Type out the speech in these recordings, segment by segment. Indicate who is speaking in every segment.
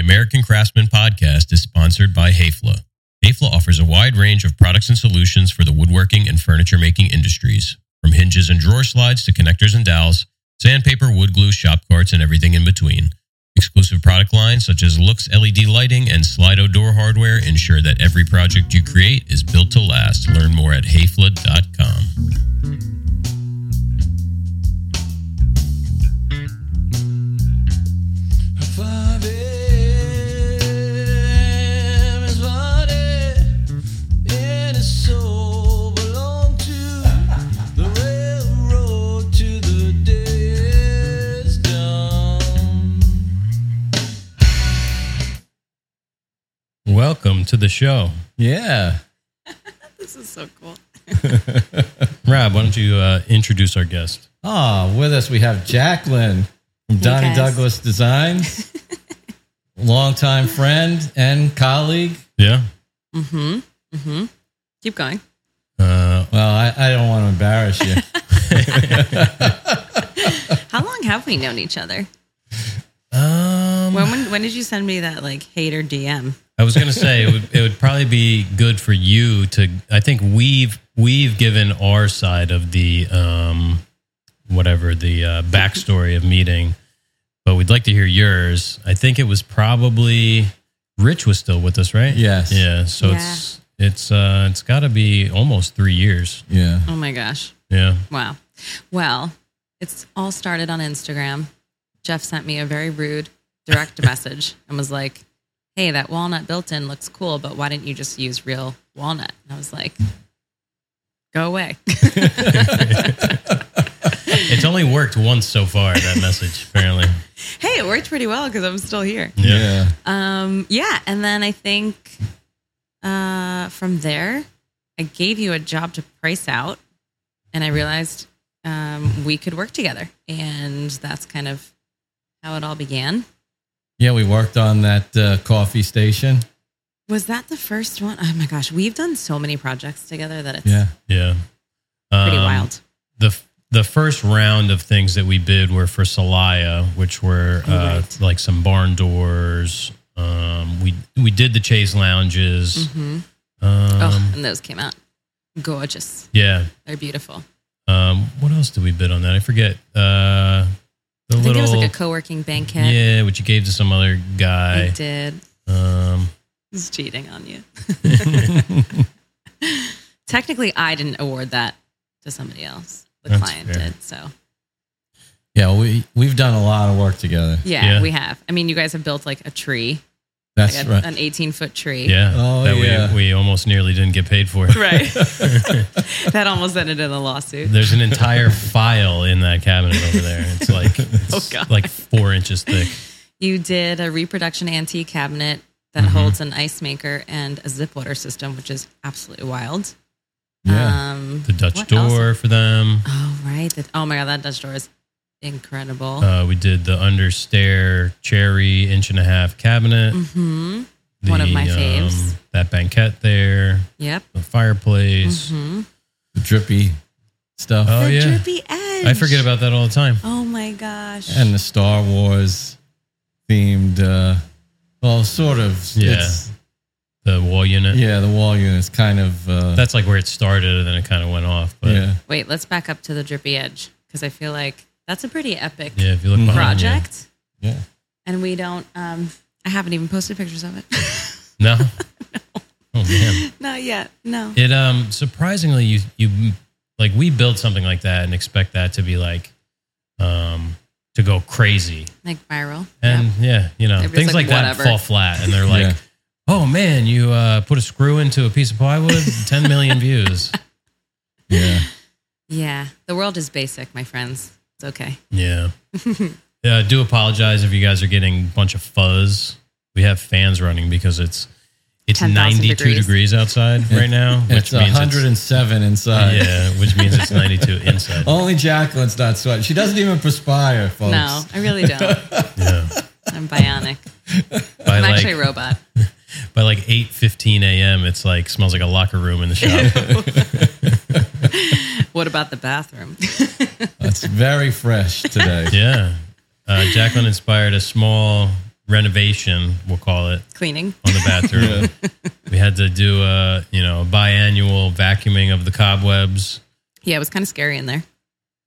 Speaker 1: American Craftsman podcast is sponsored by Hayfla. Hayfla offers a wide range of products and solutions for the woodworking and furniture making industries, from hinges and drawer slides to connectors and dowels, sandpaper, wood glue, shop carts, and everything in between. Exclusive product lines such as Lux LED lighting and Slido door hardware ensure that every project you create is built to last. Learn more at hayfla.com.
Speaker 2: Five a.m. is what it and its soul belonged to the railroad to the day it's done.
Speaker 1: Welcome to the show.
Speaker 3: Yeah.
Speaker 4: This is so cool.
Speaker 1: Rob, why don't you uh, introduce our guest?
Speaker 3: Ah, with us we have Jacqueline from Donnie
Speaker 4: guys.
Speaker 3: Douglas Designs, longtime friend and colleague.
Speaker 1: Yeah.
Speaker 4: Keep going.
Speaker 1: Uh,
Speaker 3: Well, I, I don't want to embarrass you.
Speaker 4: How long have we known each other?
Speaker 1: um,
Speaker 4: When when, when did you send me that like hater DM?
Speaker 1: I was going to say it would, it would probably be good for you to. I think we've we've given our side of the um, whatever the uh, backstory of meeting, but we'd like to hear yours. I think it was probably Rich was still with us, right?
Speaker 3: Yes.
Speaker 1: Yeah. So
Speaker 4: Yeah.
Speaker 1: it's it's uh, it's got to be almost three years.
Speaker 3: yeah.
Speaker 4: Oh my gosh.
Speaker 1: Yeah.
Speaker 4: Wow. Well, it's all started on Instagram. Jeff sent me a very rude direct message and was like, "Hey, that walnut built-in looks cool, but why didn't you just use real walnut?" And I was like, "Go away."
Speaker 1: It's only worked once so far. That message apparently.
Speaker 4: hey, it worked pretty well because I'm still here.
Speaker 1: Yeah.
Speaker 3: Yeah.
Speaker 4: Um, yeah, and then I think uh, from there, I gave you a job to price out, and I realized um, we could work together, and that's kind of how it all began.
Speaker 3: Yeah, we worked on that uh, coffee station.
Speaker 4: Was that the first one? Oh my gosh, we've done so many projects together that it's
Speaker 3: Yeah.
Speaker 1: Yeah.
Speaker 4: pretty
Speaker 1: Um,
Speaker 4: wild.
Speaker 1: the the first round of things that we bid were for Salaya, which were
Speaker 4: Oh,
Speaker 1: uh,
Speaker 4: right.
Speaker 1: like some barn doors. Um, we we did the Chase lounges.
Speaker 4: hmm
Speaker 1: Um,
Speaker 4: oh, and those came out gorgeous.
Speaker 1: Yeah.
Speaker 4: They're beautiful.
Speaker 1: Um, what else did we bid on that? I forget. Uh, the
Speaker 4: I think
Speaker 1: little
Speaker 4: it was like a co-working banquet.
Speaker 1: yeah, which you gave to some other
Speaker 4: I
Speaker 1: guy.
Speaker 4: did.
Speaker 1: Um,
Speaker 4: He's cheating on you. Technically, I didn't award that to somebody else. The
Speaker 1: That's
Speaker 4: client
Speaker 1: fair.
Speaker 4: did. So,
Speaker 3: Yeah, we we've done a lot of work together.
Speaker 4: yeah,
Speaker 1: Yeah.
Speaker 4: we have. I mean, you guys have built like a tree,
Speaker 3: That's
Speaker 4: like a,
Speaker 3: right.
Speaker 4: an 18 foot tree.
Speaker 1: yeah,
Speaker 3: Oh,
Speaker 1: that
Speaker 3: yeah.
Speaker 1: we we almost nearly didn't get paid for.
Speaker 4: Right. that almost ended in a lawsuit.
Speaker 1: There's an entire file in that cabinet over there. It's like it's
Speaker 4: Oh, God.
Speaker 1: like four inches thick.
Speaker 4: You did a reproduction antique cabinet that
Speaker 1: Mm-hmm.
Speaker 4: holds an ice maker and a zip water system, which is absolutely wild.
Speaker 3: yeah.
Speaker 4: Um,
Speaker 1: The Dutch
Speaker 4: what else?
Speaker 1: door for them.
Speaker 4: Oh, right. The, oh my God, that Dutch door is incredible.
Speaker 1: Uh, we did the understair cherry inch and a half cabinet. um,
Speaker 4: hmm one of my faves.
Speaker 1: that banquette there,
Speaker 4: Yep.
Speaker 1: the fireplace.
Speaker 4: hmm
Speaker 3: the drippy stuff.
Speaker 1: Oh
Speaker 4: the
Speaker 1: yeah,
Speaker 4: drippy edge.
Speaker 1: I forget about that all the time.
Speaker 4: Oh my gosh.
Speaker 3: and the Star Wars themed uh well sort of
Speaker 1: Yeah.
Speaker 3: it's-
Speaker 1: The wall unit.
Speaker 3: yeah, the wall unit's kind of uh
Speaker 1: That's like where it started, and then it kind of went off. But yeah,
Speaker 3: yeah.
Speaker 4: Wait, let's back up to the drippy edge because I feel like that's a pretty epic
Speaker 1: if you look behind
Speaker 4: project,
Speaker 3: Yeah.
Speaker 4: and we don't. Um, I haven't even posted pictures of it.
Speaker 1: you- no. Oh man,
Speaker 4: Not yet. No.
Speaker 1: it um surprisingly you you like we build something like that and expect that to be like um to go crazy
Speaker 4: Like viral.
Speaker 1: And yeah, you know,
Speaker 4: Everybody's
Speaker 1: things like,
Speaker 4: like,
Speaker 1: that
Speaker 4: whatever.
Speaker 1: fall flat, and they're like,
Speaker 3: Yeah.
Speaker 1: "Oh man, you uh, put a screw into a piece of plywood, ten million views."
Speaker 3: Yeah.
Speaker 4: yeah. The world is basic, my friends. It's okay.
Speaker 1: Yeah, yeah. I do apologize if you guys are getting a bunch of fuzz. We have fans running because it's it's
Speaker 4: 10,000
Speaker 1: ninety two
Speaker 4: degrees.
Speaker 1: degrees outside right now,
Speaker 3: It's
Speaker 1: which means it's,
Speaker 3: 107 inside.
Speaker 1: yeah, which means it's ninety two inside.
Speaker 3: Only Jacqueline's not sweating. She doesn't even perspire,
Speaker 1: Oh.
Speaker 3: folks.
Speaker 4: No, I really don't.
Speaker 1: Yeah,
Speaker 4: I'm bionic.
Speaker 1: by
Speaker 4: I'm
Speaker 1: like
Speaker 4: actually a robot.
Speaker 1: by like eight fifteen a.m., it's like smells like a locker room in the shop.
Speaker 4: What about the bathroom?
Speaker 3: That's very fresh today.
Speaker 1: Yeah. Uh, Jacqueline inspired a small renovation, we'll call it,
Speaker 4: Cleaning.
Speaker 1: on the bathroom. We had to do a you know biannual vacuuming of the cobwebs.
Speaker 4: Yeah, it was kind of scary in there.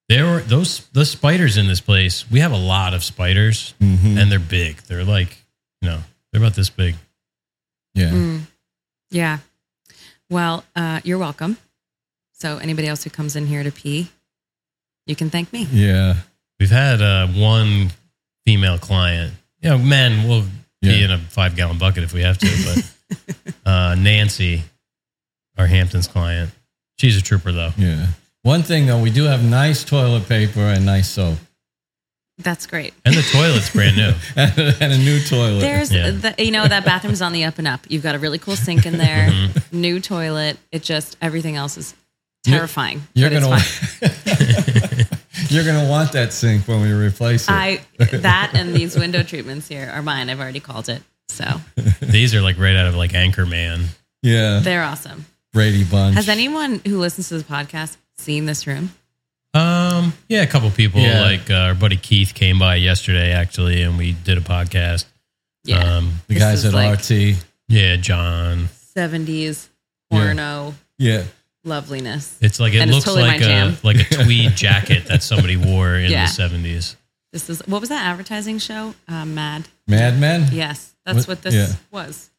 Speaker 1: There were those the spiders in this place. We have a lot of spiders,
Speaker 3: Mhm.
Speaker 1: and they're big. They're like you know they're about this big.
Speaker 3: yeah.
Speaker 4: Mm. Yeah. Well, uh, you're welcome. So anybody else who comes in here to pee, you can thank me.
Speaker 3: Yeah.
Speaker 1: We've had uh, one female client. You know, men will be
Speaker 3: Yeah.
Speaker 1: in a five gallon bucket if we have to. But uh, Nancy, our Hamptons client, she's a trooper though.
Speaker 3: Yeah. One thing though, we do have nice toilet paper and nice soap
Speaker 4: That's great.
Speaker 1: And the toilet's brand new.
Speaker 3: and a new toilet.
Speaker 4: There's,
Speaker 1: Yeah.
Speaker 4: the, you know, that bathroom's on the up and up. You've got a really cool sink in there, new toilet. It just everything else is terrifying.
Speaker 3: Mm-hmm. you're
Speaker 4: but it's
Speaker 3: gonna
Speaker 4: fine.
Speaker 3: you're gonna want that sink when we replace it.
Speaker 4: I that and these window treatments here are mine. I've already called it, so
Speaker 1: These are like right out of like Anchorman.
Speaker 3: yeah.
Speaker 4: they're awesome.
Speaker 3: Brady Bunch.
Speaker 4: Has anyone who listens to the podcast seen this room?
Speaker 1: Um, yeah, a couple people
Speaker 3: Yeah.
Speaker 1: like uh, our buddy Keith came by yesterday actually, and we did a podcast.
Speaker 4: Yeah,
Speaker 1: Um,
Speaker 3: the
Speaker 4: This
Speaker 3: guys
Speaker 4: is
Speaker 3: at
Speaker 4: like-
Speaker 3: RT.
Speaker 1: yeah, John.
Speaker 4: seventies
Speaker 3: Yeah.
Speaker 4: porno
Speaker 3: Yeah.
Speaker 4: loveliness.
Speaker 1: It's like it
Speaker 4: And it's
Speaker 1: looks
Speaker 4: totally my
Speaker 1: like a
Speaker 4: jam.
Speaker 1: like a tweed jacket that somebody wore in
Speaker 4: Yeah.
Speaker 1: the seventies.
Speaker 4: This is what was that advertising show? Uh, Mad.
Speaker 3: Mad Men?
Speaker 4: Yes, that's
Speaker 3: What-
Speaker 4: what, this
Speaker 3: yeah.
Speaker 4: was.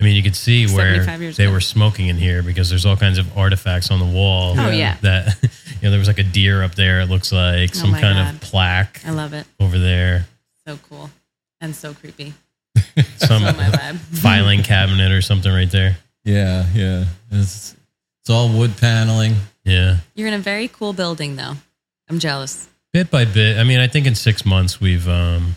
Speaker 1: I mean, you could see where
Speaker 4: 75 years
Speaker 1: they
Speaker 4: ago.
Speaker 1: were smoking in here because there's all kinds of artifacts on the wall.
Speaker 4: Oh, yeah.
Speaker 1: That, you know, there was like a deer up there, it looks like,
Speaker 4: Oh,
Speaker 1: some
Speaker 4: my
Speaker 1: kind of
Speaker 4: God. Oh.
Speaker 1: plaque
Speaker 4: I love it.
Speaker 1: over there,
Speaker 4: So cool and so creepy.
Speaker 3: Oh
Speaker 1: some
Speaker 4: So my vibe.
Speaker 1: filing cabinet or something right there.
Speaker 3: Yeah, yeah. It's, it's all wood paneling.
Speaker 1: Yeah.
Speaker 4: You're in a very cool building, though. I'm jealous.
Speaker 1: Bit by bit. I mean, I think in six months, we've, um,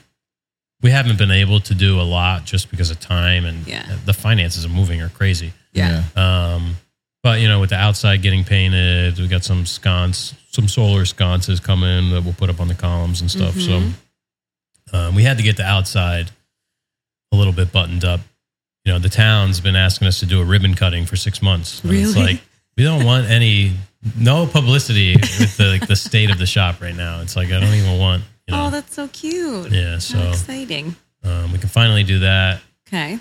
Speaker 1: we haven't been able to do a lot just because of time and
Speaker 4: Yeah.
Speaker 1: the finances of moving are crazy.
Speaker 4: Yeah.
Speaker 1: Um, but you know, with the outside getting painted, we got some sconce, some solar sconces coming that we'll put up on the columns and stuff.
Speaker 4: Mm-hmm.
Speaker 1: So um, we had to get the outside a little bit buttoned up. You know, the town's been asking us to do a ribbon cutting for six months. And It's
Speaker 4: Really?
Speaker 1: like we don't want any no publicity with the like, the state of the shop right now. It's like I don't even want. You know,
Speaker 4: Oh, that's so cute.
Speaker 1: yeah.
Speaker 4: So
Speaker 1: So
Speaker 4: exciting.
Speaker 1: um, we can finally do that,
Speaker 4: Okay.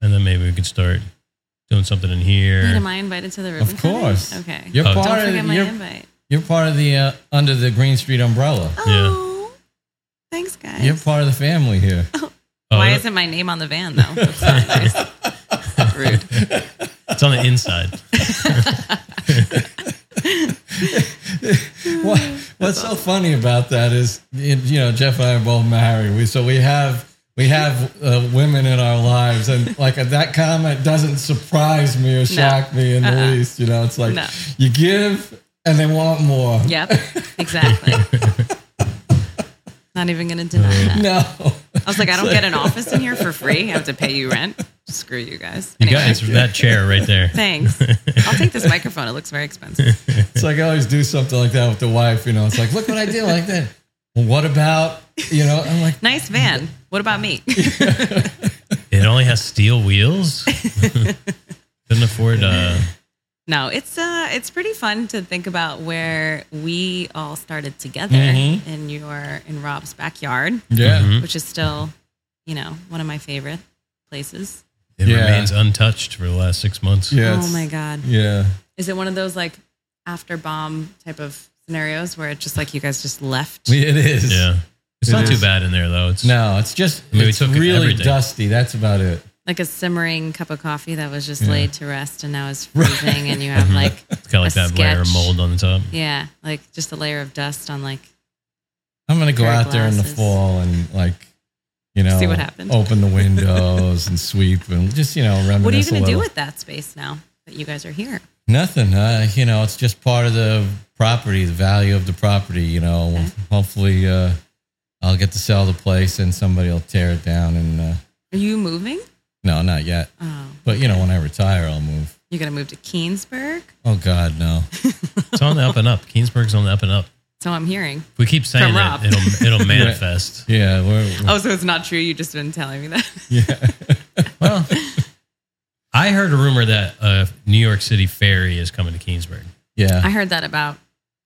Speaker 1: and then maybe we could start doing something in here.
Speaker 4: Wait, am I invited to the ribbon?
Speaker 3: Of
Speaker 4: cutting?
Speaker 3: course.
Speaker 4: Okay.
Speaker 3: You're
Speaker 1: Oh.
Speaker 3: part
Speaker 4: Don't
Speaker 3: of
Speaker 4: forget my
Speaker 3: you're,
Speaker 4: invite.
Speaker 3: you're part of the uh, under the Green Street umbrella.
Speaker 4: Oh, thanks, guys.
Speaker 3: You're uh, part of the family here.
Speaker 1: Oh,
Speaker 4: Why
Speaker 1: that-
Speaker 4: isn't my name on the van though? That's not nice. Rude.
Speaker 1: It's on the inside.
Speaker 3: what, what's so funny about that is you you know Jeff and I are both married. We so we have we have uh, women in our lives, and like that comment doesn't surprise me or shock me in the least. You know, it's like
Speaker 4: Uh-uh. No.
Speaker 3: you give and they want more.
Speaker 4: Yep. Exactly. Not even gonna deny that.
Speaker 3: No.
Speaker 4: I was like, I don't get an office in here for free. I have to pay you rent. Screw you guys.
Speaker 1: You got
Speaker 4: Anyway,
Speaker 1: it's that chair right there.
Speaker 4: thanks. I'll take this microphone. It looks very expensive.
Speaker 3: It's like I always do something like that with the wife, you know. It's like, look what I did like that. Well, what about you know? I'm like,
Speaker 4: Nice van. What about me?
Speaker 1: It only has steel wheels. Couldn't afford. Uh,
Speaker 4: No, it's uh, it's pretty fun to think about where we all started together
Speaker 3: Mhm.
Speaker 4: in your in Rob's backyard,
Speaker 3: yeah,
Speaker 1: mhm.
Speaker 4: which is still, you know, one of my favorite places.
Speaker 1: It
Speaker 3: Yeah.
Speaker 1: remains untouched for the last six months.
Speaker 3: yeah.
Speaker 4: oh
Speaker 3: it's-
Speaker 4: my god,
Speaker 3: Yeah,
Speaker 4: is it one of those like after bomb type of scenarios where it's just like you guys just left?
Speaker 3: it is.
Speaker 1: Yeah. It's
Speaker 3: It
Speaker 1: not
Speaker 3: is.
Speaker 1: too bad in there though. It's
Speaker 3: No, it's just
Speaker 1: I mean, we
Speaker 3: it's
Speaker 1: took
Speaker 3: really
Speaker 1: everything.
Speaker 3: dusty. That's about it.
Speaker 4: like a simmering cup of coffee that was just
Speaker 3: Yeah.
Speaker 4: laid to rest and now is freezing, and you have like
Speaker 1: it's got like
Speaker 4: a
Speaker 1: that layer of
Speaker 4: sketch.
Speaker 1: mold on the top.
Speaker 4: yeah, like just a layer of dust on like
Speaker 3: I'm gonna go
Speaker 4: Pair of
Speaker 3: out there in the
Speaker 4: glasses.
Speaker 3: fall and like, you know,
Speaker 4: See what happens.
Speaker 3: Open the windows and sweep and just you know reminisce.
Speaker 4: what are you
Speaker 3: a
Speaker 4: going to do
Speaker 3: little.
Speaker 4: with that space now that you guys are here?
Speaker 3: Nothing. Uh, you know, it's just part of the property, the value of the property. You know,
Speaker 4: Okay.
Speaker 3: hopefully, uh, I'll get to sell the place and somebody will tear it down. And uh,
Speaker 4: Are you moving?
Speaker 3: no, not yet.
Speaker 4: Oh,
Speaker 3: But you know, when I retire, I'll move.
Speaker 4: you're going to move to Keensburg.
Speaker 3: Oh God, no.
Speaker 1: It's on the up and up. Keensburg's on the up and up.
Speaker 4: So I'm hearing.
Speaker 1: If we keep saying
Speaker 4: From Rob.
Speaker 1: it, it'll it'll manifest.
Speaker 3: Yeah, we're, we're-
Speaker 4: Oh, so it's not true. You just been telling me that.
Speaker 3: yeah.
Speaker 1: Well, I heard a rumor that uh, New York City ferry is coming to Keensburg.
Speaker 3: yeah.
Speaker 4: I heard that about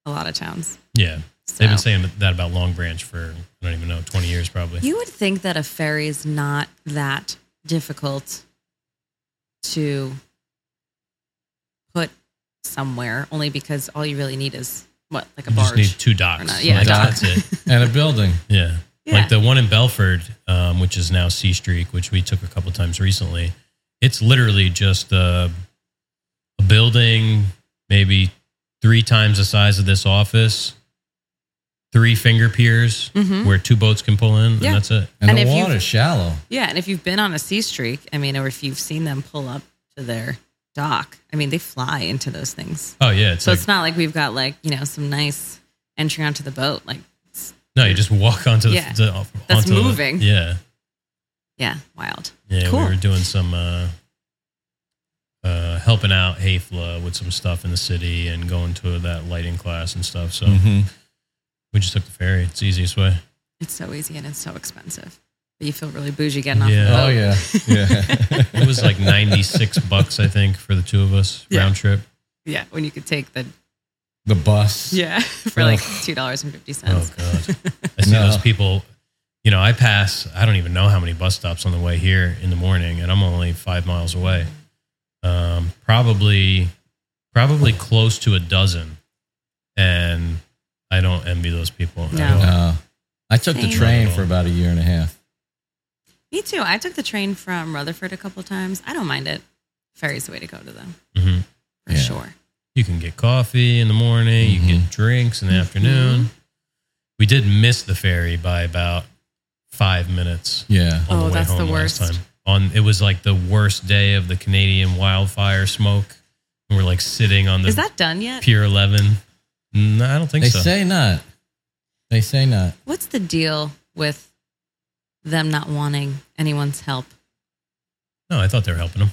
Speaker 4: a lot of towns.
Speaker 1: Yeah. They've been
Speaker 4: So-
Speaker 1: saying that about Long Branch for I don't even know twenty years probably.
Speaker 4: You would think that a ferry is not that difficult to put somewhere, only because all you really need is what, like a
Speaker 1: You just
Speaker 4: barge.
Speaker 1: need two docks.
Speaker 4: Or not- yeah, a
Speaker 1: Like,
Speaker 4: dock.
Speaker 1: That's it.
Speaker 3: and a building.
Speaker 1: Yeah.
Speaker 4: Yeah.
Speaker 1: Like the one in Belford, um, which is now Sea Streak, which we took a couple times recently. It's literally just a, a building, maybe three times the size of this office, three finger piers
Speaker 4: Mhm.
Speaker 1: where two boats can pull in,
Speaker 4: Yeah.
Speaker 1: and that's it.
Speaker 3: And,
Speaker 4: And
Speaker 3: the
Speaker 4: if you-
Speaker 3: water's shallow.
Speaker 4: Yeah, and if you've been on a sea streak, I mean, or if you've seen them pull up to their dock, I mean, they fly into those things.
Speaker 1: Oh yeah, it's
Speaker 4: So
Speaker 1: like
Speaker 4: it's not like we've got like you know some nice entry onto the boat. Like, it's,
Speaker 1: no, you just walk onto
Speaker 4: Yeah.
Speaker 1: the, the
Speaker 4: That's
Speaker 1: onto the-
Speaker 4: moving.
Speaker 1: yeah,
Speaker 4: yeah, wild.
Speaker 1: yeah.
Speaker 4: Cool.
Speaker 1: We were doing some uh, uh, helping out Hayfla with some stuff in the city and going to that lighting class and stuff. So
Speaker 3: Mm-hmm.
Speaker 1: We just took the ferry. It's the easiest way.
Speaker 4: It's so easy and it's so expensive. But you feel really bougie getting off.
Speaker 1: Yeah.
Speaker 4: The boat.
Speaker 3: Oh yeah, yeah.
Speaker 1: It was like 96 bucks, I think, for the two of us
Speaker 4: Yeah.
Speaker 1: round trip.
Speaker 4: yeah, when you could take the
Speaker 3: the bus.
Speaker 4: Yeah, for like two dollars and fifty
Speaker 1: Oh
Speaker 4: cents.
Speaker 1: god. I see
Speaker 3: No.
Speaker 1: those people, you know, I pass, I don't even know how many bus stops on the way here in the morning and I'm only 5 miles away. Um, probably probably close to a dozen. And I don't envy those people. at
Speaker 4: No.
Speaker 1: all.
Speaker 3: Uh, I took the
Speaker 4: Same.
Speaker 3: train for about a year and a half.
Speaker 4: Me too. I took the train from Rutherford a couple times. I don't mind it. Ferry's the way to go to them
Speaker 1: Mhm.
Speaker 4: for
Speaker 3: Yeah.
Speaker 4: sure.
Speaker 1: You can get coffee in the morning, you can get drinks
Speaker 4: Mm-hmm.
Speaker 1: in the afternoon. We did miss the ferry by about 5 minutes.
Speaker 3: Yeah.
Speaker 1: on
Speaker 4: Oh,
Speaker 1: way
Speaker 4: that's the
Speaker 1: home last
Speaker 4: worst.
Speaker 1: time. On it was like the worst day of the Canadian wildfire smoke. And we're like sitting on the
Speaker 4: Is that done yet?
Speaker 1: Pier Eleven. No, I don't think
Speaker 3: They
Speaker 1: so.
Speaker 3: say not. They say not.
Speaker 4: What's the deal with them not wanting anyone's help?
Speaker 1: no, I thought they were helping them.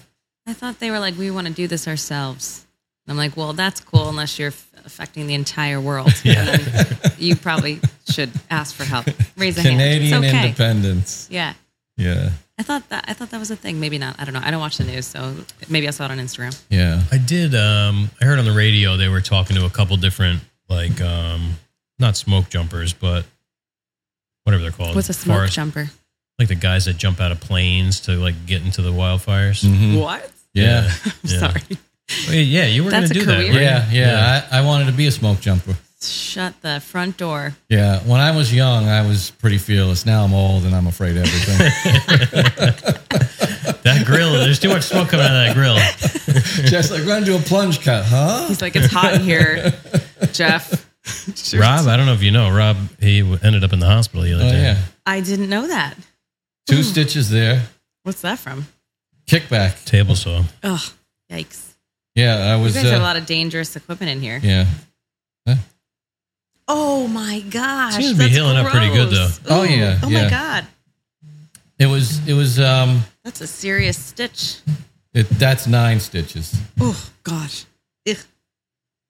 Speaker 4: I thought they were like, we want to do this ourselves. And I'm like, well, that's cool unless you're f- affecting the entire world.
Speaker 1: Yeah.
Speaker 4: And then you probably should ask for help. Raise a
Speaker 3: Canadian
Speaker 4: hand. It's okay.
Speaker 3: independence.
Speaker 4: Yeah.
Speaker 3: Yeah.
Speaker 4: I thought that I thought that was a thing. Maybe not. I don't know. I don't watch the news, so maybe I saw it on Instagram.
Speaker 3: Yeah.
Speaker 1: I did. Um, I heard on the radio they were talking to a couple different like um, not smoke jumpers, but whatever they're called.
Speaker 4: What's a smoke
Speaker 1: Forest-
Speaker 4: jumper?
Speaker 1: Like the guys that jump out of planes to like get into the wildfires.
Speaker 3: Mhm.
Speaker 4: What?
Speaker 3: Yeah.
Speaker 4: I'm
Speaker 1: Yeah.
Speaker 4: sorry.
Speaker 1: Wait, yeah, you were going
Speaker 4: That's
Speaker 1: to
Speaker 4: a
Speaker 1: do that.
Speaker 4: career?
Speaker 1: right?
Speaker 3: Yeah. Yeah. I, I wanted to be a smoke jumper.
Speaker 4: Shut the front door.
Speaker 3: Yeah. When I was young, I was pretty fearless. Now I'm old and I'm afraid of everything.
Speaker 1: That grill. There's too much smoke coming out of that grill.
Speaker 3: Jeff's like, run to a plunge cut, huh?
Speaker 4: He's like, it's hot in here, Jeff.
Speaker 1: Rob, I don't know if you know, Rob, he w- ended up in the hospital the other
Speaker 3: Oh,
Speaker 1: day.
Speaker 3: yeah.
Speaker 4: I didn't know that.
Speaker 3: Two stitches there.
Speaker 4: What's that from?
Speaker 3: Kickback.
Speaker 1: Table saw.
Speaker 4: Oh, yikes.
Speaker 3: Yeah. I
Speaker 4: You
Speaker 3: was.
Speaker 4: guys have a
Speaker 3: Uh,
Speaker 4: lot of dangerous equipment in here.
Speaker 3: yeah.
Speaker 4: Oh my gosh.
Speaker 1: Seems to be
Speaker 4: that's
Speaker 1: healing up pretty good,
Speaker 4: gross.
Speaker 3: though. Oh,
Speaker 4: Ooh,
Speaker 3: yeah,
Speaker 4: Oh
Speaker 3: yeah.
Speaker 4: my God.
Speaker 3: It was, it was, um,
Speaker 4: That's a serious stitch.
Speaker 3: it, that's nine stitches.
Speaker 4: Oh gosh. Ugh.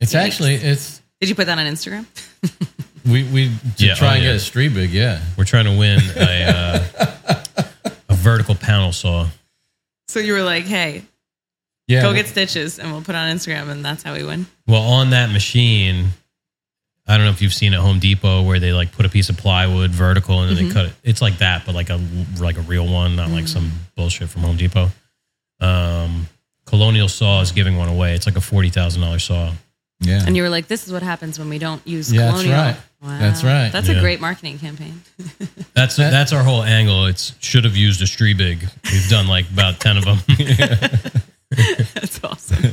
Speaker 3: It's actually, it's,
Speaker 4: Did you put that on Instagram?
Speaker 3: we, we, to
Speaker 1: Yeah, oh,
Speaker 3: try and
Speaker 1: yeah.
Speaker 3: get a street big. Yeah.
Speaker 1: We're trying to win a, uh, a vertical panel saw.
Speaker 4: So you were like, hey,
Speaker 3: Yeah.
Speaker 4: go get stitches and we'll put it on Instagram and that's how we win.
Speaker 1: Well, on that machine, I don't know if you've seen at Home Depot where they like put a piece of plywood vertical and then they cut it. It's like that, but like a like a real one, not like some bullshit from Home Depot. Um, Colonial Saw is giving one away. It's like a forty thousand dollar saw.
Speaker 3: yeah.
Speaker 4: And you were like, this is what happens when we don't use
Speaker 3: Yeah, that's
Speaker 4: colonial.
Speaker 3: right. That's right.
Speaker 4: That's
Speaker 1: Yeah.
Speaker 4: a great marketing campaign.
Speaker 1: That's
Speaker 3: That-
Speaker 1: that's our whole angle. It's should have used a Strebig. We've done like about ten of them.
Speaker 4: That's awesome.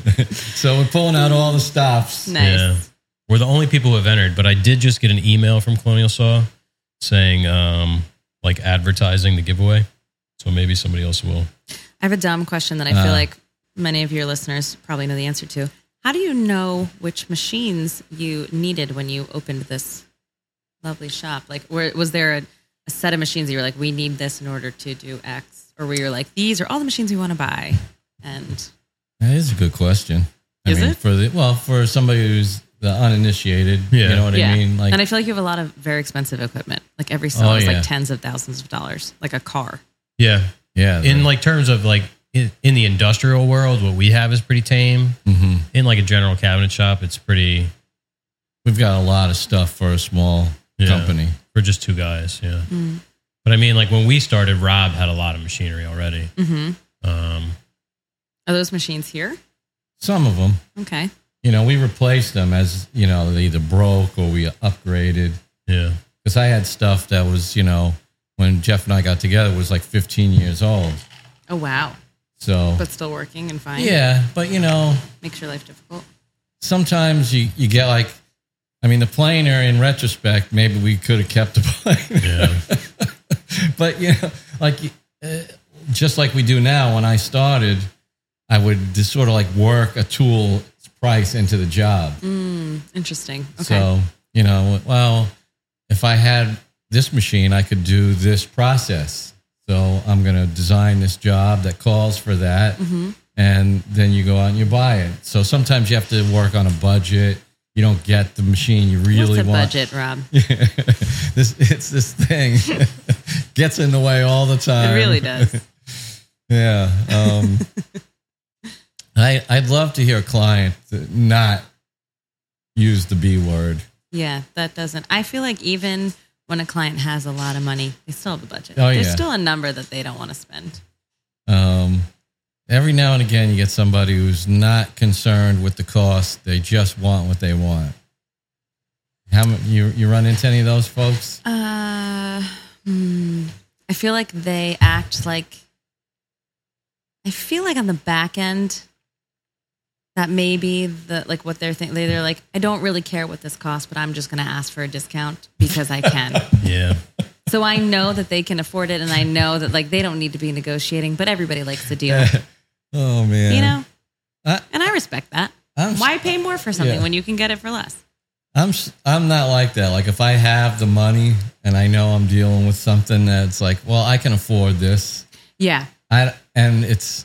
Speaker 3: So we're pulling out all the stops.
Speaker 4: Nice.
Speaker 1: We're the only people who have entered, but I did just get an email from Colonial Saw saying um, like advertising the giveaway. So maybe somebody else will.
Speaker 4: I have a dumb question that I feel
Speaker 3: Uh.
Speaker 4: like many of your listeners probably know the answer to. How do you know which machines you needed when you opened this lovely shop? Like, were, was there a, a set of machines that you were like, we need this in order to do X? Or were you like, these are all the machines we want to buy? And
Speaker 3: That is a good question.
Speaker 4: Is
Speaker 3: I mean,
Speaker 4: it?
Speaker 3: for the well for somebody who's the uninitiated?
Speaker 1: Yeah.
Speaker 3: You know what I mean? Like,
Speaker 4: and I feel like you have a lot of very expensive equipment. Like, every saw
Speaker 3: Oh,
Speaker 4: is
Speaker 3: yeah.
Speaker 4: like tens of thousands of dollars, like a car.
Speaker 1: Yeah.
Speaker 3: yeah,
Speaker 1: In like terms of like in, in the industrial world, what we have is pretty tame.
Speaker 3: Mhm.
Speaker 1: In like a general cabinet shop, it's pretty
Speaker 3: We've got a lot of stuff for a small
Speaker 1: Yeah.
Speaker 3: company.
Speaker 1: for just two guys. Yeah. But I mean, like when we started, Rob had a lot of machinery already.
Speaker 4: Mm-hmm.
Speaker 1: Um,
Speaker 4: Are those machines here?
Speaker 3: Some of them,
Speaker 4: Okay.
Speaker 3: you know, we replaced them as you know they either broke or we upgraded.
Speaker 1: yeah.
Speaker 3: Because I had stuff that was you know when Jeff and I got together was like 15 years old.
Speaker 4: Oh wow.
Speaker 3: So
Speaker 4: But still working and fine.
Speaker 3: yeah, but you know
Speaker 4: Makes your life difficult.
Speaker 3: sometimes you, you get like, I mean, the planer in retrospect, maybe we could have kept the planer. but, you know, like, uh, just like we do now, when I started, I would just sort of like work a tool price into the job.
Speaker 4: Interesting. Okay.
Speaker 3: So, you know, well, if I had this machine, I could do this process. So I'm going to design this job that calls for that.
Speaker 4: Mm-hmm.
Speaker 3: And then you go out and you buy it. So sometimes you have to work on a budget. You don't get the machine you really
Speaker 4: What's a
Speaker 3: want.
Speaker 4: budget, Rob?
Speaker 3: this it's this thing gets in the way all the time.
Speaker 4: It really does.
Speaker 3: Yeah. Um, I I'd love to hear a client that not use the B word.
Speaker 4: Yeah, that doesn't. I feel like even when a client has a lot of money, they still have a budget.
Speaker 3: Oh,
Speaker 4: There's
Speaker 3: yeah.
Speaker 4: still a number that they don't want to spend.
Speaker 3: Um, every now and again, you get somebody who's not concerned with the cost; they just want what they want. How mu- you you run into any of those folks?
Speaker 4: Uh, hmm, I feel like they act like. I feel like on the back end, that may be the like what they're thinking. They're like, I don't really care what this costs, but I'm just going to ask for a discount because I can.
Speaker 1: Yeah.
Speaker 4: so I know that they can afford it, and I know that like they don't need to be negotiating. But everybody likes a deal,
Speaker 3: Oh man!
Speaker 4: you know.
Speaker 3: I-
Speaker 4: and I respect that.
Speaker 3: I'm,
Speaker 4: Why pay more for something
Speaker 3: Uh, Yeah.
Speaker 4: when you can get it for less?
Speaker 3: I'm s- I'm not like that. Like if I have the money and I know I'm dealing with something that's like, well, I can afford this.
Speaker 4: Yeah.
Speaker 3: I and it's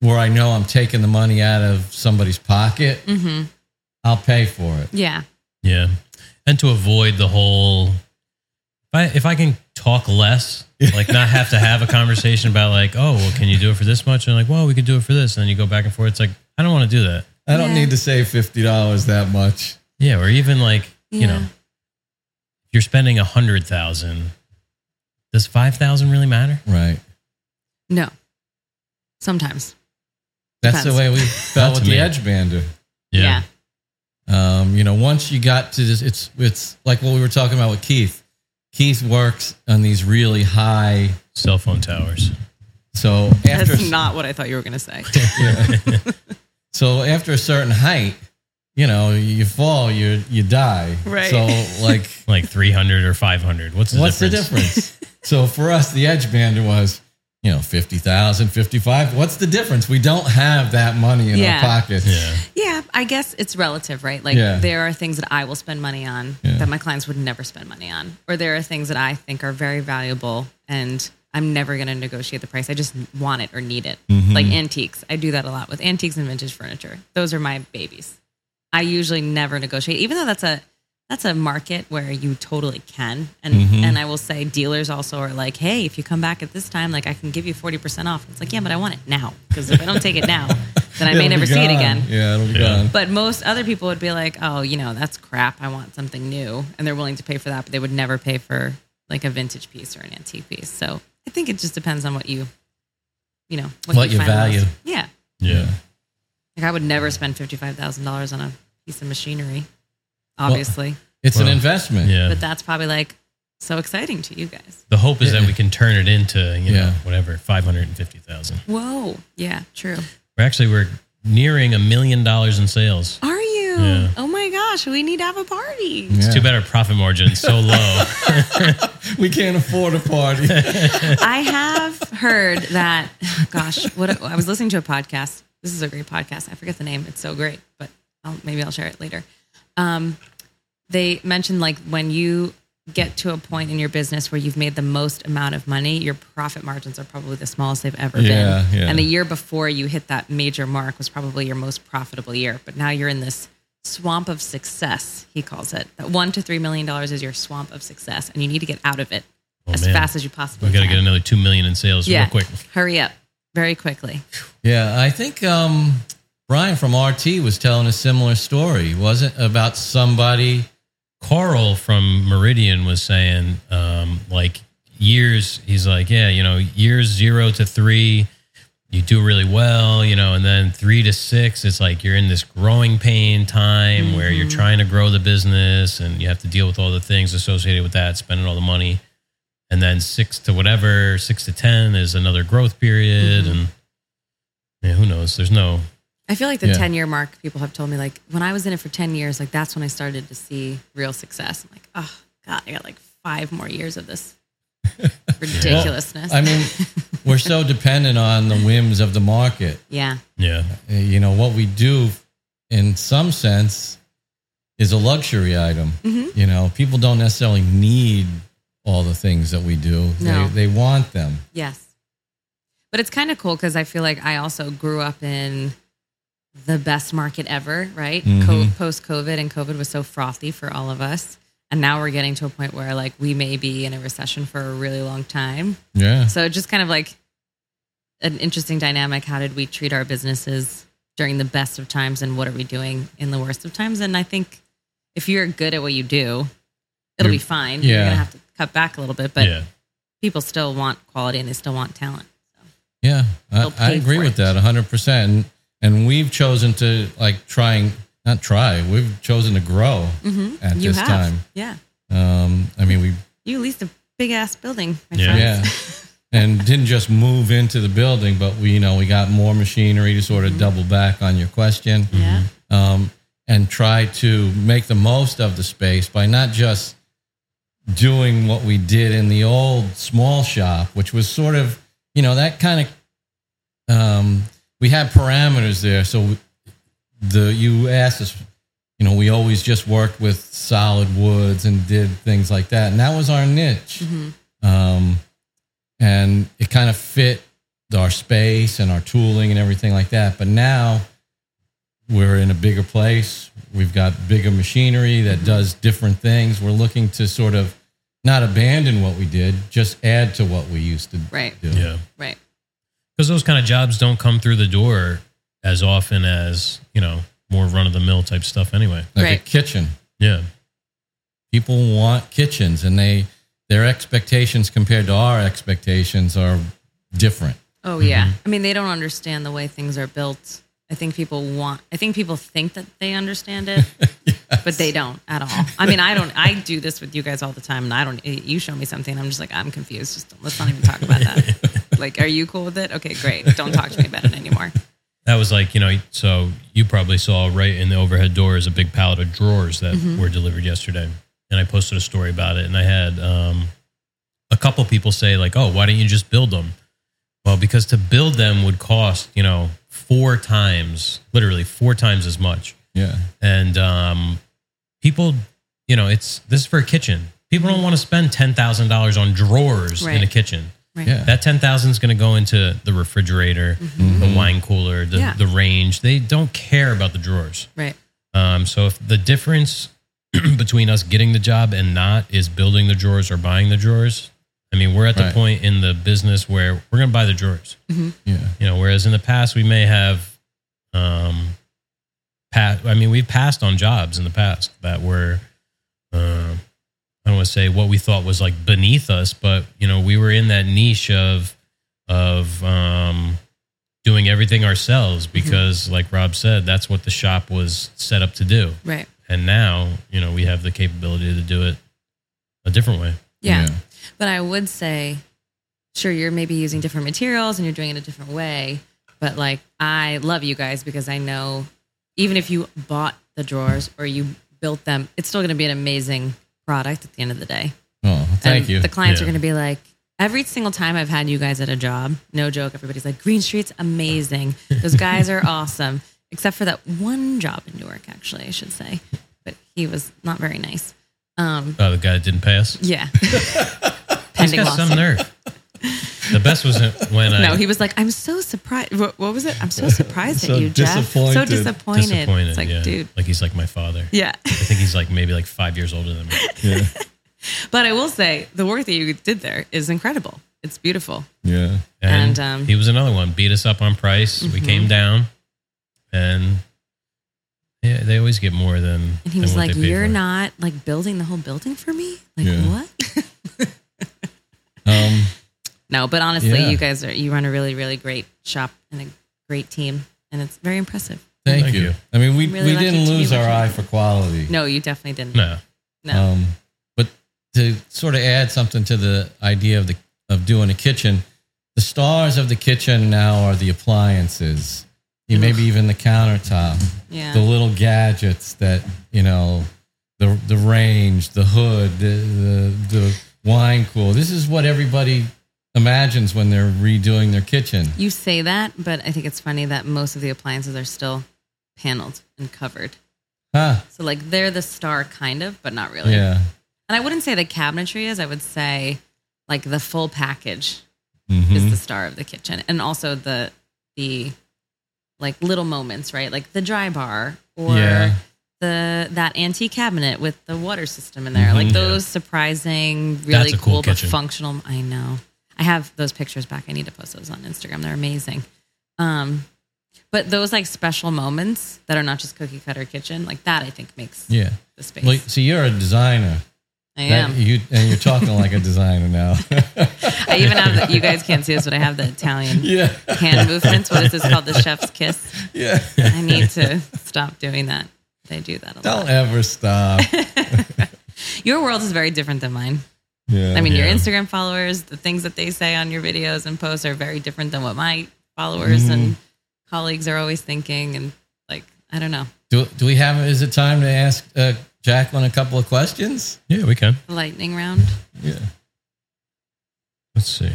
Speaker 3: where I know I'm taking the money out of somebody's pocket.
Speaker 4: Mm-hmm.
Speaker 3: I'll pay for it.
Speaker 4: Yeah.
Speaker 1: Yeah. And to avoid the whole, if I, if I can talk less, like not have to have a conversation about like, oh, well, can you do it for this much? And like, well, we can do it for this. And then you go back and forth. It's like, I don't want to do that.
Speaker 3: I don't
Speaker 4: Yeah.
Speaker 3: need to save fifty dollars that much.
Speaker 1: Yeah. Or even like, you know,
Speaker 4: Yeah.
Speaker 1: if you're spending a hundred thousand, does 5,000 really matter?
Speaker 3: Right.
Speaker 4: No. Sometimes.
Speaker 3: That's the
Speaker 4: Depends.
Speaker 3: way we felt
Speaker 1: That's
Speaker 3: with the
Speaker 1: me.
Speaker 3: edge bander.
Speaker 4: Yeah.
Speaker 3: Um, you know, once you got to this, it's it's like what we were talking about with Keith. Keith works on these really high.
Speaker 1: Cell phone towers.
Speaker 3: So after
Speaker 4: That's not what I thought you were going to say.
Speaker 3: so after a certain height, you know, you fall, you you die.
Speaker 4: Right.
Speaker 3: So like,
Speaker 1: Like 300 or 500. What's the
Speaker 3: what's the
Speaker 1: difference?
Speaker 3: difference? so for us, the edge bander was. You know, 50,000, 55. What's the difference? We don't have that money in
Speaker 4: Yeah.
Speaker 3: our pockets.
Speaker 1: Yeah.
Speaker 4: yeah. I guess it's relative, right? Like
Speaker 3: Yeah.
Speaker 4: there are things that I will spend money on that my clients would never spend money on. Or there are things that I think are very valuable and I'm never going to negotiate the price. I just want it or need it. Like antiques. I do that a lot with antiques and vintage furniture. Those are my babies. I usually never negotiate, even though that's a that's a market where you totally can. And and I will say dealers also are like, hey, if you come back at this time, like I can give you forty percent off. It's like, yeah, but I want it now because if I don't take it now, then I may
Speaker 3: It'll
Speaker 4: never
Speaker 3: be
Speaker 4: see it
Speaker 3: gone.
Speaker 4: again.
Speaker 3: Yeah, it'll be
Speaker 1: Yeah.
Speaker 3: gone.
Speaker 4: But most other people would be like, oh, you know, that's crap. I want something new, and they're willing to pay for that, but they would never pay for like a vintage piece or an antique piece. So I think it just depends on what you, you know,
Speaker 3: What you
Speaker 4: find the most-
Speaker 3: value.
Speaker 4: Yeah.
Speaker 1: Yeah.
Speaker 4: Like I would never spend fifty-five thousand dollars on a piece of machinery, obviously.
Speaker 3: It's an
Speaker 1: Well,
Speaker 3: investment.
Speaker 1: Yeah.
Speaker 4: but that's probably like so exciting to you guys.
Speaker 1: the hope is that we can turn it into, you know,
Speaker 3: Yeah.
Speaker 1: whatever, 550,000.
Speaker 4: Whoa. Yeah. True.
Speaker 1: We're actually, we're nearing a million dollars in sales.
Speaker 4: Are you?
Speaker 1: Yeah.
Speaker 4: Oh my gosh, we need to have a party.
Speaker 1: It's too bad our profit margin is so low.
Speaker 3: We can't afford a party.
Speaker 4: I have heard that. Gosh, what I was listening to a podcast. This is a great podcast. I forget the name. It's so great, but I'll, maybe I'll share it later. Um, they mentioned like when you get to a point in your business where you've made the most amount of money, your profit margins are probably the smallest they've ever
Speaker 3: Yeah,
Speaker 4: been.
Speaker 3: yeah.
Speaker 4: And the year before you hit that major mark was probably your most profitable year. But now you're in this swamp of success, he calls it. That one to three million dollars is your swamp of success, and you need to get out of it
Speaker 1: Oh,
Speaker 4: as
Speaker 1: man.
Speaker 4: fast as you possibly
Speaker 1: we got to
Speaker 4: can.
Speaker 1: get another 2 million in sales real quick.
Speaker 4: Hurry up. Very quickly.
Speaker 3: yeah, I think um, Brian from RT was telling a similar story, wasn't it? about somebody.
Speaker 1: Carl from Meridian was saying, um, like years, he's like, yeah, you know, years zero to three, you do really well, you know, and then three to six, it's like you're in this growing pain time where you're trying to grow the business and you have to deal with all the things associated with that, spending all the money. And then six to whatever, six to 10 is another growth period. And yeah, who knows? There's no,
Speaker 4: I feel like the
Speaker 3: Yeah.
Speaker 4: 10 year mark, people have told me, like, when I was in it for 10 years, like, that's when I started to see real success. I'm like, oh, God, I got like five more years of this ridiculousness.
Speaker 3: I mean, we're so dependent on the whims of the market.
Speaker 4: yeah.
Speaker 1: yeah,
Speaker 3: Uh, You know, what we do in some sense is a luxury item. You know, people don't necessarily need all the things that we do,
Speaker 4: No.
Speaker 3: they, they want them.
Speaker 4: Yes. But it's kind of cool because I feel like I also grew up in the best market ever, right? Co- Post COVID, and COVID was so frothy for all of us. And now we're getting to a point where like we may be in a recession for a really long time.
Speaker 3: Yeah.
Speaker 4: So just kind of like an interesting dynamic. How did we treat our businesses during the best of times and what are we doing in the worst of times? And I think if you're good at what you do, it'll be fine. You're
Speaker 3: yeah.
Speaker 4: going to have to cut back a little bit, but
Speaker 1: yeah.
Speaker 4: people still want quality and they still want talent.
Speaker 3: Yeah, I,
Speaker 4: They'll
Speaker 3: I
Speaker 4: pay
Speaker 3: agree
Speaker 4: for
Speaker 3: with
Speaker 4: it.
Speaker 3: that 100%. And, and we've chosen to like try and not try, we've chosen to grow at
Speaker 4: you
Speaker 3: this
Speaker 4: have.
Speaker 3: time.
Speaker 4: Yeah.
Speaker 3: Um, I mean, we,
Speaker 4: You leased a big ass building, my
Speaker 1: Yeah.
Speaker 4: friends.
Speaker 3: yeah. And didn't just move into the building, but we, you know, we got more machinery to sort of double back on your question.
Speaker 4: Yeah.
Speaker 3: um, and try to make the most of the space by not just doing what we did in the old small shop, which was sort of, you know, that kind of, um, we had parameters there. So the, you asked us, you know, we always just worked with solid woods and did things like that. And that was our niche.
Speaker 4: Mm-hmm.
Speaker 3: Um, and it kind of fit our space and our tooling and everything like that. But now, we're in a bigger place. We've got bigger machinery
Speaker 4: Mm-hmm.
Speaker 3: that does different things. We're looking to sort of not abandon what we did, just add to what we used to
Speaker 4: Right.
Speaker 3: do.
Speaker 1: yeah.
Speaker 4: Right.
Speaker 1: because those kind of jobs don't come through the door as often as you know more run of the mill type stuff anyway.
Speaker 3: Like a
Speaker 4: Right.
Speaker 3: kitchen.
Speaker 1: Yeah,
Speaker 3: People want kitchens and they their expectations compared to our expectations are different.
Speaker 4: Oh yeah. I mean, they don't understand the way things are built. I think people want. I think people think that they understand it, but they don't at all. I mean, I don't. I do this with you guys all the time, and I don't. eh, You show me something, and I'm just like, I'm confused. Just let's not even talk about that. like, are you cool with it? Okay, great. Don't talk to me about it anymore.
Speaker 1: that was like you know. So you probably saw right in the overhead door is a big pallet of drawers that were delivered yesterday, and I posted a story about it, and I had um, a couple people say like, "Oh, why don't you just build them?" Well, because to build them would cost you know four times, literally four times as much.
Speaker 3: Yeah.
Speaker 1: and um, people, you know, it's this is for a kitchen. People don't want to spend ten thousand dollars on drawers in a
Speaker 4: Right.
Speaker 1: kitchen.
Speaker 4: Right.
Speaker 3: Yeah.
Speaker 1: That ten thousand is going to go into the refrigerator, the wine cooler, the,
Speaker 4: Mm-hmm.
Speaker 1: the
Speaker 4: Yeah.
Speaker 1: range. They don't care about the drawers.
Speaker 4: Right.
Speaker 1: Um, so if the difference between us getting the job and not is building the drawers or buying the drawers, I mean, we're at the
Speaker 3: Right.
Speaker 1: point in the business where we're going to buy the drawers
Speaker 3: Yeah. Oh,
Speaker 1: you know whereas in the past we may have um pa- i mean we've passed on jobs in the past that were uh, i don't want to say what we thought was like beneath us but you know we were in that niche of of um doing everything ourselves because like rob said that's what the shop was set up to do
Speaker 4: Right.
Speaker 1: and now you know we have the capability to do it a different way
Speaker 4: Yeah.
Speaker 3: Yeah.
Speaker 4: But I would say, sure, you're maybe using different materials and you're doing it a different way. But like, I love you guys because I know even if you bought the drawers or you built them, it's still going to be an amazing product at the end of the day.
Speaker 3: Oh, thank
Speaker 4: and
Speaker 3: you.
Speaker 4: The clients
Speaker 1: Yeah.
Speaker 4: are going to be like, every single time I've had you guys at a job, no joke, everybody's like, Green Street's amazing. Those guys are awesome. Except for that one job in Newark, actually, I should say. But he was not very nice. Um,
Speaker 1: oh the guy that didn't pass
Speaker 4: yeah.
Speaker 1: he's
Speaker 4: Pending
Speaker 1: got
Speaker 4: lawsuit.
Speaker 1: some nerve the best was when i
Speaker 4: No, he was like, I'm so surprised. What, what was it? I'm so surprised
Speaker 3: So
Speaker 4: at you, Jeff. So
Speaker 3: disappointed.
Speaker 4: disappointed.
Speaker 1: disappointed.
Speaker 4: It's like,
Speaker 1: yeah.
Speaker 4: dude.
Speaker 1: like he's like my father.
Speaker 4: Yeah.
Speaker 1: I think he's like maybe like five years older than me.
Speaker 3: yeah.
Speaker 4: But I will say the work that you did there is incredible. It's beautiful.
Speaker 3: Yeah.
Speaker 4: And, um, Mm-hmm.
Speaker 1: he was another one. Beat us up on price. We came down. and yeah, they always get more than.
Speaker 4: And he
Speaker 1: than
Speaker 4: was
Speaker 1: what
Speaker 4: like,
Speaker 1: they pay
Speaker 4: "You're
Speaker 1: for.
Speaker 4: not like building the whole building for me. Like
Speaker 3: Yeah.
Speaker 4: what?"
Speaker 3: Um,
Speaker 4: no, but honestly,
Speaker 3: Yeah.
Speaker 4: you guys are you run a really really great shop and a great team, and it's very impressive.
Speaker 3: thank
Speaker 1: Thank
Speaker 3: you.
Speaker 1: you.
Speaker 3: I mean, we,
Speaker 4: I'm really
Speaker 3: we didn't
Speaker 4: lucky to be
Speaker 3: lose
Speaker 4: with
Speaker 3: our
Speaker 4: you.
Speaker 3: eye for quality.
Speaker 4: No, you definitely didn't.
Speaker 1: No,
Speaker 4: No.
Speaker 3: Um, but to sort of add something to the idea of the of doing a kitchen, the stars of the kitchen now are the appliances, you maybe even the countertop,
Speaker 4: Yeah.
Speaker 3: the little gadgets that you know, the the range, the hood, the the, the wine cooler. This is what everybody imagines when they're redoing their kitchen.
Speaker 4: You say that, but I think it's funny that most of the appliances are still paneled and covered.
Speaker 3: Huh?
Speaker 4: So like they're the star kind of, but not really.
Speaker 3: Yeah.
Speaker 4: And I wouldn't say the cabinetry is, I would say like the full package
Speaker 3: Mhm.
Speaker 4: is the star of the kitchen. And also the the like little moments, right? Like the dry bar or
Speaker 3: Yeah.
Speaker 4: the that antique cabinet with the water system in there. Like
Speaker 3: Mhm.
Speaker 4: those surprising, really
Speaker 1: a
Speaker 4: cool,
Speaker 1: cool
Speaker 4: but
Speaker 1: kitchen.
Speaker 4: functional. I know. I have those pictures back. I need to post those on Instagram. They're amazing. Um but those like special moments that are not just cookie cutter kitchen, like that I think makes
Speaker 3: Yeah.
Speaker 4: the space.
Speaker 3: Well, so you're a designer.
Speaker 4: I
Speaker 3: That-
Speaker 4: am.
Speaker 3: you and you're talking like a designer now.
Speaker 4: I even have the, you guys can't see this, but I have the Italian
Speaker 3: yeah.
Speaker 4: hand movements. What is this called? The chef's kiss.
Speaker 3: Yeah.
Speaker 4: I need to stop doing that. I do that a lot.
Speaker 3: Don't ever stop.
Speaker 4: Your world is very different than mine.
Speaker 3: Yeah.
Speaker 4: I mean, your
Speaker 1: Yeah.
Speaker 4: Instagram followers, the things that they say on your videos and posts are very different than what my followers and
Speaker 3: Mm-hmm.
Speaker 4: colleagues are always thinking. And like, I don't know,
Speaker 3: do, do we have? Is it time to ask uh, Jacqueline a couple of questions?
Speaker 1: yeah, we can.
Speaker 4: lightning round.
Speaker 3: Yeah.
Speaker 1: Let's see.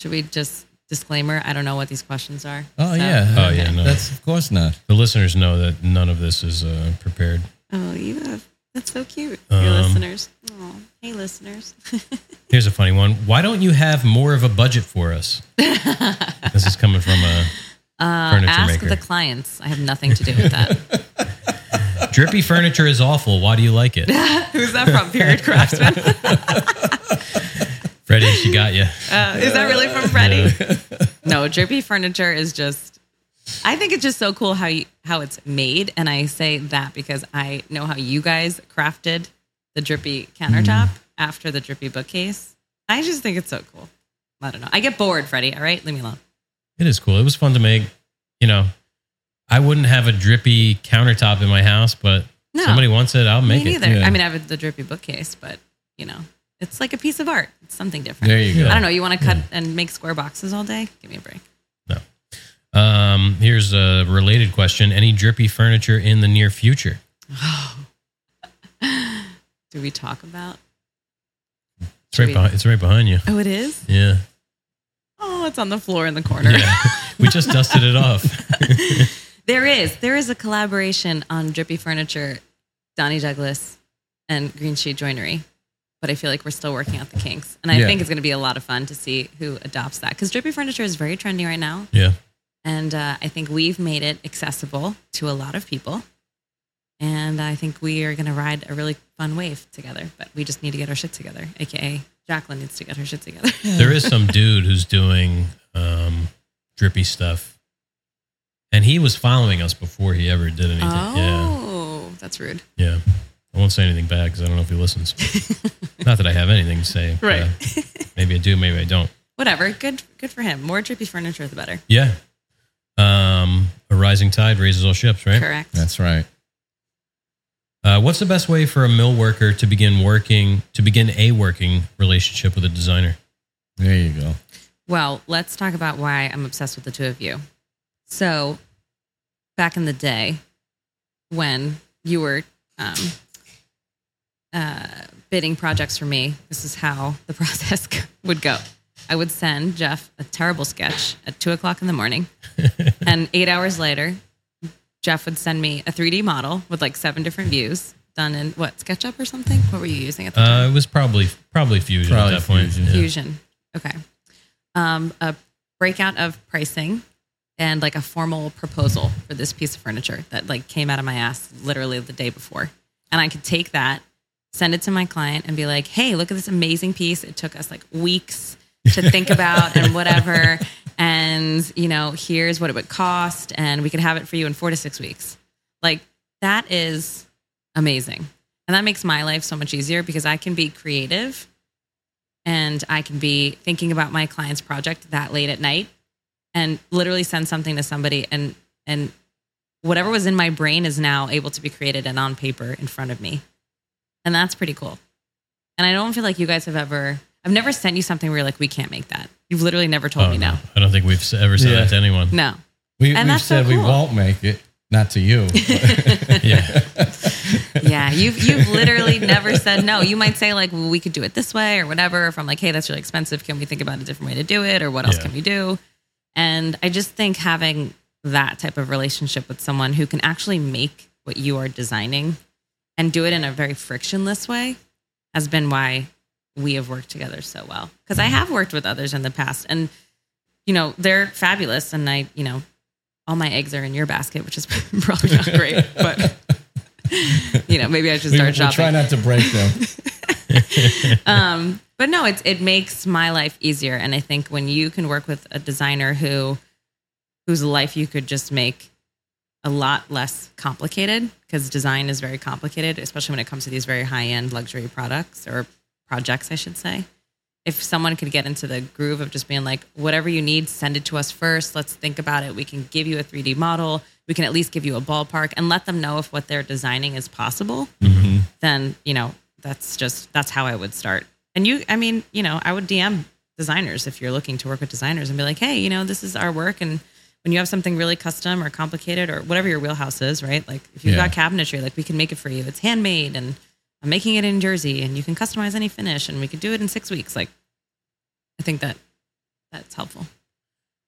Speaker 4: Should we just disclaimer? I don't know what these questions are.
Speaker 3: Oh
Speaker 4: So-
Speaker 3: yeah.
Speaker 1: Oh, yeah, no.
Speaker 3: That's of course not.
Speaker 1: The listeners know that none of this is uh, prepared.
Speaker 4: Oh, you have. That's so cute. your
Speaker 1: Um,
Speaker 4: listeners. Oh, hey, listeners.
Speaker 1: Here's a funny one. Why don't you have more of a budget for us? this is coming from a
Speaker 4: Uh,
Speaker 1: Furniture
Speaker 4: ask
Speaker 1: maker.
Speaker 4: the clients. I have nothing to do with that.
Speaker 1: drippy furniture is awful. Why do you like it?
Speaker 4: Who's that from? Period Craftsman.
Speaker 1: Freddie, she got you.
Speaker 4: Uh, is that really from Freddie? No, drippy furniture is just. I think it's just so cool how you how it's made, and I say that because I know how you guys crafted the drippy countertop
Speaker 1: Mm.
Speaker 4: after the drippy bookcase. I just think it's so cool. I don't know. I get bored, Freddie. All right, leave me alone.
Speaker 1: It is cool. It was fun to make. You know, I wouldn't have a drippy countertop in my house, but
Speaker 4: No,
Speaker 1: somebody wants it, I'll
Speaker 4: me
Speaker 1: make it.
Speaker 4: neither.
Speaker 3: yeah.
Speaker 4: I mean, I have the drippy bookcase, but you know, it's like a piece of art. It's something different.
Speaker 3: There you go.
Speaker 4: I don't know. You want to cut and make square boxes all day? Give me a break.
Speaker 1: Um, here's a related question: Any drippy furniture in the near future?
Speaker 4: Do we talk about?
Speaker 1: It's right
Speaker 4: Sweet.
Speaker 1: behind. It's right behind you.
Speaker 4: Oh, it is.
Speaker 1: Yeah.
Speaker 4: Oh, it's on the floor in the corner.
Speaker 1: Yeah. we just dusted it off.
Speaker 4: There is. There is a collaboration on Drippy Furniture, Donnie Douglas, and Green Shade Joinery. But I feel like we're still working out the kinks. And I
Speaker 3: Yeah.
Speaker 4: think it's going to be a lot of fun to see who adopts that. Because Drippy Furniture is very trendy right now.
Speaker 1: Yeah.
Speaker 4: And uh, I think we've made it accessible to a lot of people. And I think we are going to ride a really fun wave together. But we just need to get our shit together, AKA Jacqueline needs to get her shit together.
Speaker 1: There is some dude who's doing um, drippy stuff, and he was following us before he ever did anything. Yeah.
Speaker 4: oh, that's rude.
Speaker 1: Yeah. I won't say anything bad because I don't know if he listens. Not that I have anything to say. but, uh, maybe I do. Maybe I don't.
Speaker 4: Whatever. Good good for him. More drippy furniture, the better.
Speaker 1: Yeah. Um, a rising tide raises all ships, right?
Speaker 4: Correct.
Speaker 3: That's right.
Speaker 1: Uh, what's the best way for a mill worker to begin working to begin a working relationship with a designer?
Speaker 3: There you go.
Speaker 4: Well, let's talk about why I'm obsessed with the two of you. So, back in the day, when you were um, uh, bidding projects for me, this is how the process would go. I would send Jeff a terrible sketch at two o'clock in the morning, and eight hours later, Jeff would send me a 3D model with like seven different views done in what SketchUp or something. What were you using at the time?
Speaker 1: Uh, it was probably probably fusion
Speaker 3: Probably
Speaker 1: at that point.
Speaker 3: Fusion.
Speaker 1: Yeah.
Speaker 4: Fusion. Okay. Um, a breakout of pricing and like a formal proposal for this piece of furniture that like came out of my ass literally the day before. And I could take that, send it to my client and be like, hey, look at this amazing piece. It took us like weeks to think about and whatever. And is, you know, here's what it would cost, and we could have it for you in four to six weeks. Like, that is amazing. And that makes my life so much easier because I can be creative and I can be thinking about my client's project that late at night and literally send something to somebody and, and, Whatever was in my brain is now able to be created and on paper in front of me. And that's pretty cool. And I don't feel like you guys have ever, I've never sent you something where you're like, we can't make that. You've literally never told
Speaker 1: Oh,
Speaker 4: me
Speaker 1: no. I don't think we've s- ever said
Speaker 3: Yeah.
Speaker 1: that to anyone.
Speaker 4: no. No.
Speaker 3: We,
Speaker 4: And
Speaker 3: we've
Speaker 4: that's so
Speaker 3: said we
Speaker 4: cool.
Speaker 3: won't make it, not to you.
Speaker 1: Yeah.
Speaker 4: Yeah. You've, you've literally never said no. You might say, like, well, we could do it this way or whatever. If I'm like, hey, that's really expensive. Can we think about a different way to do it? Or what else
Speaker 1: Yeah.
Speaker 4: can we do? And I just think having that type of relationship with someone who can actually make what you are designing and do it in a very frictionless way has been why we have worked together so well. Because I have worked with others in the past and, you know, they're fabulous. And I, you know, all my eggs are in your basket, which is probably not great, but, you know, maybe I should
Speaker 3: we,
Speaker 4: start
Speaker 3: we
Speaker 4: shopping.
Speaker 3: try not to break them.
Speaker 4: Um, but no, it's it makes my life easier, and I think when you can work with a designer who whose life you could just make a lot less complicated because design is very complicated, especially when it comes to these very high end luxury products or projects, I should say. If someone could get into the groove of just being like, whatever you need, send it to us first. Let's think about it. We can give you a 3D model. We can at least give you a ballpark and let them know if what they're designing is possible then you know that's just that's how I would start. And you, I mean, you know, I would DM designers if you're looking to work with designers and be like, hey, you know, this is our work, and when you have something really custom or complicated or whatever your wheelhouse is, right? Like if you've
Speaker 1: Yeah.
Speaker 4: got cabinetry, like we can make it for you. It's handmade, and I'm making it in Jersey, and you can customize any finish, and we could do it in six weeks. Like, I think that that's helpful.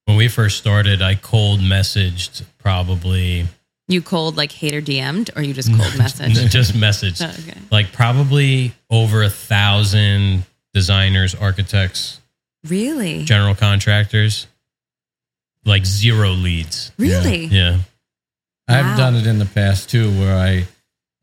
Speaker 1: When we first started, I cold messaged probably
Speaker 4: You cold like hater DM'd, or you just cold message?
Speaker 1: just messaged
Speaker 4: Oh, okay.
Speaker 1: like probably over a thousand designers, architects,
Speaker 4: Really?
Speaker 1: general contractors, like zero leads.
Speaker 4: Really?
Speaker 1: Yeah.
Speaker 4: Wow.
Speaker 3: I've done it in the past too, where I,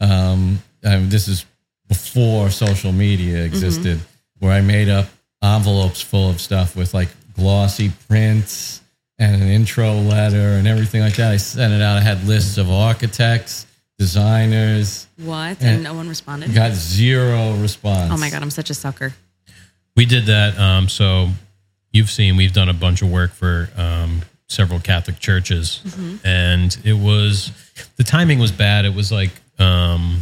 Speaker 3: um, I this is before social media existed,
Speaker 4: Mm-hmm.
Speaker 3: where I made up envelopes full of stuff with like glossy prints and an intro letter and everything like that. I sent it out. I had lists of architects, designers.
Speaker 4: What?
Speaker 3: Yeah.
Speaker 4: And no one responded.
Speaker 3: Got zero response.
Speaker 4: Oh my god, I'm such a sucker.
Speaker 1: We did that. Um, so you've seen we've done a bunch of work for um, several Catholic churches, and it was the timing was bad. It was like um,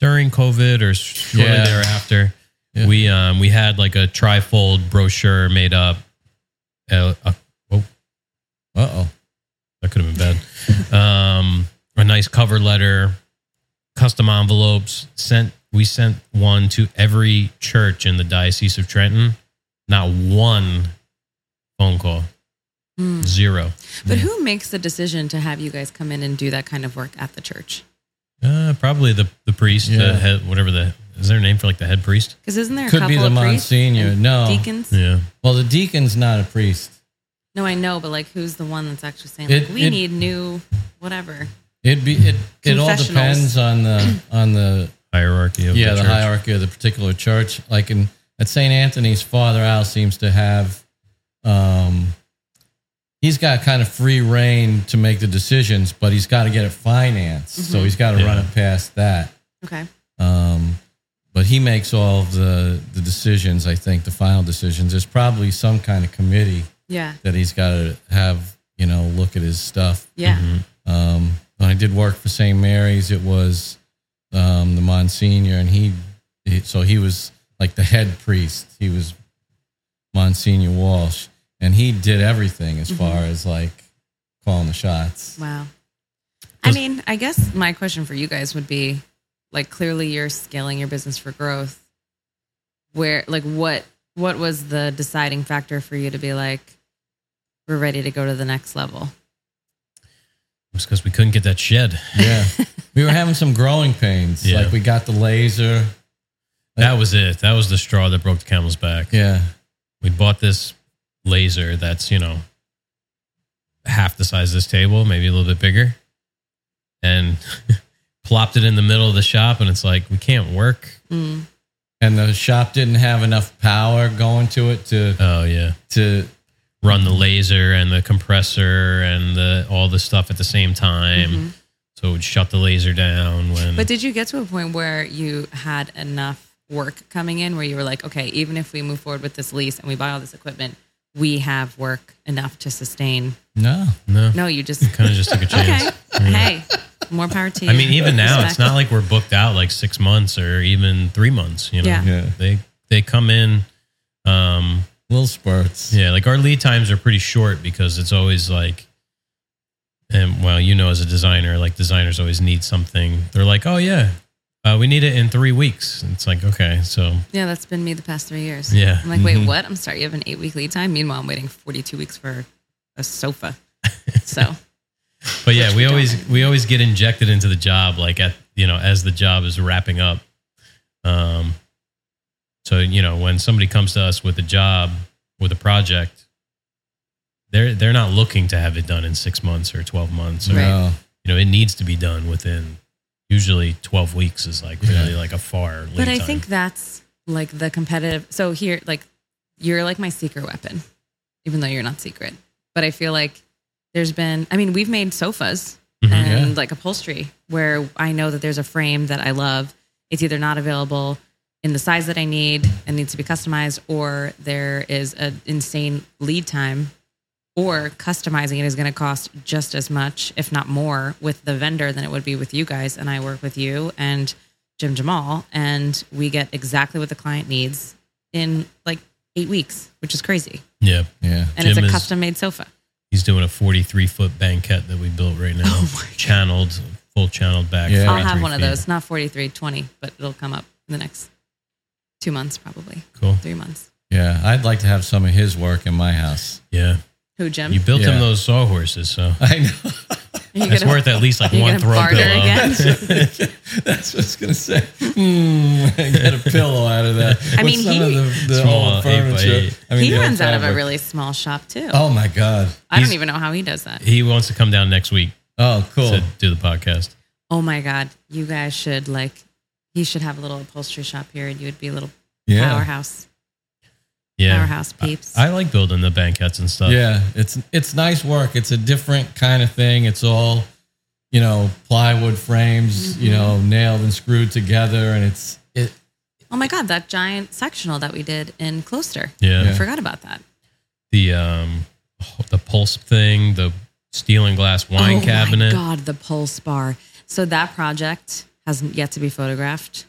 Speaker 1: during COVID or shortly
Speaker 3: Yeah.
Speaker 1: thereafter.
Speaker 3: Yeah.
Speaker 1: We um, we had like a trifold brochure made up. Uh, uh, oh,
Speaker 3: Uh oh.
Speaker 1: that could have been bad. Um, a nice cover letter, custom envelopes sent. We sent one to every church in the diocese of Trenton. Not one phone call,
Speaker 4: Hmm.
Speaker 1: zero.
Speaker 4: But who makes the decision to have you guys come in and do that kind of work at the church?
Speaker 1: Uh, probably the the priest,
Speaker 3: Yeah.
Speaker 1: the head, whatever the is there a name for like the head priest?
Speaker 4: Because isn't there a
Speaker 3: Could
Speaker 4: couple
Speaker 3: be the
Speaker 4: of priests
Speaker 3: Monsignor.
Speaker 4: and
Speaker 3: No.
Speaker 4: deacons?
Speaker 1: Yeah,
Speaker 3: Well, the deacon's not a priest.
Speaker 4: No, I know, but like, who's the one that's actually saying
Speaker 3: It-
Speaker 4: like, we
Speaker 3: it-
Speaker 4: need new whatever?
Speaker 3: It'd be it. It all
Speaker 4: Confessionals.
Speaker 3: depends on the on the
Speaker 1: hierarchy of
Speaker 3: yeah,
Speaker 1: the,
Speaker 3: the,
Speaker 1: church.
Speaker 3: hierarchy of the particular church. Like in at St. Anthony's, Father Al seems to have, um, he's got kind of free reign to make the decisions, but he's got to get it financed, so he's got to run
Speaker 1: Mm-hmm. Yeah.
Speaker 3: it past that.
Speaker 4: Okay,
Speaker 3: Um, but he makes all of the the decisions. I think the final decisions. There's probably some kind of committee
Speaker 4: yeah,
Speaker 3: that he's got to have. You know, look at his stuff.
Speaker 4: yeah.
Speaker 1: Mm-hmm.
Speaker 3: Um, when I did work for St. Mary's, it was um, the Monsignor, and he, he- so he was like the head priest. He was Monsignor Walsh, and he did everything as far as like calling the shots.
Speaker 4: Wow. I mean, I guess my question for you guys would be like clearly you're scaling your business for growth. Where like what what was the deciding factor for you to be like we're ready to go to the next level?
Speaker 1: It was because we couldn't get that shed.
Speaker 3: Yeah, we were having some growing pains.
Speaker 1: Yeah.
Speaker 3: Like we got the laser.
Speaker 1: That was it. That was the straw that broke the camel's back.
Speaker 3: Yeah,
Speaker 1: we bought this laser that's you know half the size of this table maybe a little bit bigger and plopped it in the middle of the shop and it's like we can't work
Speaker 4: Mm.
Speaker 3: and the shop didn't have enough power going to it to
Speaker 1: oh yeah
Speaker 3: to
Speaker 1: run the laser and the compressor and the all the stuff at the same time. So it would shut the laser down when
Speaker 4: Mm-hmm. But did you get to a point where you had enough work coming in where you were like, okay, even if we move forward with this lease and we buy all this equipment, we have work enough to sustain?
Speaker 3: No.
Speaker 1: no,
Speaker 4: No, you just
Speaker 1: kind of just took a
Speaker 4: okay.
Speaker 1: chance.
Speaker 4: Hey, more power to you.
Speaker 1: I mean, even now, it's
Speaker 4: Respect.
Speaker 1: not like we're booked out like six months or even three months. You know,
Speaker 4: Yeah.
Speaker 3: Yeah.
Speaker 1: they they come in. Um,
Speaker 3: Little spurts.
Speaker 1: Yeah, like our lead times are pretty short because it's always like, and well, you know, as a designer, like designers always need something. They're like, oh yeah, uh, we need it in three weeks. And it's like, okay, so
Speaker 4: Yeah, that's been me the past three years.
Speaker 1: Yeah.
Speaker 4: I'm like, wait,
Speaker 1: Mhm.
Speaker 4: what? I'm sorry, you have an eight week lead time? Meanwhile, I'm waiting 42 weeks for a sofa. So,
Speaker 1: but yeah,
Speaker 4: Which
Speaker 1: we
Speaker 4: we
Speaker 1: always
Speaker 4: don't.
Speaker 1: we always get injected into the job like at you know as the job is wrapping up. Um, so you know when somebody comes to us with a job with a project, they're they're not looking to have it done in six months or twelve months or
Speaker 4: Right.
Speaker 3: No.
Speaker 1: you know, it needs to be done within usually 12 weeks is like really like a far lead
Speaker 4: but I
Speaker 1: time.
Speaker 4: think that's like the competitive. So, here, like, you're like my secret weapon, even though you're not secret. But I feel like there's been, I mean, we've made sofas
Speaker 1: Mhm.
Speaker 4: and like upholstery where I know that there's a frame that I love. It's either not available in the size that I need and needs to be customized, or there is an insane lead time, or customizing it is going to cost just as much, if not more, with the vendor than it would be with you guys. And I work with you and Jim Jamal, and we get exactly what the client needs in like eight weeks, which is crazy.
Speaker 1: yeah,
Speaker 3: Yeah.
Speaker 4: And
Speaker 1: Jim
Speaker 4: it's
Speaker 1: is-
Speaker 4: a custom made sofa.
Speaker 1: he's doing a 43 foot banquette that we built right now, channeled, full channeled back.
Speaker 3: Yeah.
Speaker 4: Oh I'll have
Speaker 1: 43
Speaker 4: one of
Speaker 1: feet.
Speaker 4: those, not 43, 20, but it'll come up in the next two months, probably
Speaker 1: Cool.
Speaker 4: three months.
Speaker 3: Yeah. I'd like to have some of his work in my house.
Speaker 1: Yeah.
Speaker 4: Who, Jim?
Speaker 1: You built him
Speaker 3: Yeah.
Speaker 1: those sawhorses, so
Speaker 3: I know.
Speaker 4: Are you
Speaker 1: it's
Speaker 4: gonna-
Speaker 1: worth at least like
Speaker 4: you
Speaker 1: one
Speaker 4: gonna
Speaker 1: throw
Speaker 4: barter
Speaker 1: pillow.
Speaker 4: again?
Speaker 3: That's what I was gonna say. Hmm, get a pillow out of that.
Speaker 4: I
Speaker 3: With
Speaker 4: mean,
Speaker 3: some
Speaker 4: he-
Speaker 3: of the, the
Speaker 1: Small
Speaker 3: old
Speaker 1: eight by
Speaker 3: furniture.
Speaker 1: eight.
Speaker 3: I mean,
Speaker 4: he
Speaker 3: the old
Speaker 4: runs out of a
Speaker 3: fabric.
Speaker 4: really small shop too.
Speaker 3: Oh my god!
Speaker 4: I don't
Speaker 1: he's-
Speaker 4: even know how he does that.
Speaker 1: He wants to come down next week
Speaker 3: Oh, cool.
Speaker 1: to do the podcast.
Speaker 4: Oh my god, you guys should like. He should have a little upholstery shop here, and you would be a little
Speaker 3: yeah,
Speaker 4: powerhouse,
Speaker 1: Yeah.
Speaker 4: powerhouse peeps.
Speaker 1: I like building the banquettes and stuff.
Speaker 3: yeah. It's it's nice work. It's a different kind of thing. It's all you know plywood frames,
Speaker 4: Mm-hmm.
Speaker 3: you know, nailed and screwed together, and it's it.
Speaker 4: oh my god, that giant sectional that we did in Closter.
Speaker 1: Yeah.
Speaker 4: I forgot about that.
Speaker 1: The, um, the pulse thing, the steel and glass wine
Speaker 4: oh
Speaker 1: cabinet.
Speaker 4: My God, the Pulse Bar. So that project hasn't yet to be photographed.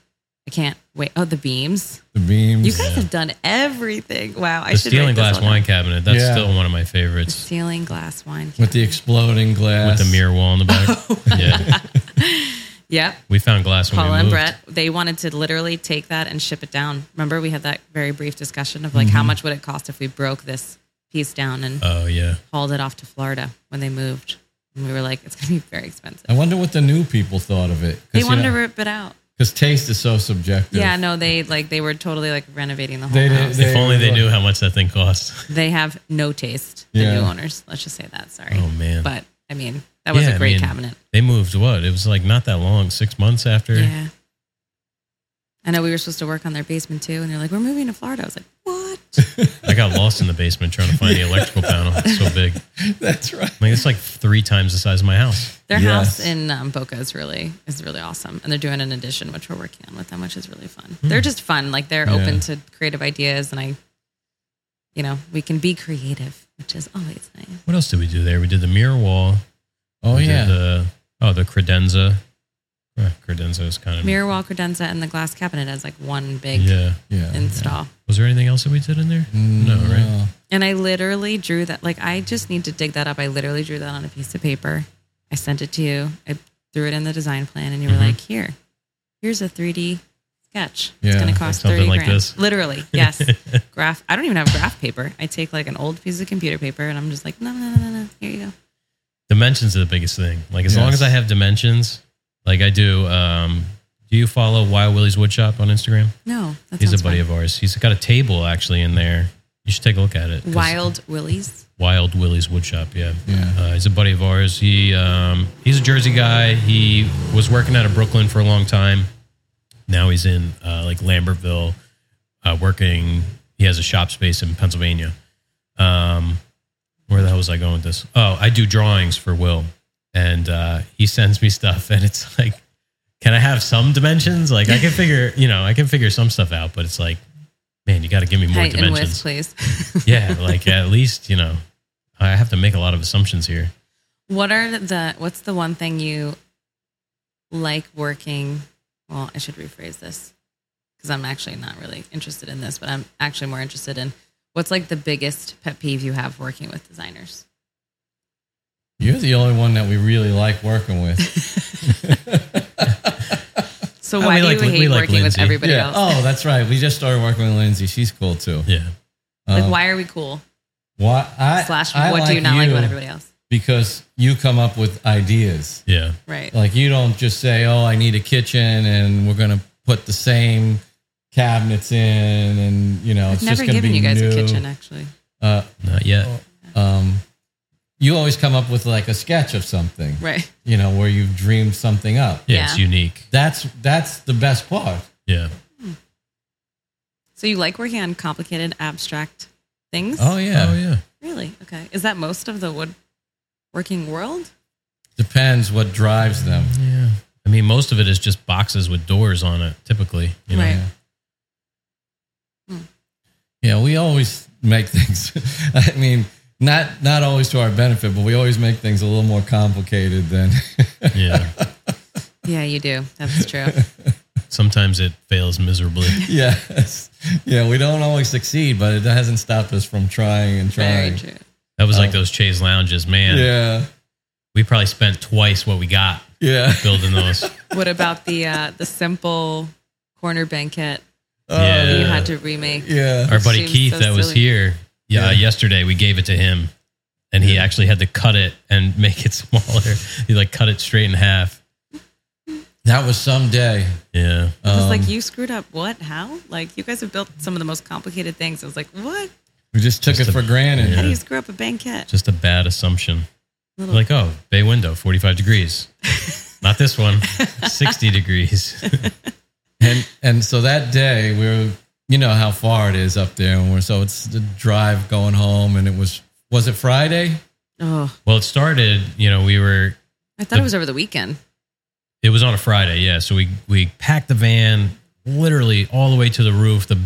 Speaker 4: I can't wait. Oh, the beams.
Speaker 3: The beams.
Speaker 4: You guys have done everything. Wow, I
Speaker 1: the
Speaker 4: should.
Speaker 1: steel
Speaker 4: write
Speaker 1: and
Speaker 4: this
Speaker 1: glass
Speaker 4: all down.
Speaker 1: wine cabinet. That's
Speaker 3: Yeah.
Speaker 1: still one of my favorites.
Speaker 4: Stealing glass wine.
Speaker 3: with the exploding glass,
Speaker 1: With the mirror wall in the back. yeah,
Speaker 4: Yep.
Speaker 1: we found glass when
Speaker 4: Paula
Speaker 1: we
Speaker 4: and
Speaker 1: moved.
Speaker 4: Brett, they wanted to literally take that and ship it down. Remember, we had that very brief discussion of like
Speaker 1: Mm-hmm.
Speaker 4: how much would it cost if we broke this piece down and
Speaker 1: Oh yeah,
Speaker 4: hauled it off to Florida when they moved. And we were like, it's going to be very expensive.
Speaker 1: Oh,
Speaker 3: I wonder what the new people thought of it.
Speaker 4: They wanted to rip it out.
Speaker 3: because taste is so subjective.
Speaker 4: Yeah, no, they like they were totally like renovating the whole
Speaker 3: They didn't-
Speaker 4: house.
Speaker 3: they-
Speaker 1: if only they knew how much that thing costs.
Speaker 4: They have no taste. The
Speaker 3: Yeah.
Speaker 4: new owners, let's just say that. Sorry,
Speaker 1: Oh man,
Speaker 4: but I mean that was
Speaker 1: Yeah, I
Speaker 4: a great
Speaker 1: mean,
Speaker 4: cabinet.
Speaker 1: They moved what? It was like not that long, six months after.
Speaker 4: Yeah. I know we were supposed to work on their basement too, and they're like, "We're moving to Florida." I was like, "What?"
Speaker 1: I got lost in the basement trying to find the electrical panel. It's so big.
Speaker 3: That's right.
Speaker 1: Like it's like three times the size of my house.
Speaker 4: Their
Speaker 3: Yes.
Speaker 4: house in um, Boca is really is really awesome, and they're doing an addition which we're working on with them, which is really fun.
Speaker 1: Hmm.
Speaker 4: They're just fun. Like they're
Speaker 3: Yeah.
Speaker 4: open to creative ideas, and I, you know, we can be creative, which is always nice.
Speaker 1: What else did we do there? We did the mirror wall.
Speaker 3: Oh
Speaker 1: we did
Speaker 3: yeah.
Speaker 1: The, oh, the credenza. Eh, credenza is kind of
Speaker 4: Mirror wall credenza and the glass cabinet as like one big
Speaker 1: Yeah.
Speaker 3: yeah. Mm.
Speaker 4: install.
Speaker 1: Was there anything else that we did in there? No, right?
Speaker 4: And I literally drew that. Like, I just need to dig that up. I literally drew that on a piece of paper. I sent it to you. I threw it in the design plan, and you were
Speaker 1: Mm-hmm.
Speaker 4: like, "Here, here's a 3D sketch. it's
Speaker 3: Yeah,
Speaker 4: going to cost
Speaker 1: something
Speaker 4: 30
Speaker 1: like
Speaker 4: grand."
Speaker 1: this.
Speaker 4: Literally, yes. Graph. I don't even have graph paper. I take like an old piece of computer paper, and I'm just like, "No, no, no, no, no. Here you go."
Speaker 1: dimensions are the biggest thing. Like as long
Speaker 3: Yes.
Speaker 1: as I have dimensions, like I do. Um, do you follow Wild Willie's Woodshop on Instagram?
Speaker 4: No, that
Speaker 1: He's a
Speaker 4: sounds
Speaker 1: buddy of
Speaker 4: fun.
Speaker 1: ours. He's got a table actually in there. You should take a look at it. 'cause-
Speaker 4: Wild Willies.
Speaker 1: Wild Willie's Woodshop. Yeah,
Speaker 3: Yeah.
Speaker 1: Uh, he's a buddy of ours. He um, he's a Jersey guy. He was working out of Brooklyn for a long time. Now he's in uh, like Lambertville, uh, working. He has a shop space in Pennsylvania. Um, hell was I going with this? Oh, I do drawings for Will, and uh, he sends me stuff, and it's like, can I have some dimensions? Like I can figure, you know, I can figure some stuff out, but it's like, man, you got to give me more
Speaker 4: Height and
Speaker 1: dimensions.
Speaker 4: width, please.
Speaker 1: yeah, like at least you know, I have to make a lot of assumptions here.
Speaker 4: What are the what's the one thing you like working? Well, I should rephrase this because I'm actually not really interested in this, but I'm actually more interested in what's like the biggest pet peeve you have working with designers.
Speaker 3: You're the only one that we really like working with.
Speaker 4: So
Speaker 1: Oh,
Speaker 4: why
Speaker 1: we
Speaker 4: do
Speaker 1: like-
Speaker 4: you
Speaker 1: we
Speaker 4: hate
Speaker 1: like
Speaker 4: working with
Speaker 1: Lindsay.
Speaker 4: everybody
Speaker 3: yeah.
Speaker 4: else?
Speaker 3: Oh, that's right. We just started working with Lindsay. She's cool too.
Speaker 1: Yeah,
Speaker 4: like
Speaker 3: Um,
Speaker 4: why are we cool?
Speaker 3: Why? I,
Speaker 4: Slash
Speaker 3: I
Speaker 4: what do you not like about everybody else?
Speaker 3: Because you come up with ideas.
Speaker 1: yeah,
Speaker 4: Right.
Speaker 3: Like you don't just say, "Oh, I need a kitchen, and we're gonna put the same cabinets in," and you know,
Speaker 4: I've
Speaker 3: it's just
Speaker 4: never
Speaker 3: gonna
Speaker 4: given
Speaker 3: be
Speaker 4: you guys
Speaker 3: new.
Speaker 4: a kitchen actually.
Speaker 3: Uh,
Speaker 1: not yet.
Speaker 3: um, you always come up with like a sketch of something,
Speaker 4: Right.
Speaker 3: you know, where you've dreamed something up.
Speaker 1: yeah, it's
Speaker 4: Yeah.
Speaker 1: unique.
Speaker 3: That's that's the best part.
Speaker 1: Yeah,
Speaker 4: So you like working on complicated abstract things?
Speaker 3: yeah,
Speaker 1: oh yeah.
Speaker 4: Really? Okay. Is that most of the wood working world?
Speaker 3: depends what drives them.
Speaker 1: Yeah. I mean, most of it is just boxes with doors on it, typically. You know?
Speaker 4: Right.
Speaker 3: Hmm. Yeah, we always make things. I mean, not not always to our benefit, but we always make things a little more complicated than.
Speaker 1: Yeah.
Speaker 4: Yeah, you do. That's true.
Speaker 1: Sometimes it fails miserably.
Speaker 3: yes, yeah, we don't always succeed, but it hasn't stopped us from trying and trying.
Speaker 4: Very true.
Speaker 1: That was like
Speaker 3: Oh.
Speaker 1: those Chase lounges, man.
Speaker 3: Yeah,
Speaker 1: We probably spent twice what we got
Speaker 3: yeah.
Speaker 1: building those.
Speaker 4: What about the uh, the simple corner banquet
Speaker 1: Yeah.
Speaker 4: that you had to remake?
Speaker 3: Oh, Yeah.
Speaker 1: Our buddy
Speaker 4: Seems
Speaker 1: Keith,
Speaker 4: so
Speaker 1: that was
Speaker 4: silly.
Speaker 1: here, yeah,
Speaker 3: Yeah.
Speaker 1: yesterday. We gave it to him, and he actually had to cut it and make it smaller. he like cut it straight in half.
Speaker 3: That was someday.
Speaker 1: Yeah,
Speaker 4: It was
Speaker 3: Um,
Speaker 4: like you screwed up. What? How? Like you guys have built some of the most complicated things. I was like, what?
Speaker 3: we just took
Speaker 1: Just
Speaker 3: it
Speaker 1: a-
Speaker 3: for granted.
Speaker 4: How do
Speaker 1: Yeah.
Speaker 4: you screw up a banquet?
Speaker 1: just a bad assumption.
Speaker 4: Little-
Speaker 1: Like, oh, bay window, forty-five degrees. Not this one, sixty degrees.
Speaker 3: And and so that day we were, you know how far it is up there, and we're so it's the drive going home, and it was was it Friday?
Speaker 4: oh,
Speaker 1: well, it started. You know, we were
Speaker 4: I thought it was over the weekend.
Speaker 1: It was on a Friday, yeah. So we we packed the van literally all the way to the roof. The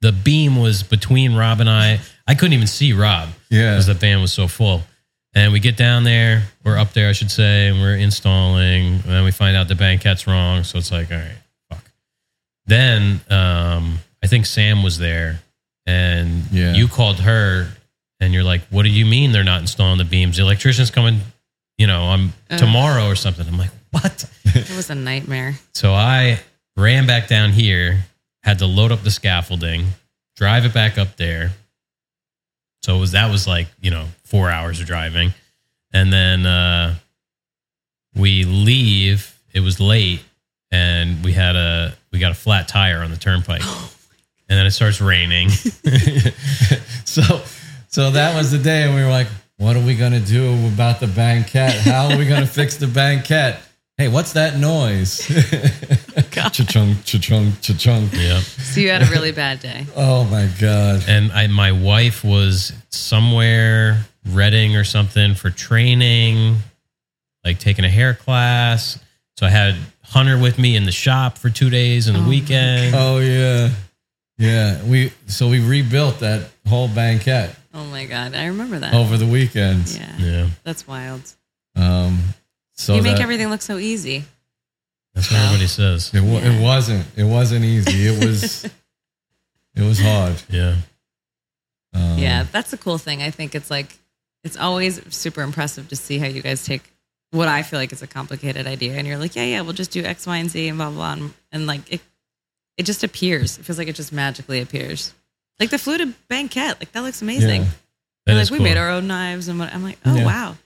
Speaker 1: the beam was between Rob and I. I couldn't even see Rob
Speaker 3: Yeah,
Speaker 1: because the van was so full. And we get down there, we're up there, I should say, and we're installing. And then we find out the banquet's wrong, so it's like, all right, fuck. Then um, I think Sam was there, and
Speaker 3: Yeah.
Speaker 1: you called her, and you're like, "What do you mean they're not installing the beams? The electrician's coming, you know, on
Speaker 4: Ugh.
Speaker 1: tomorrow or something." I'm like, "What?"
Speaker 4: It was a nightmare.
Speaker 1: So I ran back down here, had to load up the scaffolding, drive it back up there. So it was that was like, you know, four hours of driving. And then uh we leave. It was late and we had a we got a flat tire on the turnpike. And then it starts raining.
Speaker 3: so so that was the day and we were like what are we going to do about the banquet how are we going to fix the banquet hey what's that noise cha-chung cha-chung cha-chung
Speaker 1: yeah.
Speaker 4: So you had a really bad day.
Speaker 3: oh my god
Speaker 1: And I my wife was somewhere Reading or something for training. like taking a hair class. So I had Hunter with me in the shop for two days and the
Speaker 4: Oh my
Speaker 1: weekend.
Speaker 3: oh yeah yeah we so we rebuilt that whole banquet
Speaker 4: Oh my god, I remember that.
Speaker 3: over the weekend
Speaker 4: Uh, yeah,
Speaker 1: Yeah,
Speaker 4: that's wild.
Speaker 3: um so
Speaker 4: you make
Speaker 3: that-
Speaker 4: everything look so easy.
Speaker 1: that's what
Speaker 4: Wow.
Speaker 1: everybody says.
Speaker 3: it, wa-
Speaker 4: Yeah.
Speaker 3: it wasn't it wasn't easy it was it was hard
Speaker 1: Yeah,
Speaker 3: um,
Speaker 4: Yeah, that's a cool thing. I think it's like it's always super impressive to see how you guys take what I feel like is a complicated idea, and you're like, yeah, yeah, we'll just do X, Y, and Z, and blah blah, blah. And, and like it, it just appears. It feels like it just magically appears. Like the fluted banquet, like that looks amazing.
Speaker 3: Yeah.
Speaker 1: That
Speaker 4: You're like
Speaker 1: is
Speaker 4: we
Speaker 1: cool.
Speaker 4: made our own knives, and what I'm like, oh
Speaker 3: Yeah.
Speaker 4: wow,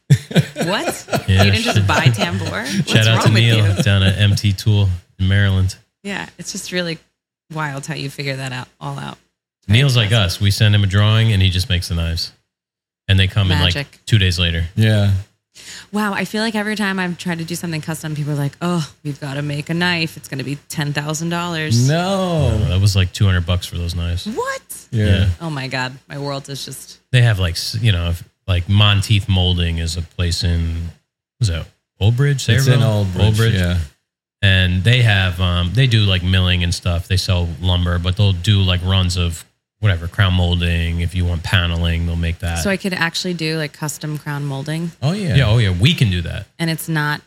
Speaker 4: what?
Speaker 1: Yeah.
Speaker 4: You didn't just buy tambour? What's
Speaker 1: Shout
Speaker 4: wrong
Speaker 1: out to
Speaker 4: with
Speaker 1: Neil
Speaker 4: you?
Speaker 1: down at MT Tool in Maryland.
Speaker 4: Yeah, it's just really wild how you figure that out all out.
Speaker 1: Neil's like us. We send him a drawing and he just makes the knives, and they come in
Speaker 4: Magic.
Speaker 1: like two days later.
Speaker 3: yeah
Speaker 4: Wow, I feel like every time I've tried to do something custom, people are like, "Oh, we've got to make a knife. It's going to be ten thousand dollars."
Speaker 1: Oh,
Speaker 3: no
Speaker 1: that was like two hundred bucks for those knives.
Speaker 4: What?
Speaker 3: yeah.
Speaker 1: Yeah.
Speaker 4: Oh my god, my world is just
Speaker 1: They have like s- you know if- like Monteith Molding is a place in was that Old Bridge?
Speaker 3: It's in
Speaker 1: Sayreville?
Speaker 3: Old Bridge. Yeah.
Speaker 1: and they have um, they do like milling and stuff. They sell lumber, but they'll do like runs of whatever crown molding. If you want paneling, they'll make that.
Speaker 4: So I could actually do like custom crown molding,
Speaker 3: Oh yeah.
Speaker 1: yeah. oh yeah, we can do that.
Speaker 4: and it's not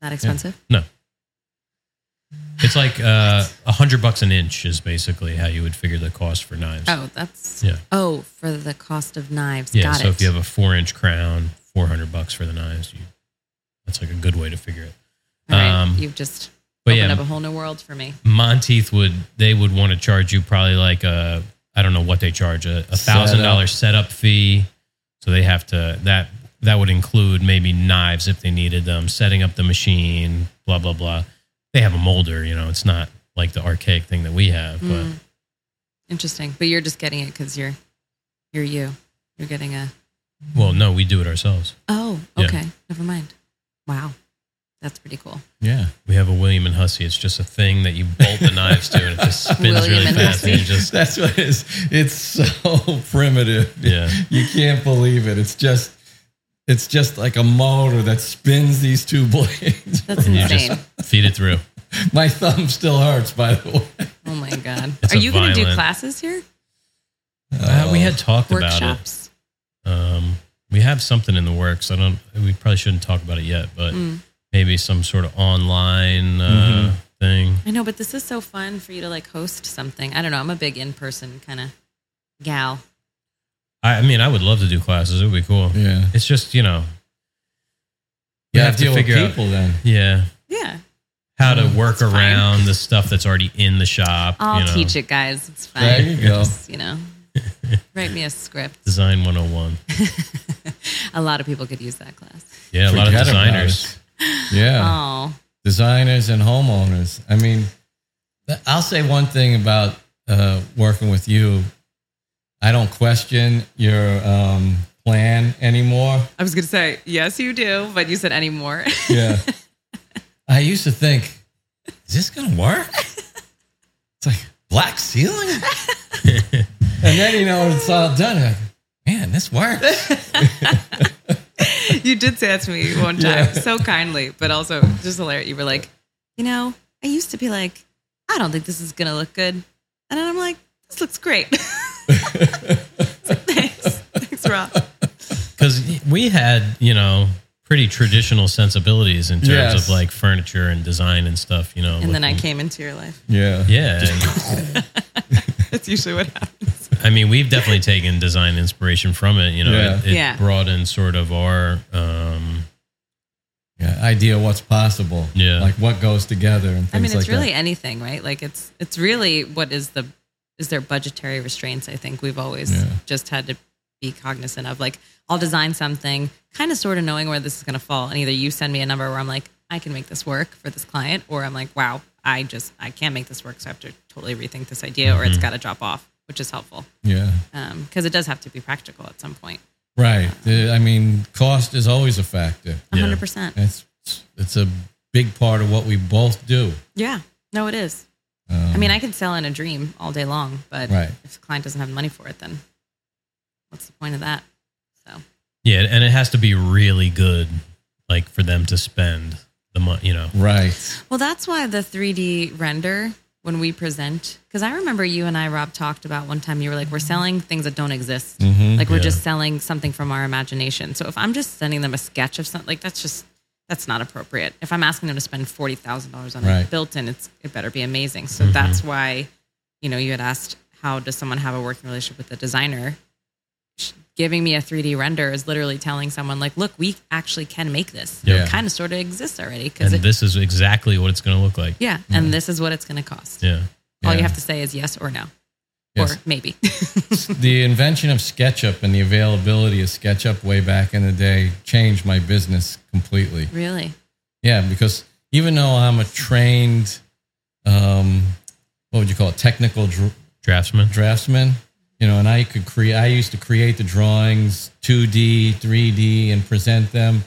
Speaker 4: that expensive.
Speaker 1: No, it's like uh, a hundred bucks an inch is basically how you would figure the cost for knives.
Speaker 4: Oh, that's
Speaker 1: Yeah.
Speaker 4: Oh, for the cost of knives.
Speaker 1: yeah.
Speaker 4: Got
Speaker 1: So
Speaker 4: it.
Speaker 1: if you have a four inch crown, four hundred bucks for the knives. You, that's like a good way to figure it.
Speaker 4: All right,
Speaker 1: um,
Speaker 4: you've just
Speaker 1: but
Speaker 4: opened
Speaker 1: yeah.
Speaker 4: up a whole new world for me.
Speaker 1: Monteith would they would want to charge you probably like a I don't know what they charge a a thousand dollar setup fee. So they have to that that would include maybe knives if they needed them, setting up the machine, blah blah blah. They have a molder, you know. It's not like the archaic thing that we have, but
Speaker 4: Mm. Interesting, but you're just getting it because you're you're you. You're getting a
Speaker 1: well, no, we do it ourselves.
Speaker 4: oh
Speaker 1: Yeah.
Speaker 4: okay never mind. Wow, that's pretty cool.
Speaker 3: Yeah.
Speaker 1: We have a William and Hussey. It's just a thing that you bolt the knives to, and it just spins
Speaker 4: William
Speaker 1: really
Speaker 4: and
Speaker 1: fast. And you
Speaker 4: Hussey.
Speaker 1: just
Speaker 3: That's what it is. It's so primitive.
Speaker 1: Yeah.
Speaker 3: You can't believe it. It's just it's just like a motor that spins these two blades.
Speaker 4: That's
Speaker 1: and you
Speaker 4: insane.
Speaker 1: just feed it through.
Speaker 3: My thumb still hurts, by the way.
Speaker 4: oh my god,
Speaker 1: It's
Speaker 4: are
Speaker 1: a
Speaker 4: you going to do
Speaker 1: violent-
Speaker 4: classes here?
Speaker 3: Oh.
Speaker 1: Uh, we had talked about it.
Speaker 4: Workshops.
Speaker 1: Um, we have something in the works. I don't. We probably shouldn't talk about it yet, but
Speaker 4: Mm.
Speaker 1: maybe some sort of online
Speaker 3: Mm-hmm.
Speaker 1: uh, thing.
Speaker 4: I know, but this is so fun for you to like host something. I don't know. I'm a big in person kind of gal.
Speaker 1: I, I mean, I would love to do classes. It would be cool.
Speaker 3: Oh, Yeah.
Speaker 1: It's just you know, you
Speaker 3: You have
Speaker 1: have to
Speaker 3: to deal with
Speaker 1: figure out-
Speaker 3: people Mm-hmm. then.
Speaker 1: yeah,
Speaker 4: Yeah,
Speaker 1: how to work
Speaker 4: fine.
Speaker 1: around the stuff that's already in the shop.
Speaker 4: I'll
Speaker 1: you know,
Speaker 4: teach it, guys. It's fine.
Speaker 3: There you go.
Speaker 4: Just, you know, write me a script.
Speaker 1: Design 101.
Speaker 4: a lot of people could use that class.
Speaker 1: Yeah, a lot of
Speaker 3: Forget about
Speaker 1: designers.
Speaker 3: it. Yeah.
Speaker 4: Oh,
Speaker 3: designers and homeowners. I mean, th- I'll say one thing about uh, working with you. I don't question your um, plan anymore.
Speaker 4: I was gonna say yes, you do, but you said any more.
Speaker 3: Yeah. I used to think, is this going to work? It's like black ceiling. and then, you know, it's all done. You're like, Man, this works.
Speaker 4: you did say that to me one time,
Speaker 3: Yeah.
Speaker 4: so kindly, but also just hilarious. You were like, you know, I used to be like, I don't think this is gonna look good, and then I'm like, this looks great. Thanks, thanks, Rob.
Speaker 1: Because we had you know pretty traditional sensibilities in terms
Speaker 3: Yes.
Speaker 1: of like furniture and design and stuff. You know,
Speaker 4: And then I
Speaker 1: with-
Speaker 4: came into your life.
Speaker 3: Yeah.
Speaker 1: Yeah, and-
Speaker 4: That's usually what happens.
Speaker 1: I mean, we've definitely taken design inspiration from it. You know,
Speaker 3: Yeah.
Speaker 1: it, it
Speaker 4: Yeah.
Speaker 1: broadened sort of our. Um,
Speaker 3: yeah. Idea of what's possible.
Speaker 1: Yeah.
Speaker 3: Like what goes together and things
Speaker 4: I mean,
Speaker 3: like
Speaker 4: it's really
Speaker 3: that.
Speaker 4: anything, right? Like it's it's really what is the is there budgetary restraints? I think we've always
Speaker 3: Yeah.
Speaker 4: just had to be cognizant of. Like I'll design something, kind of sort of knowing where this is going to fall, and either you send me a number where I'm like, I can make this work for this client, or I'm like, wow, I just I can't make this work, so I have to totally rethink this idea, or
Speaker 3: Mm-hmm.
Speaker 4: it's got to drop off, which is helpful
Speaker 3: Yeah.
Speaker 4: because it does have to be practical at some point.
Speaker 3: Right. The- I mean, cost is always a factor.
Speaker 1: Yeah.
Speaker 4: 100. percent
Speaker 3: It's it's a big part of what we both do. Um,
Speaker 4: Yeah. No, it is. I mean, I can sell in a dream all day long, but
Speaker 3: Right.
Speaker 4: if the client doesn't have the money for it, then what's the point of that? So,
Speaker 1: yeah, and it has to be really good, like for them to spend the money. You know,
Speaker 3: Right.
Speaker 4: well, that's why the 3D render when we present, because I remember you and I, Rob, talked about one time you were like, we're selling things that don't exist.
Speaker 3: Mm-hmm.
Speaker 4: Like, we're
Speaker 1: Yeah.
Speaker 4: just selling something from our imagination. So, if I'm just sending them a sketch of something, like, that's just, that's not appropriate. If I'm asking them to spend $40,000 on a
Speaker 3: Right.
Speaker 4: built in, it's, it better be amazing. So, that's why you know, you had asked how does someone have a working relationship with the designer? Sh- Giving me a 3D render is literally telling someone like, look, we actually can make this.
Speaker 3: Yeah.
Speaker 4: It kind of sort of exists already because
Speaker 1: and
Speaker 4: it,
Speaker 1: this is exactly what it's going to look like.
Speaker 4: yeah, and this is what it's going to cost.
Speaker 1: Yeah,
Speaker 4: All you
Speaker 3: Yeah.
Speaker 4: have to say is yes or no.
Speaker 3: Yes.
Speaker 4: Or maybe.
Speaker 3: the invention of SketchUp and the availability of SketchUp way back in the day changed my business completely.
Speaker 4: really?
Speaker 3: Yeah, because even though I'm a trained, um, what would you call it, technical dr-
Speaker 1: draftsman.
Speaker 3: draftsman, you know, and I could create, I used to create the drawings 2D, 3D, and present them.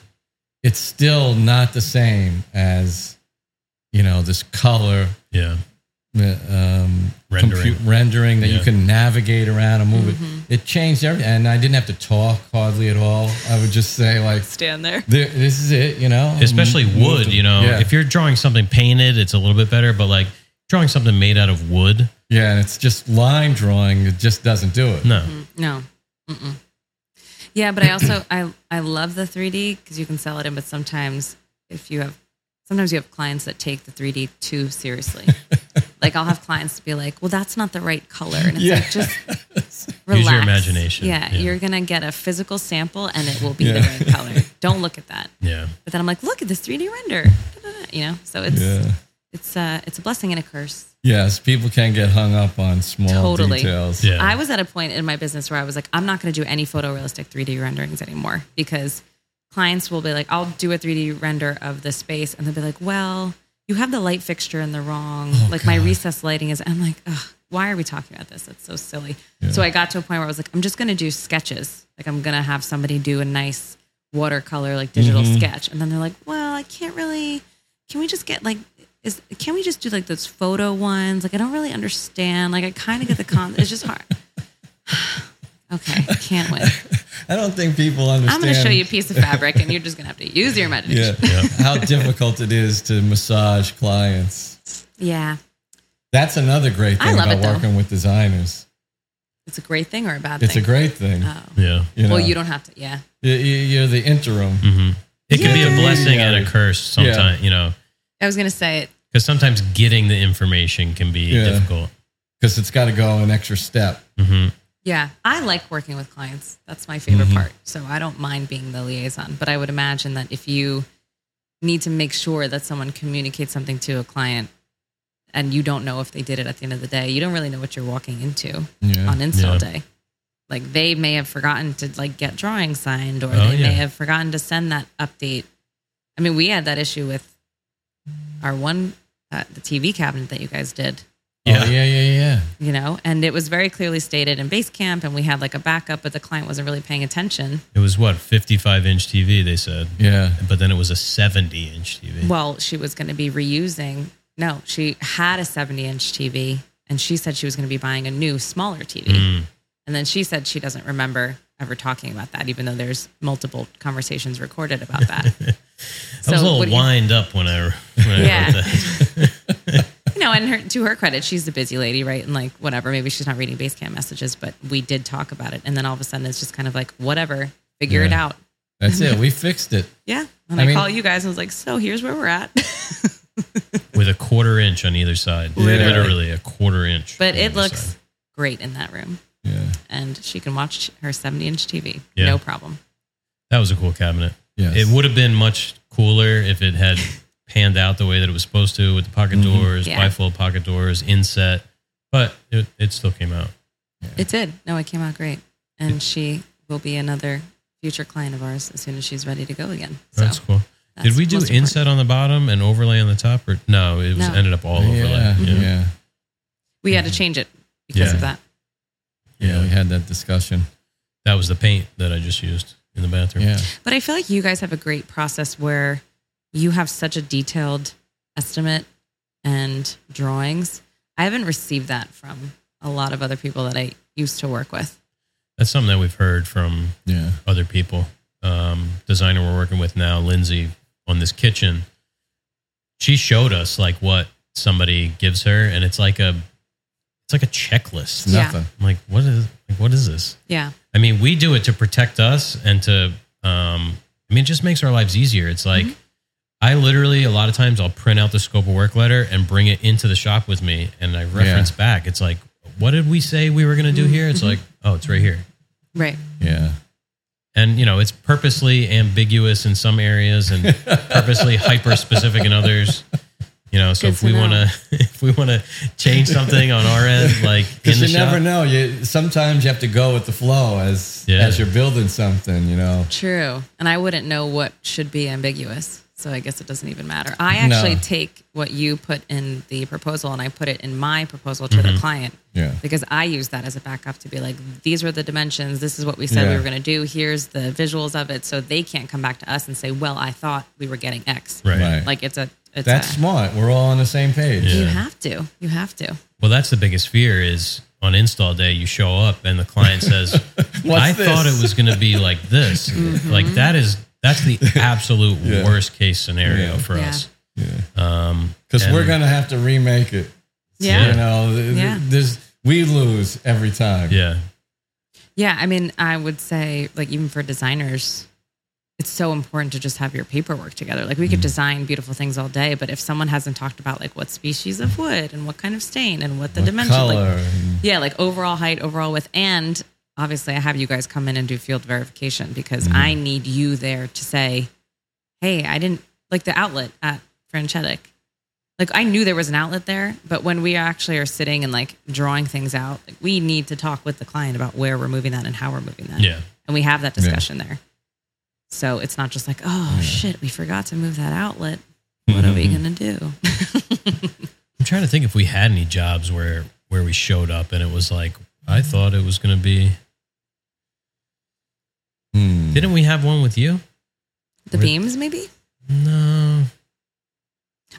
Speaker 3: It's still not the same as, you know, this color uh,
Speaker 1: Yeah,
Speaker 3: um,
Speaker 1: Rendering.
Speaker 3: rendering that
Speaker 1: Yeah.
Speaker 3: you can navigate around and move it. It changed everything, and I didn't have to talk hardly at all. I would just say like,
Speaker 4: Stand there.
Speaker 3: "Th- "This is it," you know.
Speaker 1: especially
Speaker 3: And
Speaker 1: wood.
Speaker 3: moved it.
Speaker 1: You know,
Speaker 3: Oh, yeah.
Speaker 1: if you're drawing something painted, it's a little bit better. But like drawing something made out of wood,
Speaker 3: yeah, and it's just line drawing. It just doesn't do it.
Speaker 1: no.
Speaker 4: No. Mm-mm. Yeah, but I also I I love the 3D because you can sell it in. But sometimes if you have sometimes you have clients that take the 3D too seriously. like I'll have clients to be like, "Well, that's not the right color," and it's like just
Speaker 1: your
Speaker 4: relax.
Speaker 1: imagination.
Speaker 4: Yeah,
Speaker 1: Yeah.
Speaker 4: you're gonna get a physical sample, and it will be the
Speaker 3: Yeah.
Speaker 4: right color. Don't look at that.
Speaker 1: Yeah.
Speaker 4: But then I'm like, look at this 3D render. Da-da-da, You know, so it's
Speaker 3: Yeah.
Speaker 4: it's uh it's a blessing and a curse.
Speaker 3: Yes, people can get hung up on small
Speaker 4: Totally.
Speaker 3: details.
Speaker 1: Yeah.
Speaker 4: I was at a point in my business where I was like, I'm not going to do any photorealistic 3D renderings anymore because clients will be like, I'll do a 3D render of the space. And they'll be like, well, you have the light fixture in the wrong, like my recess lighting is, I'm like, Ugh, why are we talking about this? It's so silly. So I got to a point where I was like, I'm just going to do sketches. Like I'm going to have somebody do a nice watercolor, like digital
Speaker 3: Mm-hmm.
Speaker 4: sketch. And then they're like, well, I can't really, can we just get like is can we just do like those photo ones like i don't really understand like i kind of get the con it's just hard okay can't win
Speaker 3: I don't think people understand.
Speaker 4: i'm going to show you a piece of fabric and you're just going to have to use your
Speaker 3: Yeah,
Speaker 4: imagination
Speaker 3: how difficult it is to massage clients.
Speaker 4: yeah,
Speaker 3: That's another great
Speaker 4: I
Speaker 3: thing
Speaker 4: love
Speaker 3: about
Speaker 4: it, though.
Speaker 3: working with designers.
Speaker 4: it's a great thing or a bad
Speaker 3: It's a
Speaker 4: thing
Speaker 3: great thing.
Speaker 4: oh.
Speaker 1: Yeah.
Speaker 3: you know?
Speaker 4: well you don't have to yeah
Speaker 3: You- you- You're the interim.
Speaker 1: Mm-hmm. It can be a
Speaker 4: Yay.
Speaker 1: blessing and a curse sometimes, you know,
Speaker 4: i was going to say it
Speaker 1: because sometimes getting the information can be
Speaker 3: Yeah.
Speaker 1: difficult. Mm-hmm.
Speaker 3: because it's got to go an extra step.
Speaker 4: yeah i like working with clients that's my favorite part so i don't mind being the liaison but i would imagine that if you need to make sure that someone communicates something to a client and you don't know if they did it at the end of the day you don't really know what you're walking into
Speaker 3: Yeah.
Speaker 4: on install
Speaker 1: Yeah.
Speaker 4: day. Like they may have forgotten to like get drawings signed or
Speaker 1: Oh,
Speaker 4: they
Speaker 1: yeah.
Speaker 4: may have forgotten to send that update. I mean, we had that issue with our one uh, the TV cabinet that you guys did,
Speaker 1: Yeah.
Speaker 3: Oh, yeah, yeah, yeah.
Speaker 4: you know, and it was very clearly stated in Basecamp and we had like a backup but the client wasn't really paying attention.
Speaker 1: It was what, 55 inch TV, they said.
Speaker 3: Yeah.
Speaker 1: But then it was a 70 inch TV.
Speaker 4: Well, she was going to be reusing. No, she had a 70-inch TV and she said she was going to be buying a new smaller TV.
Speaker 1: Mm.
Speaker 4: And then she said she doesn't remember ever talking about that, even though there's multiple conversations recorded about that.
Speaker 1: I was a
Speaker 4: what
Speaker 1: little
Speaker 4: do you-
Speaker 1: wind up when I, when I
Speaker 4: Yeah.
Speaker 1: wrote that.
Speaker 4: you know, and her, to her credit, she's a busy lady, right? And like, whatever, maybe she's not reading Basecamp messages, but we did talk about it. And then all of a sudden, it's just kind of like, whatever, figure it
Speaker 3: Yeah.
Speaker 4: out.
Speaker 3: That's it. We fixed it.
Speaker 4: Yeah. And
Speaker 3: I
Speaker 4: I,
Speaker 3: mean-
Speaker 4: call you guys and was like, so here's where we're at.
Speaker 1: With a quarter inch on either side.
Speaker 3: Literally.
Speaker 1: Literally, a quarter inch.
Speaker 4: but
Speaker 1: on
Speaker 4: it
Speaker 1: either
Speaker 4: looks
Speaker 1: side.
Speaker 4: great in that room.
Speaker 3: Yeah.
Speaker 4: And she can watch her 70 inch TV.
Speaker 1: Yeah.
Speaker 4: No problem.
Speaker 1: That was a cool cabinet.
Speaker 3: Yes.
Speaker 1: It would have been much cooler if it had panned out the way that it was supposed to with the pocket
Speaker 3: Mhm.
Speaker 1: doors,
Speaker 4: Yeah.
Speaker 1: bifold pocket doors, inset. But it, it still came out.
Speaker 4: It did. No, it came out great. And she will be another future client of ours as soon as she's ready to go again. So
Speaker 1: That's cool.
Speaker 4: that's
Speaker 1: Did we do
Speaker 4: most important.
Speaker 1: inset on the bottom and overlay on the top? Or no, it was
Speaker 4: No.
Speaker 1: ended up all overlay.
Speaker 3: Yeah.
Speaker 1: Yeah.
Speaker 3: Yeah.
Speaker 4: We had to change it because
Speaker 1: Yeah.
Speaker 4: of that.
Speaker 3: Yeah. We had that discussion.
Speaker 1: That was the paint that I just used in the bathroom.
Speaker 3: Yeah.
Speaker 4: But I feel like you guys have a great process where you have such a detailed estimate and drawings. I haven't received that from a lot of other people that I used to work with.
Speaker 1: That's something that we've heard from
Speaker 3: Yeah.
Speaker 1: other people. Um, designer we're working with now, Lindsay, on this kitchen. She showed us like what somebody gives her, and it's like a it's like a checklist.
Speaker 4: Yeah.
Speaker 3: Nothing.
Speaker 1: I'm like, what is like, what is this?
Speaker 4: Yeah.
Speaker 1: I mean, we do it to protect us and to, um, I mean, it just makes our lives easier. It's like, I literally, a lot of times I'll print out the scope of work letter and bring it into the shop with me and I reference back. It's like, what did we say we were going to do here? It's like, oh, it's right here.
Speaker 4: Right.
Speaker 3: Yeah.
Speaker 1: And, you know, it's purposely ambiguous in some areas and purposely hyper specific in others. You know, so
Speaker 4: Good
Speaker 1: if
Speaker 4: to
Speaker 1: we
Speaker 4: know.
Speaker 1: want to, if we want to change something on our end, like in
Speaker 3: Because
Speaker 1: the
Speaker 3: you
Speaker 1: shop,
Speaker 3: never know. You sometimes you have to go with the flow as
Speaker 1: Yeah.
Speaker 3: as you're building something. You know.
Speaker 4: True. And I wouldn't know what should be ambiguous. So I guess it doesn't even matter. I actually
Speaker 3: No.
Speaker 4: take what you put in the proposal and I put it in my proposal to the client
Speaker 3: Mm-hmm. Yeah.
Speaker 4: because I use that as a backup to be like, these were the dimensions. This is what we said we
Speaker 3: Yeah.
Speaker 4: were going to do. Here's the visuals of it. So they can't come back to us and say, well, I thought we were getting X.
Speaker 1: Right.
Speaker 3: Right.
Speaker 4: Like it's a, it's
Speaker 3: That's
Speaker 4: a,
Speaker 3: smart. We're all on the same page.
Speaker 1: Yeah.
Speaker 4: you have to, you have to.
Speaker 1: Well, that's the biggest fear is on install day, you show up and the client says,
Speaker 3: What's
Speaker 1: I
Speaker 3: this? Mm-hmm.
Speaker 1: thought it was going to be like this. Like that is, that's the absolute
Speaker 3: Yeah.
Speaker 1: worst case scenario
Speaker 3: Yeah.
Speaker 1: for
Speaker 4: Yeah.
Speaker 1: us.
Speaker 3: Because
Speaker 1: And-
Speaker 3: we're going to have to remake it.
Speaker 4: Yeah.
Speaker 3: You know, th- th-
Speaker 4: Yeah.
Speaker 3: there's, we lose every time.
Speaker 1: Yeah.
Speaker 4: Yeah, I mean, I would say like even for designers, it's so important to just have your paperwork together. Like we could design beautiful things all day, but if someone hasn't talked about like what species of wood and what kind of stain and what the
Speaker 3: What
Speaker 4: dimension,
Speaker 3: color
Speaker 4: like
Speaker 3: and-
Speaker 4: yeah, like overall height, overall width, and obviously I have you guys come in and do field verification because
Speaker 1: Mm-hmm.
Speaker 4: I need you there to say, hey, I didn't like the outlet at Franchetic. Like I knew there was an outlet there, but when we actually are sitting and like drawing things out, like we need to talk with the client about where we're moving that and how we're moving that.
Speaker 1: Yeah.
Speaker 4: And we have that discussion there. So it's not just like, oh shit, we forgot to move that outlet.
Speaker 1: Mm-hmm.
Speaker 4: What are we gonna do?
Speaker 1: I'm trying to think if we had any jobs where, where we showed up and it was like, I thought it was going to be,
Speaker 3: Hmm.
Speaker 1: didn't we have one with you?
Speaker 4: the beams, maybe?
Speaker 1: No.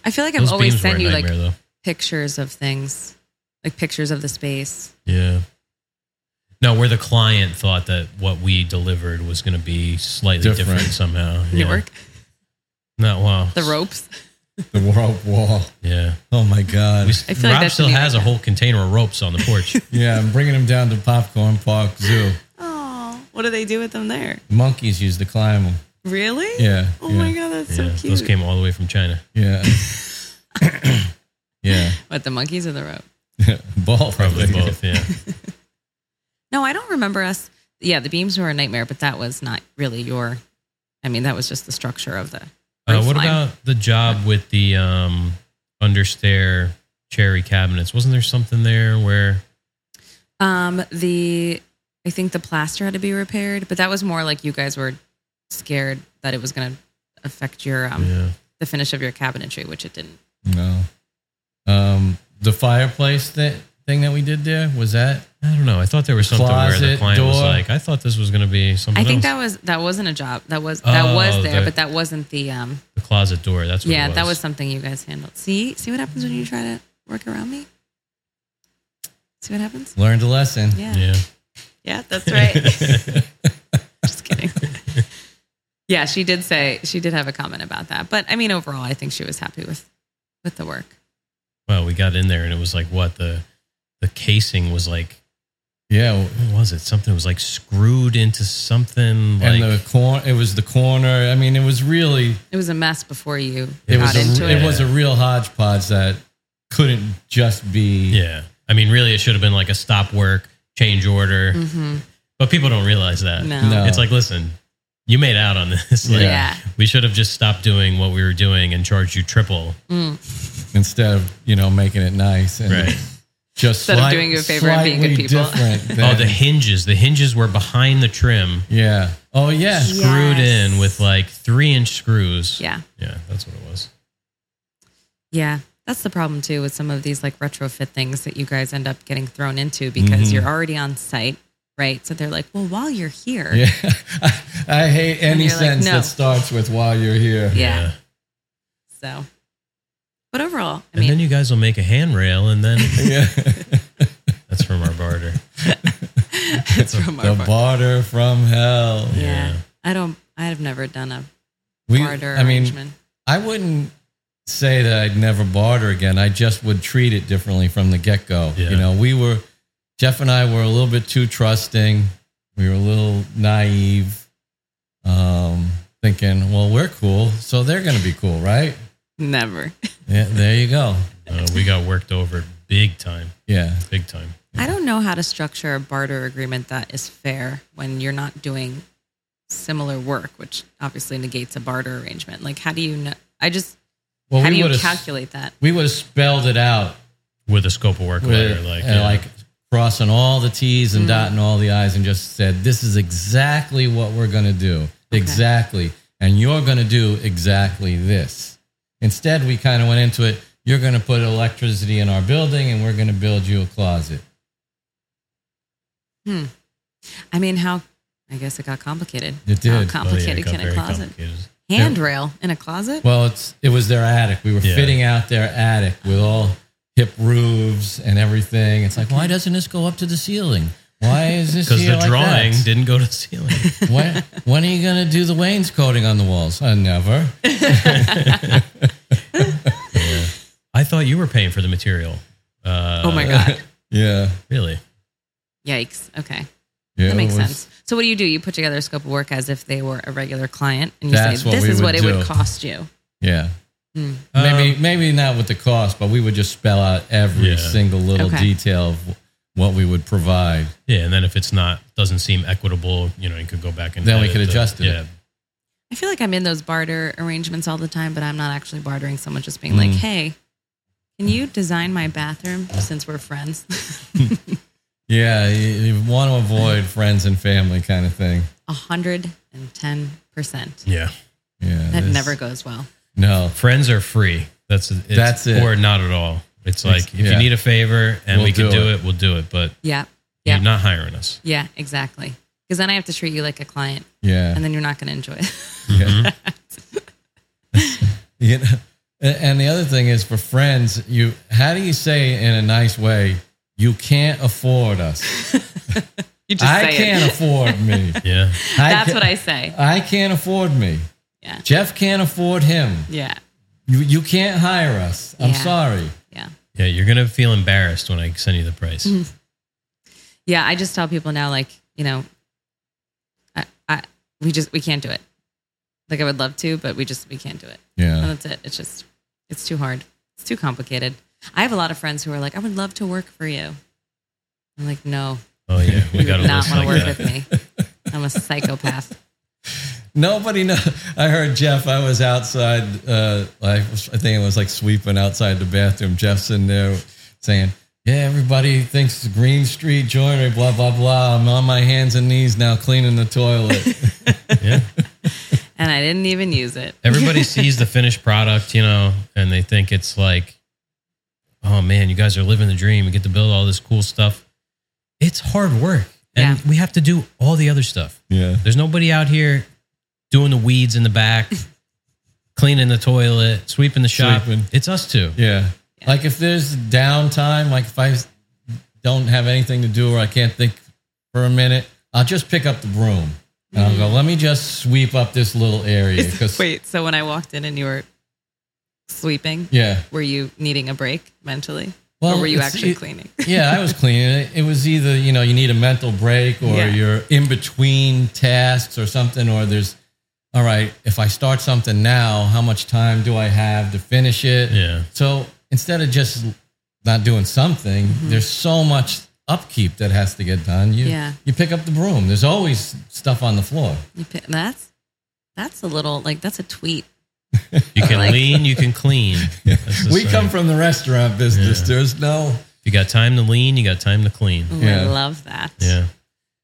Speaker 4: I feel like I'm
Speaker 1: Those
Speaker 4: always
Speaker 1: beams were a
Speaker 4: sending you like
Speaker 1: nightmare though.
Speaker 4: pictures of things, like pictures of the space.
Speaker 1: Yeah. No, where the client thought that what we delivered was going to be slightly different,
Speaker 3: Different.
Speaker 1: somehow.
Speaker 4: New
Speaker 1: Yeah.
Speaker 4: York,
Speaker 1: No, wow.
Speaker 4: the ropes.
Speaker 3: The rope wall.
Speaker 1: Yeah.
Speaker 3: Oh my God.
Speaker 1: We,
Speaker 4: I feel like
Speaker 1: Rob
Speaker 4: that's
Speaker 1: still
Speaker 4: a new
Speaker 1: has a
Speaker 4: idea.
Speaker 1: whole container of ropes on the porch.
Speaker 3: Yeah, I'm bringing them down to Popcorn Park Zoo.
Speaker 4: Oh, what do they do with them there?
Speaker 3: Monkeys used to climb them.
Speaker 4: Really?
Speaker 3: Yeah.
Speaker 4: Oh
Speaker 3: yeah,
Speaker 4: my god, that's
Speaker 1: yeah.
Speaker 4: so cute.
Speaker 1: Those came all the way from China.
Speaker 3: Yeah. yeah.
Speaker 4: What the monkeys or the rope?
Speaker 3: Ball
Speaker 1: Probably
Speaker 3: probably.
Speaker 1: both. Yeah.
Speaker 4: No, I don't remember us. Yeah, the beams were a nightmare, but that was not really your. I mean, that was just the structure of the.
Speaker 1: Uh,
Speaker 4: roof
Speaker 1: what
Speaker 4: line.
Speaker 1: about the job with the um, understair cherry cabinets? Wasn't there something there where
Speaker 4: um the? I think the plaster had to be repaired, but that was more like you guys were scared that it was going to affect your um
Speaker 1: yeah.
Speaker 4: the finish of your cabinetry, which it didn't.
Speaker 3: No. Um, the fireplace that thing that we did there was that.
Speaker 1: I don't know. I thought there was something where the
Speaker 3: Closet,
Speaker 1: client was
Speaker 3: door.
Speaker 1: like, I thought this was going to be something
Speaker 4: I think
Speaker 1: else.
Speaker 4: that was that wasn't a job. That was that
Speaker 1: Oh,
Speaker 4: was there,
Speaker 1: that-
Speaker 4: but that wasn't the um
Speaker 1: the closet door. That's what
Speaker 4: yeah,
Speaker 1: it
Speaker 4: that was something you guys handled. See, see what happens when you try to work around me. See what happens?
Speaker 3: Learned a lesson.
Speaker 4: Yeah, yeah,
Speaker 1: Yeah.
Speaker 4: that's right. Just kidding. Yeah, she did say she did have a comment about that, but I mean, overall, I think she was happy with with the work.
Speaker 1: Well, we got in there and it was like what the the casing was like.
Speaker 3: Yeah. w-
Speaker 1: What was it? Something was like screwed into something. Like
Speaker 3: and the corner, it was the corner. I mean, it was really,
Speaker 4: It was a mess before you
Speaker 3: it
Speaker 4: got
Speaker 3: was,
Speaker 4: into
Speaker 3: a,
Speaker 4: it.
Speaker 3: it was a real hodgepodge that couldn't just be.
Speaker 1: yeah. I mean, really, it should have been like a stop work change order,
Speaker 4: hmm
Speaker 1: but people don't realize that.
Speaker 4: No.
Speaker 3: No.
Speaker 1: It's like, listen, you made out on this.
Speaker 4: Yeah.
Speaker 1: Like, We should have just stopped doing what we were doing and charged you triple.
Speaker 4: Mm,
Speaker 3: Instead of, you know, making it nice and
Speaker 1: Right.
Speaker 3: just
Speaker 4: Instead of doing you a favor and being good
Speaker 3: slightly
Speaker 4: people.
Speaker 3: different
Speaker 1: Oh,
Speaker 3: than-
Speaker 1: the hinges. The hinges were behind the trim,
Speaker 3: yeah. Oh, yeah.
Speaker 1: screwed
Speaker 4: Yes.
Speaker 1: in with like three inch screws.
Speaker 4: yeah,
Speaker 1: Yeah, that's what it was.
Speaker 4: yeah. That's the problem too with some of these like retrofit things that you guys end up getting thrown into because
Speaker 3: Mm-hmm.
Speaker 4: you're already on site, right? So they're like, well, while you're here,
Speaker 3: Yeah. I hate any
Speaker 4: you're like,
Speaker 3: sentence
Speaker 4: no.
Speaker 3: that starts with while you're here.
Speaker 4: yeah. So, but overall, I
Speaker 1: And then
Speaker 4: mean,
Speaker 1: you guys will make a handrail, and then
Speaker 3: Yeah.
Speaker 1: that's from our barter.
Speaker 4: it's from our
Speaker 3: the
Speaker 4: bar.
Speaker 3: barter from hell.
Speaker 4: yeah.
Speaker 1: yeah.
Speaker 4: I don't, I've never done a
Speaker 3: We,
Speaker 4: barter
Speaker 3: I mean,
Speaker 4: arrangement.
Speaker 3: I wouldn't say that I'd never barter again. I just would treat it differently from the get go.
Speaker 1: Yeah.
Speaker 3: You know, we were, Jeff and I were a little bit too trusting. We were a little naive, um, thinking, well, we're cool. So they're going to be cool, right?
Speaker 4: Never.
Speaker 3: Yeah, there you go.
Speaker 1: Uh, we got worked over big time,
Speaker 3: Yeah.
Speaker 1: big time.
Speaker 4: I don't know how to structure a barter agreement that is fair when you're not doing similar work, which obviously negates a barter arrangement. Like, how do you know? I just,
Speaker 3: Well,
Speaker 4: how do
Speaker 3: we
Speaker 4: you
Speaker 3: would have
Speaker 4: calculate that?
Speaker 3: we would have spelled it out
Speaker 1: with a scope of work letter.
Speaker 3: with,
Speaker 1: Like,
Speaker 3: and
Speaker 1: yeah.
Speaker 3: like crossing all the T's and dotting all the I's and just said, this is exactly what we're going to do. Exactly. and you're going to do exactly this. Instead, we kind of went into it. You're going to put electricity in our building, and we're going to build you a closet.
Speaker 4: I mean, how? I guess it got complicated. How
Speaker 3: It did.
Speaker 1: Oh, yeah, it
Speaker 4: complicated
Speaker 1: got
Speaker 4: can a
Speaker 1: very
Speaker 4: closet?
Speaker 1: complicated.
Speaker 4: Handrail in a closet?
Speaker 3: Well, it's it was their attic. We were
Speaker 1: Yeah.
Speaker 3: fitting out their attic with all hip roofs and everything. It's like, why doesn't this go up to the ceiling? Why is this
Speaker 1: Because
Speaker 3: here
Speaker 1: the
Speaker 3: like
Speaker 1: drawing
Speaker 3: that?
Speaker 1: didn't go to the ceiling.
Speaker 3: when, when are you going to do the wainscoting on the walls? Uh, never.
Speaker 1: I thought you were paying for the material. Uh,
Speaker 4: oh my God.
Speaker 3: Yeah.
Speaker 1: Really?
Speaker 4: Yikes. Okay.
Speaker 3: yeah
Speaker 4: that makes
Speaker 3: it was-
Speaker 4: sense. So, what do you do? You put together a scope of work as if they were a regular client and you
Speaker 3: That's
Speaker 4: say,
Speaker 3: what
Speaker 4: this
Speaker 3: we
Speaker 4: is what it
Speaker 3: would
Speaker 4: would
Speaker 3: do.
Speaker 4: cost you.
Speaker 3: Yeah.
Speaker 4: Hmm.
Speaker 3: Maybe
Speaker 1: Um,
Speaker 3: maybe not with the cost, but we would just spell out every
Speaker 1: Yeah.
Speaker 3: single little
Speaker 4: Okay.
Speaker 3: detail of what we would provide.
Speaker 1: Yeah, and then if it's not doesn't seem equitable, you know, you could go back and
Speaker 3: Then we
Speaker 1: edit
Speaker 3: could
Speaker 1: the-
Speaker 3: adjust it.
Speaker 1: Yeah,
Speaker 4: I feel like I'm in those barter arrangements all the time, but I'm not actually bartering someone, just being like,
Speaker 3: Mm.
Speaker 4: hey, can you design my bathroom since we're friends?
Speaker 3: Yeah, you, you want to avoid friends and family kind of thing.
Speaker 4: 110%.
Speaker 1: yeah.
Speaker 3: Yeah.
Speaker 4: That
Speaker 3: this-
Speaker 4: never goes well.
Speaker 3: No.
Speaker 1: Friends are free. That's it's,
Speaker 3: That's it.
Speaker 1: or not at all. It's like
Speaker 3: It's-
Speaker 1: if
Speaker 3: yeah.
Speaker 1: you need a favor and
Speaker 3: We'll
Speaker 1: we can
Speaker 3: do
Speaker 1: do it. we'll do it. But
Speaker 4: Yeah. Yeah.
Speaker 1: you're not hiring us.
Speaker 4: Yeah, exactly. Because then I have to treat you like a client
Speaker 3: Yeah.
Speaker 4: and then you're not going to enjoy it.
Speaker 3: Yeah.
Speaker 1: Mm-hmm.
Speaker 3: you know, a- and the other thing is for friends, you how do you say in a nice way, you can't afford us.
Speaker 4: you just
Speaker 3: I
Speaker 4: say
Speaker 3: can't
Speaker 4: it.
Speaker 3: afford me.
Speaker 1: Yeah,
Speaker 4: That's
Speaker 3: ca-
Speaker 4: what I say.
Speaker 3: I can't afford me.
Speaker 4: Yeah.
Speaker 3: Jeff can't afford him.
Speaker 4: Yeah.
Speaker 3: You you can't hire us. I'm
Speaker 4: Yeah.
Speaker 3: sorry.
Speaker 4: Yeah.
Speaker 1: yeah. You're gonna feel embarrassed when I send you the price.
Speaker 4: Mm. Yeah. I just tell people now, like, you know, I, I, we just, we can't do it. Like, I would love to, but we just, we can't do it. And
Speaker 3: Yeah.
Speaker 4: that's it. It's just, it's too hard. It's too complicated. I have a lot of friends who are like, I would love to work for you. I'm like, no,
Speaker 1: Oh yeah, we
Speaker 4: you
Speaker 1: got
Speaker 4: do
Speaker 1: to
Speaker 4: not
Speaker 1: list
Speaker 4: want to
Speaker 1: like
Speaker 4: work
Speaker 1: that.
Speaker 4: with me. I'm a psychopath.
Speaker 3: Nobody know. I heard Jeff. I was outside. Uh, I, was- I think it was like sweeping outside the bathroom. Jeff's in there saying, "Yeah, everybody thinks Green Street Joinery, blah blah blah." I'm on my hands and knees now, cleaning the toilet.
Speaker 1: Yeah.
Speaker 4: And I didn't even use it.
Speaker 1: Everybody sees the finished product, you know, and they think it's like, oh man, you guys are living the dream. You get to build all this cool stuff. It's hard work. And
Speaker 4: Yeah.
Speaker 1: we have to do all the other stuff.
Speaker 3: yeah.
Speaker 1: There's nobody out here doing the weeds in the back, cleaning the toilet, sweeping the shop.
Speaker 3: Sweeping.
Speaker 1: It's us two.
Speaker 3: Yeah. Like if there's downtime, like if I don't have anything to do or I can't think for a minute, I'll just pick up the broom and I'll go, let me just sweep up this little area. Cause,
Speaker 4: Mm-hmm. Wait, so when I walked in and you were sweeping,
Speaker 3: Yeah.
Speaker 4: were you needing a break mentally?
Speaker 3: Well,
Speaker 4: or were you
Speaker 3: it's-
Speaker 4: actually
Speaker 3: it-
Speaker 4: cleaning?
Speaker 3: Yeah, I was cleaning it. It was either, you know, you need a mental break or
Speaker 4: Yeah.
Speaker 3: you're in between tasks or something, or there's, all right, if I start something now, how much time do I have to finish it?
Speaker 1: Yeah.
Speaker 3: So instead of just not doing something,
Speaker 4: Mm-hmm.
Speaker 3: there's so much upkeep that has to get done. You
Speaker 4: Yeah.
Speaker 3: you pick up the broom. There's always stuff on the floor.
Speaker 4: You pi- that's that's a little like that's a tweet.
Speaker 1: You can
Speaker 4: Like-
Speaker 1: lean, you can clean. That's the
Speaker 3: we
Speaker 1: saying.
Speaker 3: come from the restaurant business.
Speaker 1: Yeah.
Speaker 3: There's no
Speaker 1: You got time to lean, you got time to clean.
Speaker 4: Ooh,
Speaker 3: Yeah.
Speaker 4: I love that.
Speaker 1: Yeah.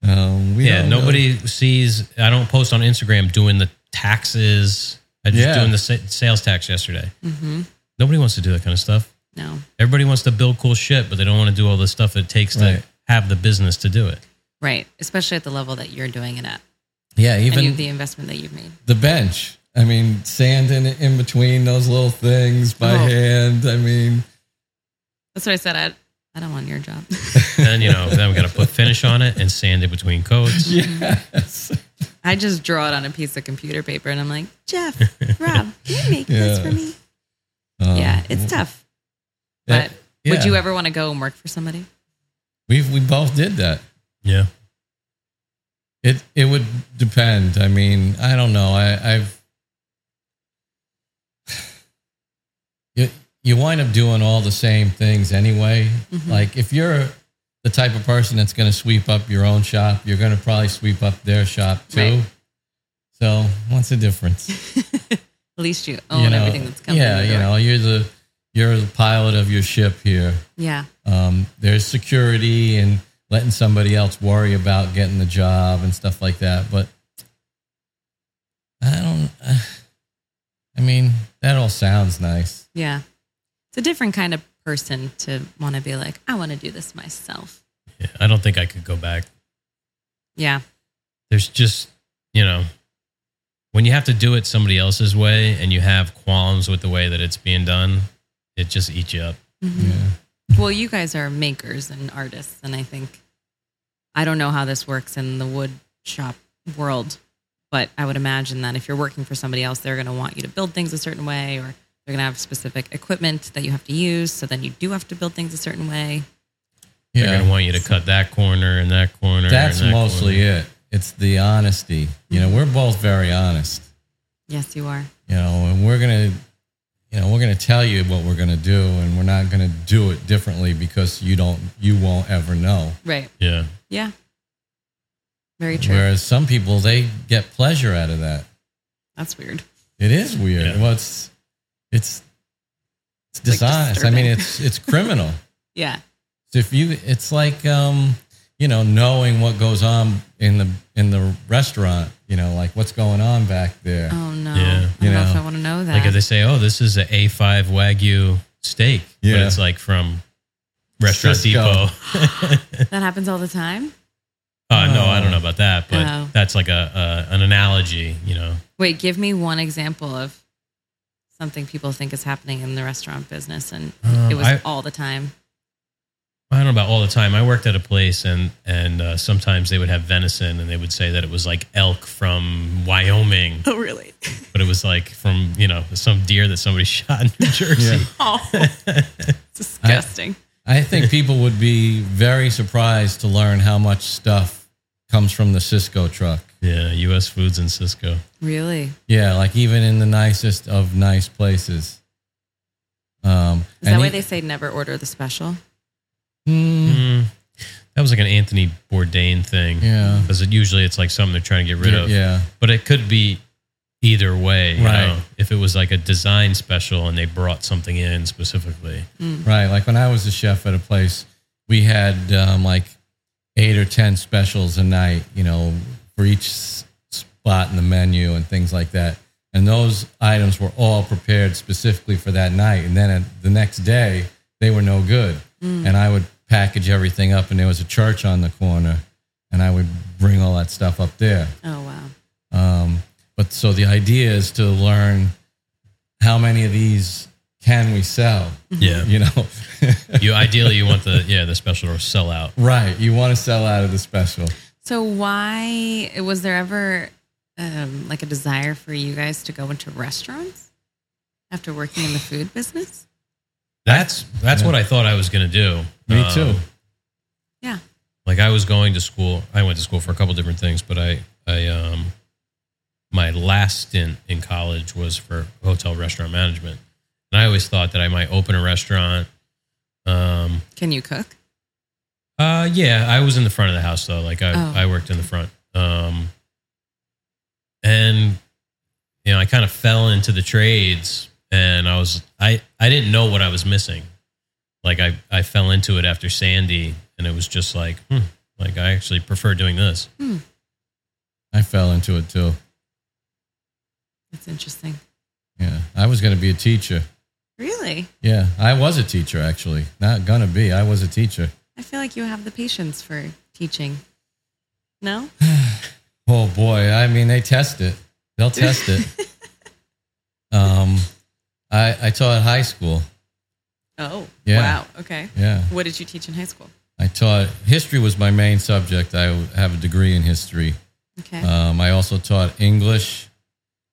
Speaker 3: um, we
Speaker 1: Yeah.
Speaker 3: don't know.
Speaker 1: Nobody sees, I don't post on Instagram doing the taxes. I just
Speaker 3: Yeah.
Speaker 1: doing the sa- sales tax yesterday.
Speaker 4: Mm-hmm.
Speaker 1: Nobody wants to do that kind of stuff.
Speaker 4: No.
Speaker 1: Everybody wants to build cool shit, but they don't want to do all the stuff it takes
Speaker 3: Right.
Speaker 1: to have the business to do it.
Speaker 4: Right. Especially at the level that you're doing it at.
Speaker 3: Yeah, even
Speaker 4: and you, the investment that you've made.
Speaker 3: the bench. I mean, sand in, in between those little things by
Speaker 4: Oh.
Speaker 3: hand. I mean,
Speaker 4: That's what I said. I, I don't want your job.
Speaker 1: Then, you know, then we got to put finish on it and sand it between coats.
Speaker 3: yes.
Speaker 4: I just draw it on a piece of computer paper and I'm like, Jeff, Rob, can you make this
Speaker 3: Yeah.
Speaker 4: for me?
Speaker 3: Um,
Speaker 4: yeah, it's tough.
Speaker 3: yeah,
Speaker 4: But would
Speaker 3: yeah.
Speaker 4: you ever want to go and work for somebody?
Speaker 3: We've, we both did that.
Speaker 1: Yeah.
Speaker 3: It it would depend. I mean, I don't know. I, I've you you wind up doing all the same things anyway.
Speaker 4: Mm-hmm.
Speaker 3: Like if you're the type of person that's going to sweep up your own shop, you're going to probably sweep up their shop too.
Speaker 4: Right.
Speaker 3: So what's the difference?
Speaker 4: At least you own
Speaker 3: You know,
Speaker 4: Oh, everything that's coming.
Speaker 3: Yeah,
Speaker 4: in the
Speaker 3: you
Speaker 4: door.
Speaker 3: know, you're the you're the pilot of your ship here.
Speaker 4: Yeah.
Speaker 3: Um, there's security and letting somebody else worry about getting the job and stuff like that. But I don't. Uh, all sounds nice.
Speaker 4: Yeah. It's a different kind of person to want to be like, I want to do this myself.
Speaker 1: Yeah, I don't think I could go back.
Speaker 4: Yeah.
Speaker 1: There's just, you know, when you have to do it somebody else's way and you have qualms with the way that it's being done, it just eats you up.
Speaker 4: Mhm. Well, you guys are makers and artists. And I think, I don't know how this works in the wood shop world, but I would imagine that if you're working for somebody else, they're going to want you to build things a certain way or they're going to have specific equipment that you have to use. So then you do have to build things a certain way.
Speaker 3: Yeah.
Speaker 1: They're gonna want you to cut that corner and that corner.
Speaker 3: That's
Speaker 1: and that
Speaker 3: mostly
Speaker 1: corner.
Speaker 3: it. It's the honesty. You know, we're both very honest.
Speaker 4: Yes, you are.
Speaker 3: You know, and we're gonna, you know, we're gonna tell you what we're gonna do, and we're not gonna do it differently because you don't, you won't ever know.
Speaker 4: Right.
Speaker 1: Yeah.
Speaker 4: Yeah. Very true.
Speaker 3: Whereas some people they get pleasure out of that.
Speaker 4: That's weird.
Speaker 3: It is weird.
Speaker 1: Yeah.
Speaker 3: Well, it's it's it's
Speaker 4: It's, like,
Speaker 3: dishonest. I mean,
Speaker 4: disturbing.
Speaker 3: it's it's criminal.
Speaker 4: Yeah.
Speaker 3: So if you, it's like um, you know, knowing what goes on in the in the restaurant. You know, like what's going on back there.
Speaker 4: Oh, no. I
Speaker 1: Yeah.
Speaker 4: don't
Speaker 3: You
Speaker 4: know, if
Speaker 3: know,
Speaker 4: I want to know that.
Speaker 1: Like if they say, "Oh, this is a A5 Wagyu steak," but
Speaker 3: Yeah.
Speaker 1: it's like from Restaurant Depot.
Speaker 3: Cisco.
Speaker 4: that happens all the time.
Speaker 1: Uh, no, I
Speaker 3: Oh.
Speaker 1: don't know about that, but
Speaker 4: Oh.
Speaker 1: that's like a, a an analogy, you know.
Speaker 4: Wait, give me one example of something people think is happening in the restaurant business, and
Speaker 1: Um,
Speaker 4: it was
Speaker 1: I-
Speaker 4: all the time.
Speaker 1: I don't know about all the time. I worked at a place, and and uh, sometimes they would have venison, and they would say that it was like elk from Wyoming,
Speaker 4: Oh, really?
Speaker 1: but it was like from you know some deer that somebody shot in New Jersey.
Speaker 4: Oh, disgusting.
Speaker 3: I think people would be very surprised to learn how much stuff comes from the Cisco truck.
Speaker 1: Yeah, U.S. Foods in Cisco.
Speaker 4: really?
Speaker 3: Yeah, like even in the nicest of nice places. Um,
Speaker 4: Is that why they say never order the special?
Speaker 3: they?
Speaker 1: Mm. That was like an Anthony Bourdain thing.
Speaker 3: Yeah.
Speaker 1: because it, usually it's like something they're trying to get rid of.
Speaker 3: Yeah.
Speaker 1: but it could be either way. You
Speaker 3: Right.
Speaker 1: know? If it was like a design special and they brought something in specifically.
Speaker 3: Right. Like when I was a chef at a place, we had um, like eight or 10 specials a night, you know, for each s- spot in the menu and things like that. And those items were all prepared specifically for that night. And then at the next day, they were no good. And I would package everything up, and there was a church on the corner, and I would bring all that stuff up there.
Speaker 4: Oh, wow.
Speaker 3: Um, but so the idea is to learn how many of these can we sell,
Speaker 1: Yeah.
Speaker 3: you know?
Speaker 1: you ideally you want the yeah the special or sell out.
Speaker 3: Right. You want to sell out of the special.
Speaker 4: So, why was there ever um, like a desire for you guys to go into restaurants after working in the food business?
Speaker 1: That's that's
Speaker 3: Yeah.
Speaker 1: what I thought I was gonna do.
Speaker 3: Me
Speaker 1: Um,
Speaker 3: too.
Speaker 4: Yeah.
Speaker 1: Like I was going to school. I went to school for a couple different things, but I I um my last stint in college was for hotel restaurant management, and I always thought that I might open a restaurant. Um.
Speaker 4: Can you cook?
Speaker 1: Uh. Yeah. I was in the front of the house though. Like I
Speaker 4: Oh.
Speaker 1: I worked in the front. Um. And you know, I kind of fell into the trades and I was I I didn't know what I was missing. Like I I fell into it after Sandy and it was just like hmm, like I actually prefer doing this.
Speaker 3: I fell into it too.
Speaker 4: That's interesting.
Speaker 3: Yeah. I was going to be a teacher.
Speaker 4: Really?
Speaker 3: Yeah. I was a teacher, actually. Not going to be. I was a teacher.
Speaker 4: I feel like you have the patience for teaching. No?
Speaker 3: Oh, boy. I mean, they test it, they'll test it. um, I, I taught high school.
Speaker 4: Oh,
Speaker 3: Yeah.
Speaker 4: wow. Okay.
Speaker 3: Yeah.
Speaker 4: What did you teach in high school?
Speaker 3: I taught history was my main subject. I have a degree in history.
Speaker 4: Okay.
Speaker 3: Um, I also taught English,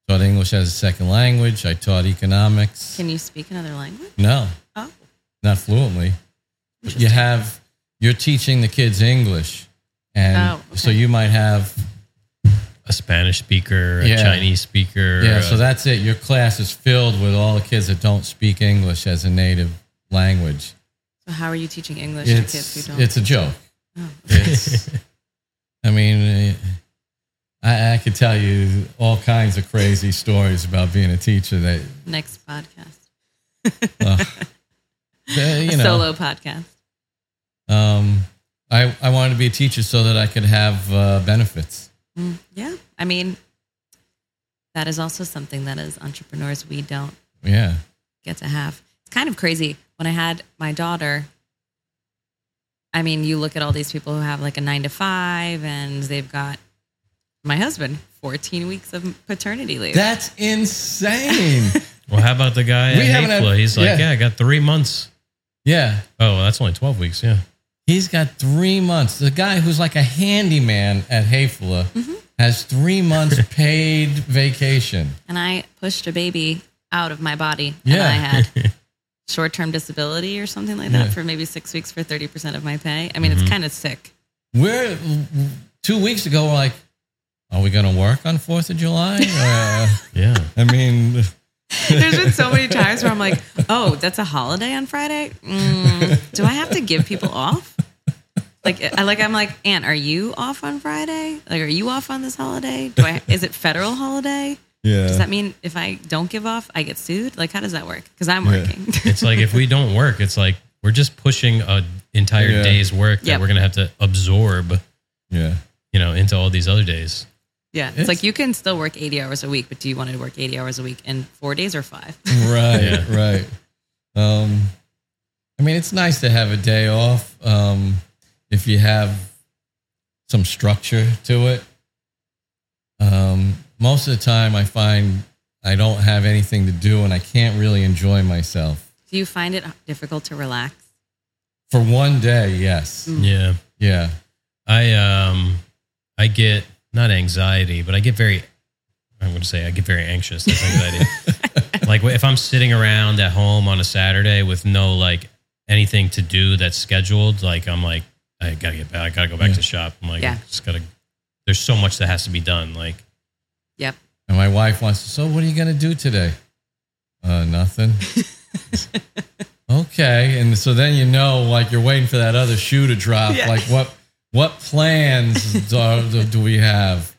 Speaker 3: taught English as a second language. I taught economics.
Speaker 4: Can you speak another language?
Speaker 3: No,
Speaker 4: Oh,
Speaker 3: not fluently. But you have you're teaching the kids English, and
Speaker 4: Oh, okay.
Speaker 3: so you might have
Speaker 1: A Spanish speaker, a
Speaker 3: Yeah.
Speaker 1: Chinese speaker. uh,
Speaker 3: yeah.
Speaker 1: a-
Speaker 3: So that's it. Your class is filled with all the kids that don't speak English as a native language.
Speaker 4: so how are you teaching English to kids
Speaker 3: It's
Speaker 4: who don't?
Speaker 3: it's a joke.
Speaker 4: Oh.
Speaker 3: It's, I mean, eh, I, I could tell you all kinds of crazy stories about being a teacher that
Speaker 4: Next podcast,
Speaker 3: eh, you
Speaker 4: a
Speaker 3: know.
Speaker 4: solo podcast.
Speaker 3: Um, I I wanted to be a teacher so that I could have uh, benefits.
Speaker 4: Mm, yeah, I mean, that is also something that as entrepreneurs we don't
Speaker 3: Yeah.
Speaker 4: get to have. It's kind of crazy. When I had my daughter, I mean, you look at all these people who have like a nine to five and they've got my husband, 14 weeks of paternity leave.
Speaker 3: That's insane.
Speaker 1: Well, how about the guy
Speaker 3: We
Speaker 1: at
Speaker 3: haven't had-
Speaker 1: Hafla? He's like,
Speaker 3: yeah.
Speaker 1: yeah. I got three months.
Speaker 3: yeah.
Speaker 1: Oh, that's only 12 weeks. Yeah.
Speaker 3: He's got three months. The guy who's like a handyman at Hayfula has three months paid vacation.
Speaker 4: and I pushed a baby out of my body and
Speaker 3: Yeah.
Speaker 4: I had short term disability or something like that
Speaker 3: Yeah. Mm-hmm.
Speaker 4: for maybe six weeks for 30% of my pay. I mean, it's kind of sick.
Speaker 3: We're two weeks ago. We're like, are we going to work on Fourth of July? Uh,
Speaker 1: Yeah.
Speaker 3: I mean,
Speaker 4: There's been so many times where I'm like, oh, that's a holiday on Friday. Mm, do I have to give people off? Like, I like I'm like, Aunt, are you off on Friday? Like, are you off on this holiday? Do I? Is it federal holiday?
Speaker 3: yeah.
Speaker 4: Does that mean if I don't give off, I get sued? Like, how does that work? Because I'm
Speaker 3: Yeah.
Speaker 4: working.
Speaker 1: It's like if we don't work, it's like we're just pushing a entire
Speaker 3: Yeah.
Speaker 1: day's work that
Speaker 4: Yep.
Speaker 1: we're going to have to absorb,
Speaker 3: yeah.
Speaker 1: you know, into all these other days.
Speaker 4: yeah, it's, like you can still work 80 hours a week, but do you want to work 80 hours a week in four days or five?
Speaker 3: Right.
Speaker 1: Yeah.
Speaker 3: Right. Um, I mean, it's nice to have a day off um, if you have some structure to it. Um, most of the time, I find I don't have anything to do and I can't really enjoy myself.
Speaker 4: do you find it difficult to relax?
Speaker 3: For one day, yes.
Speaker 1: Yeah.
Speaker 3: Yeah.
Speaker 1: I um I get not anxiety, but I get very I'm gonna say I get very anxious. That's anxiety. like if I'm sitting around at home on a Saturday with no like anything to do that's scheduled, like I'm like, I gotta get back I gotta go back
Speaker 3: Yeah.
Speaker 1: to shop. I'm like
Speaker 4: Yeah.
Speaker 1: just gotta there's so much that has to be done. Like
Speaker 4: Yep.
Speaker 3: And my wife wants to, so what are you going to do today? Uh, nothing. okay. And so then you know, like you're waiting for that other shoe to drop.
Speaker 4: Yeah.
Speaker 3: Like what, what plans do, do we have?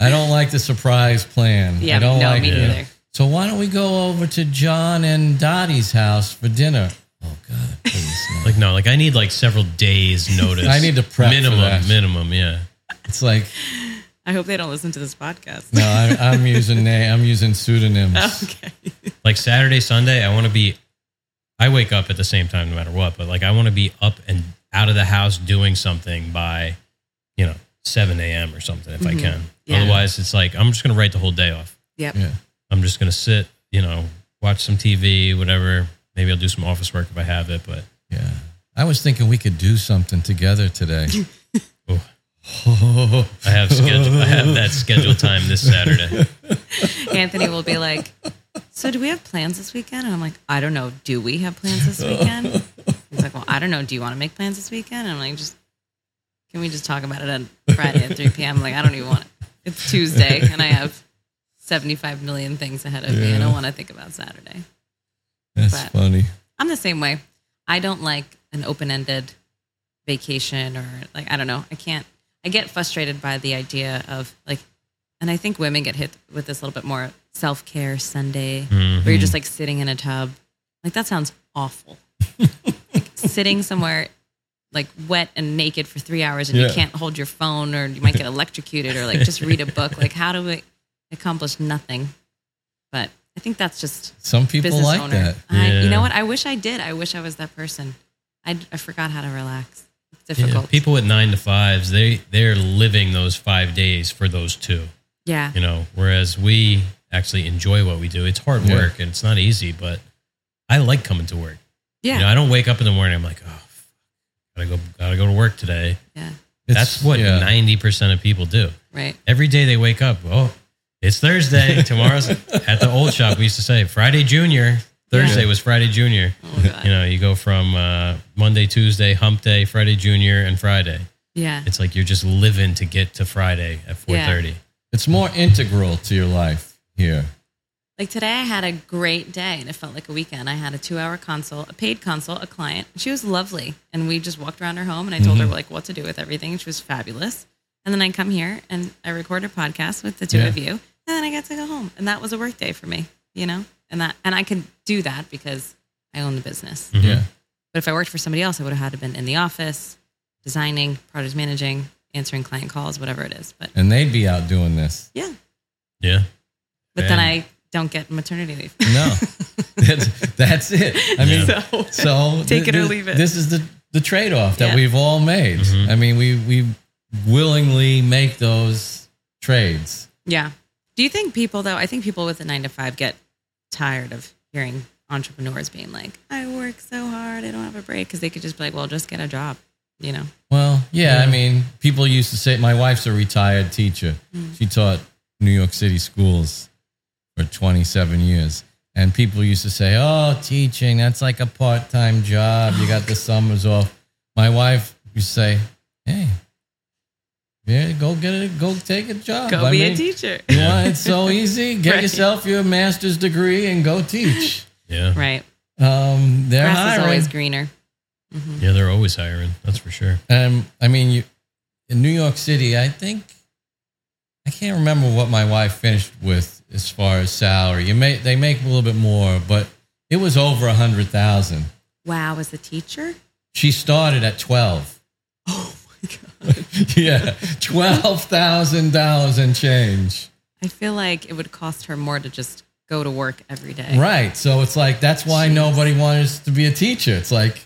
Speaker 3: I don't like the surprise plan.
Speaker 4: Yeah.
Speaker 3: I don't
Speaker 4: no,
Speaker 3: like
Speaker 4: me
Speaker 3: it.
Speaker 4: neither.
Speaker 3: So why don't we go over to John and Dottie's house for dinner? Oh God, please. no.
Speaker 1: like no, like I need like several days notice.
Speaker 3: I need to prep for
Speaker 1: minimum,
Speaker 3: that.
Speaker 1: minimum, yeah.
Speaker 3: It's like,
Speaker 4: I hope they don't listen to this podcast.
Speaker 3: no, I, I'm using name. I'm using pseudonyms.
Speaker 4: okay.
Speaker 1: like Saturday, Sunday, I want to be. I wake up at the same time no matter what, but like I want to be up and out of the house doing something by, you know, seven a.m. or something if I can.
Speaker 4: Mm-hmm. Yeah.
Speaker 1: Otherwise, it's like I'm just gonna write the whole day off.
Speaker 4: Yep.
Speaker 3: Yeah.
Speaker 1: I'm just gonna sit, you know, watch some TV, whatever. Maybe I'll do some office work if I have it, but
Speaker 3: Yeah. I was thinking we could do something together today.
Speaker 1: Oh.
Speaker 3: Oh.
Speaker 1: I have schedule. I have that scheduled time this Saturday.
Speaker 4: Anthony will be like, "So do we have plans this weekend?" And I'm like, "I don't know. Do we have plans this weekend?" He's like, "Well, I don't know. Do you want to make plans this weekend?" And I'm like, "Just can we just talk about it on Friday at 3 p.m.?" I'm like, I don't even want it. It's Tuesday, and I have 75 million things ahead of me. I don't want to think about Saturday.
Speaker 3: That's
Speaker 4: But-
Speaker 3: funny.
Speaker 4: I'm the same way. I don't like an open-ended vacation or like I don't know. I can't. I get frustrated by the idea of like, and I think women get hit with this a little bit more self-care Sunday, where you're just like sitting in a tub. Like that sounds awful. like sitting somewhere like wet and naked for three hours and
Speaker 3: Yeah.
Speaker 4: you can't hold your phone or you might get electrocuted or like just read a book. Like how do we accomplish nothing? But I think that's just
Speaker 3: Some people
Speaker 4: business
Speaker 3: like
Speaker 4: owner.
Speaker 3: that.
Speaker 4: I, you
Speaker 1: Yeah.
Speaker 4: know what? I wish I did. I wish I was that person. I, I forgot how to relax. It's
Speaker 1: Yeah,
Speaker 4: difficult. Yeah.
Speaker 1: people with nine to fives, they they're living those five days for those two.
Speaker 4: yeah.
Speaker 1: you know whereas we actually enjoy what we do it's hard
Speaker 3: Yeah.
Speaker 1: work and it's not easy but i like coming to work you know i don't wake up in the morning i'm like oh f- gotta go gotta go to work today
Speaker 4: Yeah.
Speaker 1: that's what 90% of people do
Speaker 4: Right.
Speaker 1: every day they wake up oh it's thursday tomorrow's at the old shop we used to say friday junior thursday was friday junior
Speaker 4: Oh, God.
Speaker 1: you know you go from uh, monday tuesday hump day friday junior and friday
Speaker 4: Yeah.
Speaker 1: it's like you're just living to get to friday at 4.30
Speaker 3: It's more integral to your life here.
Speaker 4: Like today, I had a great day and it felt like a weekend. I had a two hour consult, a paid consult, a client. She was lovely. And we just walked around her home and I
Speaker 1: Mm-hmm.
Speaker 4: told her like what to do with everything. And she was fabulous. And then I come here and I record a podcast with the two
Speaker 3: Yeah.
Speaker 4: of you. And then I got to go home. And that was a work day for me, you know? And that, and I could do that because I own the business.
Speaker 1: Mhm.
Speaker 3: Yeah.
Speaker 4: But if I worked for somebody else, I would have had to been in the office, designing, product managing, answering client calls, whatever it is. But
Speaker 3: And they'd be out doing this.
Speaker 4: yeah.
Speaker 1: yeah
Speaker 4: But then
Speaker 1: And-
Speaker 4: I don't get maternity leave.
Speaker 3: No, That's- that's it. I mean,
Speaker 4: So,
Speaker 3: so
Speaker 4: Take it or
Speaker 3: this-
Speaker 4: leave it.
Speaker 3: This is the the trade off that
Speaker 4: Yeah.
Speaker 3: we've all made.
Speaker 1: Mhm.
Speaker 3: I mean, we we willingly make those trades.
Speaker 4: yeah. Do you think people though? I think people with a nine to five get tired of hearing entrepreneurs being like, "I work so hard, I don't have a break," because they could just be like, "Well, just get a job," you know?
Speaker 3: Well, yeah, I mean, people used to say my wife's a retired teacher.
Speaker 4: Mm.
Speaker 3: She taught New York City schools for 27 years. And people used to say, "Oh, teaching, that's like a part-time job. You got the summers off." My wife used to say, "Hey, yeah, go get it, go take a job.
Speaker 4: Go
Speaker 3: I
Speaker 4: be
Speaker 3: mean,
Speaker 4: a teacher.
Speaker 3: You want it so easy? Get
Speaker 4: Right.
Speaker 3: yourself your master's degree and go teach.
Speaker 1: Yeah.
Speaker 4: Right.
Speaker 3: Um, they're
Speaker 4: Grass is
Speaker 3: hiring.
Speaker 4: always greener. Mm-hmm.
Speaker 1: Yeah, they're always hiring. That's for sure.
Speaker 3: Um, I mean, you, in New York City, I think I can't remember what my wife finished with as far as salary. You may they make a little bit more, but it was over a hundred thousand.
Speaker 4: Wow, as a teacher?
Speaker 3: She started at twelve.
Speaker 4: Oh my god.
Speaker 3: yeah, twelve thousand dollars and change.
Speaker 4: I feel like it would cost her more to just go to work every day.
Speaker 3: Right. So it's like that's why nobody wants to be a teacher. It's like,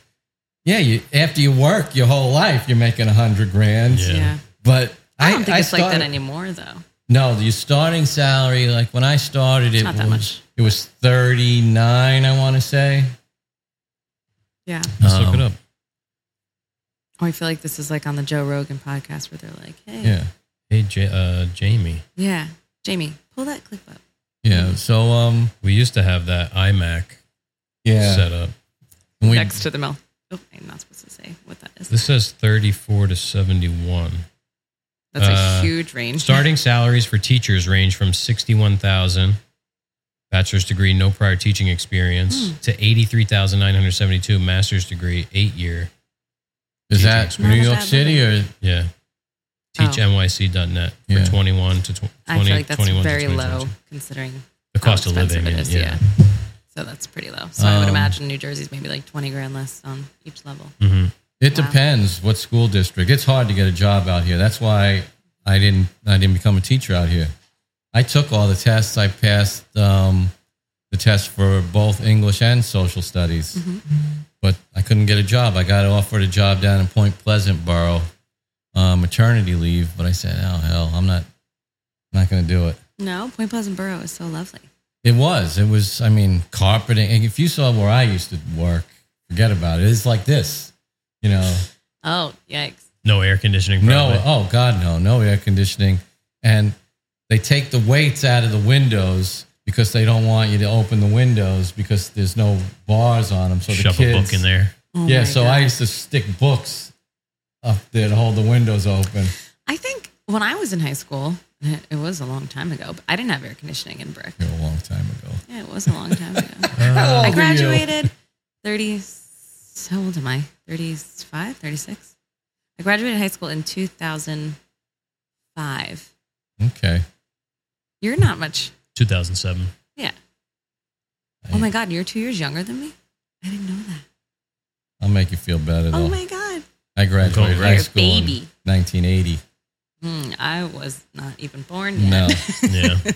Speaker 3: yeah, you after you work your whole life, you're making a hundred grand.
Speaker 1: Yeah.
Speaker 4: Yeah.
Speaker 3: But I
Speaker 4: I don't think it's like that
Speaker 3: started-
Speaker 4: anymore though.
Speaker 3: No, your starting salary, like when I started, it
Speaker 4: not
Speaker 3: was
Speaker 4: that much.
Speaker 3: it was thirty nine. I want to say.
Speaker 4: Yeah.
Speaker 1: Let's
Speaker 3: Um,
Speaker 1: look it up.
Speaker 4: Oh, I feel like this is like on the Joe Rogan podcast where they're like, hey, yeah,
Speaker 3: Yeah,
Speaker 1: Hey, J- uh, Jamie,
Speaker 4: Jamie, pull that clip up.
Speaker 3: yeah. So um,
Speaker 1: we used to have that iMac
Speaker 3: yeah.
Speaker 1: set up.
Speaker 3: And we-
Speaker 4: Next to the mill. Oh, I'm not supposed to say what that is.
Speaker 1: This says 34 to 71.
Speaker 4: That's
Speaker 1: uh,
Speaker 4: a huge range.
Speaker 1: Starting salaries for teachers range from 61,000 bachelor's degree no prior teaching experience
Speaker 3: Hmm.
Speaker 1: to 83,972 master's degree 8 year.
Speaker 3: is that
Speaker 4: Not
Speaker 3: New
Speaker 4: a
Speaker 3: York
Speaker 4: bad
Speaker 3: City or
Speaker 1: Yeah.
Speaker 4: Oh.
Speaker 1: TeachNYC.net
Speaker 3: Yeah.
Speaker 1: for 21 to tw- 20
Speaker 4: I feel like that's
Speaker 1: 21 to
Speaker 4: very
Speaker 1: 22.
Speaker 4: low considering
Speaker 1: The
Speaker 4: how
Speaker 1: cost of
Speaker 4: expensive
Speaker 1: living.
Speaker 4: it is.
Speaker 1: yeah.
Speaker 4: Yeah. So that's pretty low. So I would
Speaker 3: Um,
Speaker 4: imagine New Jersey's maybe like 20 grand less on each level.
Speaker 1: Mhm.
Speaker 3: it
Speaker 4: Wow.
Speaker 3: depends what school district. It's hard to get a job out here. That's why I didn't I didn't become a teacher out here. I took all the tests. I passed um, the test for both English and social studies, but I couldn't get a job. I got offered a job down in Point Pleasant Borough, uh, maternity leave, but I said, "Oh hell, I'm not not going to do it."
Speaker 4: No, Point Pleasant Borough is so lovely.
Speaker 3: It was. It was. I mean, carpeting. and If you saw where I used to work, forget about it. It's like this, you know.
Speaker 4: Oh, yikes.
Speaker 1: No air conditioning.
Speaker 3: No,
Speaker 1: probably.
Speaker 3: oh God, no, no air conditioning. And they take the weights out of the windows because they don't want you to open the windows because there's no bars on them. So
Speaker 1: Shove
Speaker 3: the kids,
Speaker 1: a book in there.
Speaker 4: Oh
Speaker 3: yeah.
Speaker 4: my
Speaker 3: So
Speaker 4: God.
Speaker 3: I used to stick books up there to hold the windows open.
Speaker 4: I think when I was in high school, it was a long time ago, but I didn't have air conditioning in brick.
Speaker 3: It was a long time ago.
Speaker 4: Yeah, it was a long time ago.
Speaker 3: How old are
Speaker 4: I
Speaker 3: you?
Speaker 4: graduated 30. How old am I? 35, 36? I graduated high school in 2005.
Speaker 3: Okay.
Speaker 4: You're not much.
Speaker 1: 2007.
Speaker 4: Yeah. Oh my God, you're two years younger than me? I didn't know that.
Speaker 3: I'll make you feel better. Though.
Speaker 4: Oh my God.
Speaker 3: I graduated
Speaker 1: You're
Speaker 3: high
Speaker 4: a
Speaker 3: school in
Speaker 4: baby.
Speaker 3: 1980.
Speaker 4: Hmm, I was not even born yet.
Speaker 3: No.
Speaker 1: Yeah.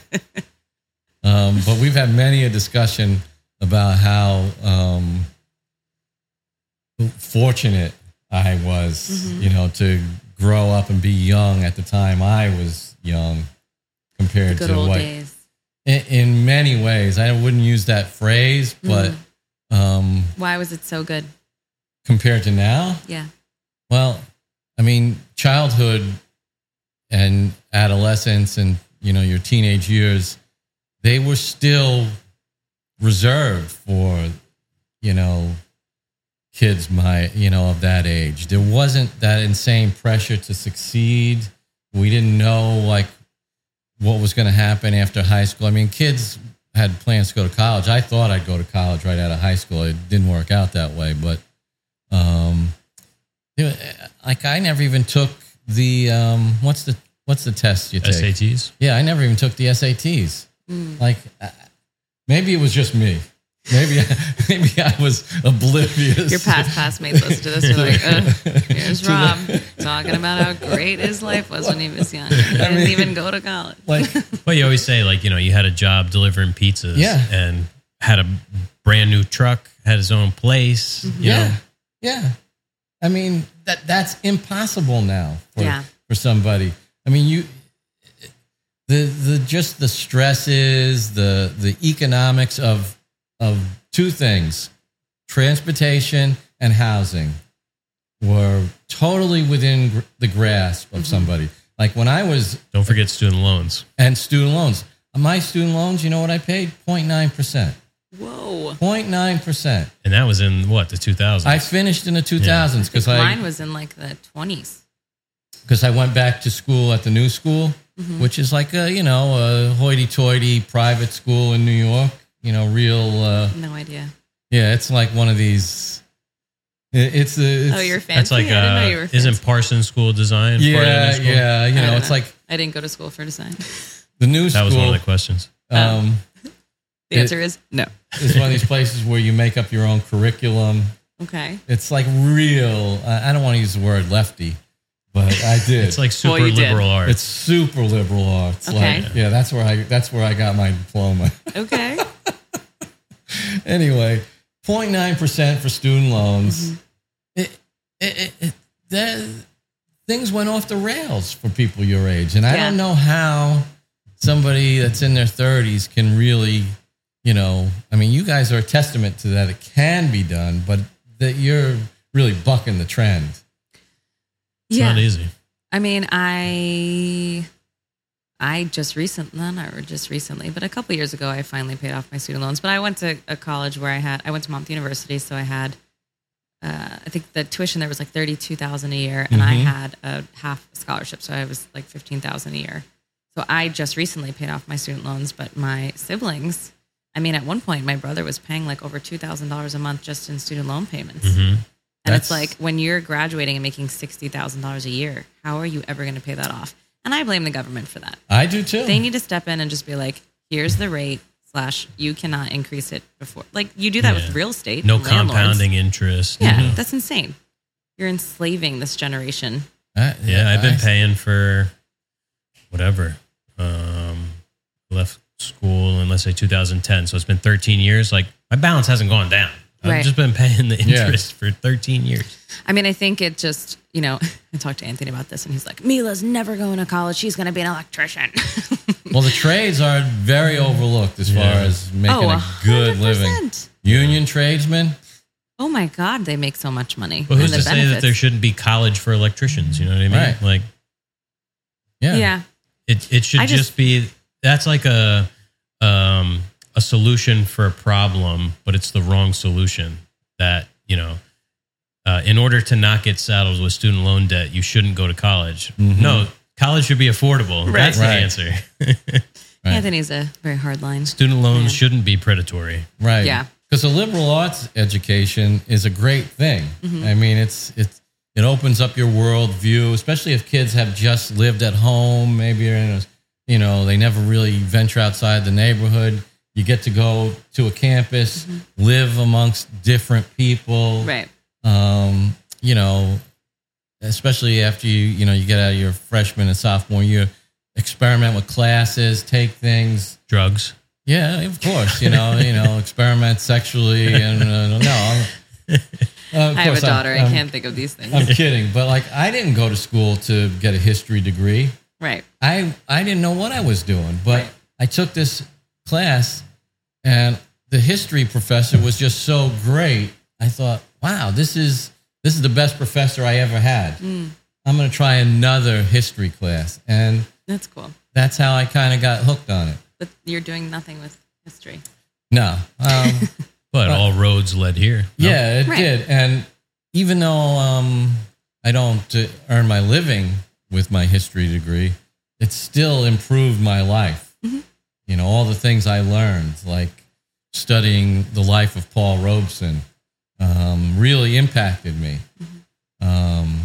Speaker 3: Um, but we've had many a discussion about how um, fortunate I was,
Speaker 4: Mm-hmm.
Speaker 3: you know, to grow up and be young at the time I was young
Speaker 4: The
Speaker 3: compared
Speaker 4: good
Speaker 3: to
Speaker 4: old
Speaker 3: what.
Speaker 4: days.
Speaker 3: In, in many ways, I wouldn't use that phrase,
Speaker 4: Mm-hmm.
Speaker 3: but um,
Speaker 4: Why was it so good?
Speaker 3: compared to now,
Speaker 4: Yeah.
Speaker 3: well, I mean, childhood and adolescence and you know your teenage years, they were still reserved for you know kids my you know of that age. There wasn't that insane pressure to succeed. We didn't know like what was going to happen after high school. I mean, kids had plans to go to college. I thought I'd go to college right out of high school. It didn't work out that way, but um, you know, like I never even took the um, what's the what's the test you take?
Speaker 1: SATs.
Speaker 4: Mm.
Speaker 3: Yeah, I never even took the SATs. Like, uh, maybe it was just me. Maybe, maybe I was oblivious.
Speaker 4: Your past classmates listen to this. They're like, Ugh, here's Rob talking about how great his life was when he was young. He didn't
Speaker 3: mean-
Speaker 4: even go to college.
Speaker 3: Like,
Speaker 1: Well, you always say like you know you had a job delivering pizzas,
Speaker 3: Yeah.
Speaker 1: and had a brand new truck, had his own place, you
Speaker 3: Mm-hmm. yeah,
Speaker 1: know.
Speaker 3: yeah. I mean that that's impossible now for
Speaker 4: Yeah.
Speaker 3: for somebody. I mean you. The, the just the stresses the the economics of of two things transportation and housing were totally within gr- the grasp
Speaker 4: Mm-hmm.
Speaker 3: of somebody like when i was
Speaker 1: Don't forget student loans.
Speaker 3: and student loans my student loans you know what i paid 0.9%
Speaker 4: Whoa.
Speaker 3: 0.9%
Speaker 1: And that was in what, the 2000s?
Speaker 3: I finished in the 2000s because
Speaker 4: Mine
Speaker 3: I
Speaker 4: was in like the 20s.
Speaker 3: because I went back to school at the new school,
Speaker 4: Mm-hmm.
Speaker 3: which is like a you know a hoity-toity private school in New York. You know, real uh,
Speaker 4: No idea.
Speaker 3: yeah. It's like one of these. it- It's a. It's,
Speaker 4: oh, you're fancy.
Speaker 1: That's like,
Speaker 4: I didn't know
Speaker 1: uh,
Speaker 4: you were fancy.
Speaker 1: isn't Parsons School of Design part of the new
Speaker 3: yeah,
Speaker 1: school?
Speaker 3: yeah. You
Speaker 4: I
Speaker 3: know,
Speaker 4: don't
Speaker 3: it's like
Speaker 4: I didn't go to school for design.
Speaker 3: the new
Speaker 1: That
Speaker 3: school.
Speaker 1: was one of the questions.
Speaker 3: um,
Speaker 4: The
Speaker 3: It-
Speaker 4: answer is no.
Speaker 3: is one of these places where you make up your own curriculum.
Speaker 4: Okay.
Speaker 3: It's like real. I I don't want to use the word lefty, but I did.
Speaker 1: It's like super
Speaker 4: Well, you did.
Speaker 1: liberal arts.
Speaker 3: It's super liberal arts.
Speaker 4: Okay.
Speaker 3: Like, yeah, that's where I that's where I got my diploma.
Speaker 4: Okay.
Speaker 3: anyway, 0.9 percent for student loans.
Speaker 4: Mm-hmm.
Speaker 3: It, it, it, it, the, things went off the rails for people your age, and I
Speaker 4: Yeah.
Speaker 3: don't know how somebody that's in their 30s can really, you know, I mean, you guys are a testament to that. It can be done, but that you're really bucking the trend.
Speaker 1: It's not easy.
Speaker 4: I mean, I I just recently, no, not just recently, but a couple years ago, I finally paid off my student loans. But I went to a college where I had, I went to Monmouth University, so I had, uh, I think the tuition there was like thirty two thousand a year, and I had a half scholarship, so I was like fifteen thousand a year. So I just recently paid off my student loans, but my siblings, I mean, at one point, my brother was paying like over two thousand dollars a month just in student loan payments.
Speaker 1: Mm-hmm.
Speaker 4: And it's
Speaker 3: That's-
Speaker 4: like when you're graduating and making sixty thousand dollars a year, how are you ever going to pay that off? And I blame the government for that.
Speaker 3: I do too.
Speaker 1: Mm.
Speaker 4: They need to step in and just be like, "Here's the rate slash you cannot increase it before." Like you do that
Speaker 1: Yeah.
Speaker 4: with real estate,
Speaker 1: No
Speaker 4: landlords.
Speaker 1: compounding interest. Mm-hmm.
Speaker 4: Yeah,
Speaker 1: you know.
Speaker 4: that's insane. You're enslaving this generation.
Speaker 3: I-
Speaker 1: Yeah, I've
Speaker 3: I-
Speaker 1: been paying for whatever. Um, left school in let's say 2010, so it's been 13 years. Like my balance hasn't gone down.
Speaker 4: Right.
Speaker 1: I've just been paying the
Speaker 3: Yeah.
Speaker 1: interest for 13 years.
Speaker 4: I mean, I think it just you know, I talked to Anthony about this, and he's like, "Mila's never going to college. She's going to be an electrician."
Speaker 3: Well, the trades are very overlooked as far
Speaker 1: Yeah.
Speaker 3: as making
Speaker 4: oh,
Speaker 3: a good living.
Speaker 4: 100%.
Speaker 3: Union tradesmen,
Speaker 4: Oh my God, they make so much money.
Speaker 1: But who's
Speaker 4: And
Speaker 1: to
Speaker 4: the
Speaker 1: say that there
Speaker 4: benefits.
Speaker 1: shouldn't be college for electricians? You know what I mean?
Speaker 3: Right.
Speaker 1: Like
Speaker 3: yeah,
Speaker 4: yeah.
Speaker 1: It it should
Speaker 4: I
Speaker 1: just,
Speaker 4: just-
Speaker 1: be that's like a um a solution for a problem, but it's the wrong solution. That you know, uh, in order to not get saddled with student loan debt, you shouldn't go to college.
Speaker 3: Mhm.
Speaker 1: No, college should be affordable. That's
Speaker 3: Right.
Speaker 1: the answer.
Speaker 3: Right.
Speaker 4: Anthony's a very hard line.
Speaker 1: Student loans
Speaker 4: Yeah.
Speaker 1: shouldn't be predatory.
Speaker 3: right.
Speaker 4: Yeah.
Speaker 3: because a liberal arts education is a great thing.
Speaker 4: Mm-hmm.
Speaker 3: I mean, it's it's it opens up your worldview, especially if kids have just lived at home. Maybe you're in a, you know they never really venture outside the neighborhood. You get to go to a campus, live amongst different people,
Speaker 4: Mm-hmm. Right.
Speaker 3: um, you know, especially after you, you know, you get out of your freshman and sophomore year, experiment with classes, take things.
Speaker 1: Drugs.
Speaker 3: Yeah, of course, you know, you know, experiment sexually and uh, no. I'm, uh, of
Speaker 4: I have a
Speaker 3: course, I'm-
Speaker 4: daughter. I
Speaker 3: I'm-
Speaker 4: can't think of these things.
Speaker 3: I'm kidding, but like I didn't go to school to get a history degree.
Speaker 4: right.
Speaker 3: I I didn't know what I was doing, but
Speaker 4: Right.
Speaker 3: I took this class, and the history professor was just so great. I thought, wow, this is this is the best professor I ever had.
Speaker 4: Mm.
Speaker 3: I'm going to try another history class, and
Speaker 4: That's cool.
Speaker 3: that's how I kind of got hooked on it.
Speaker 4: But you're doing nothing with history.
Speaker 3: No, um,
Speaker 1: But all roads led here. No?
Speaker 3: Yeah, it
Speaker 4: Right.
Speaker 3: did. And even though um, I don't uh, earn my living with my history degree, it still improved my life. You know, all the things I learned, like studying the life of Paul Robeson, um, really impacted me. Um,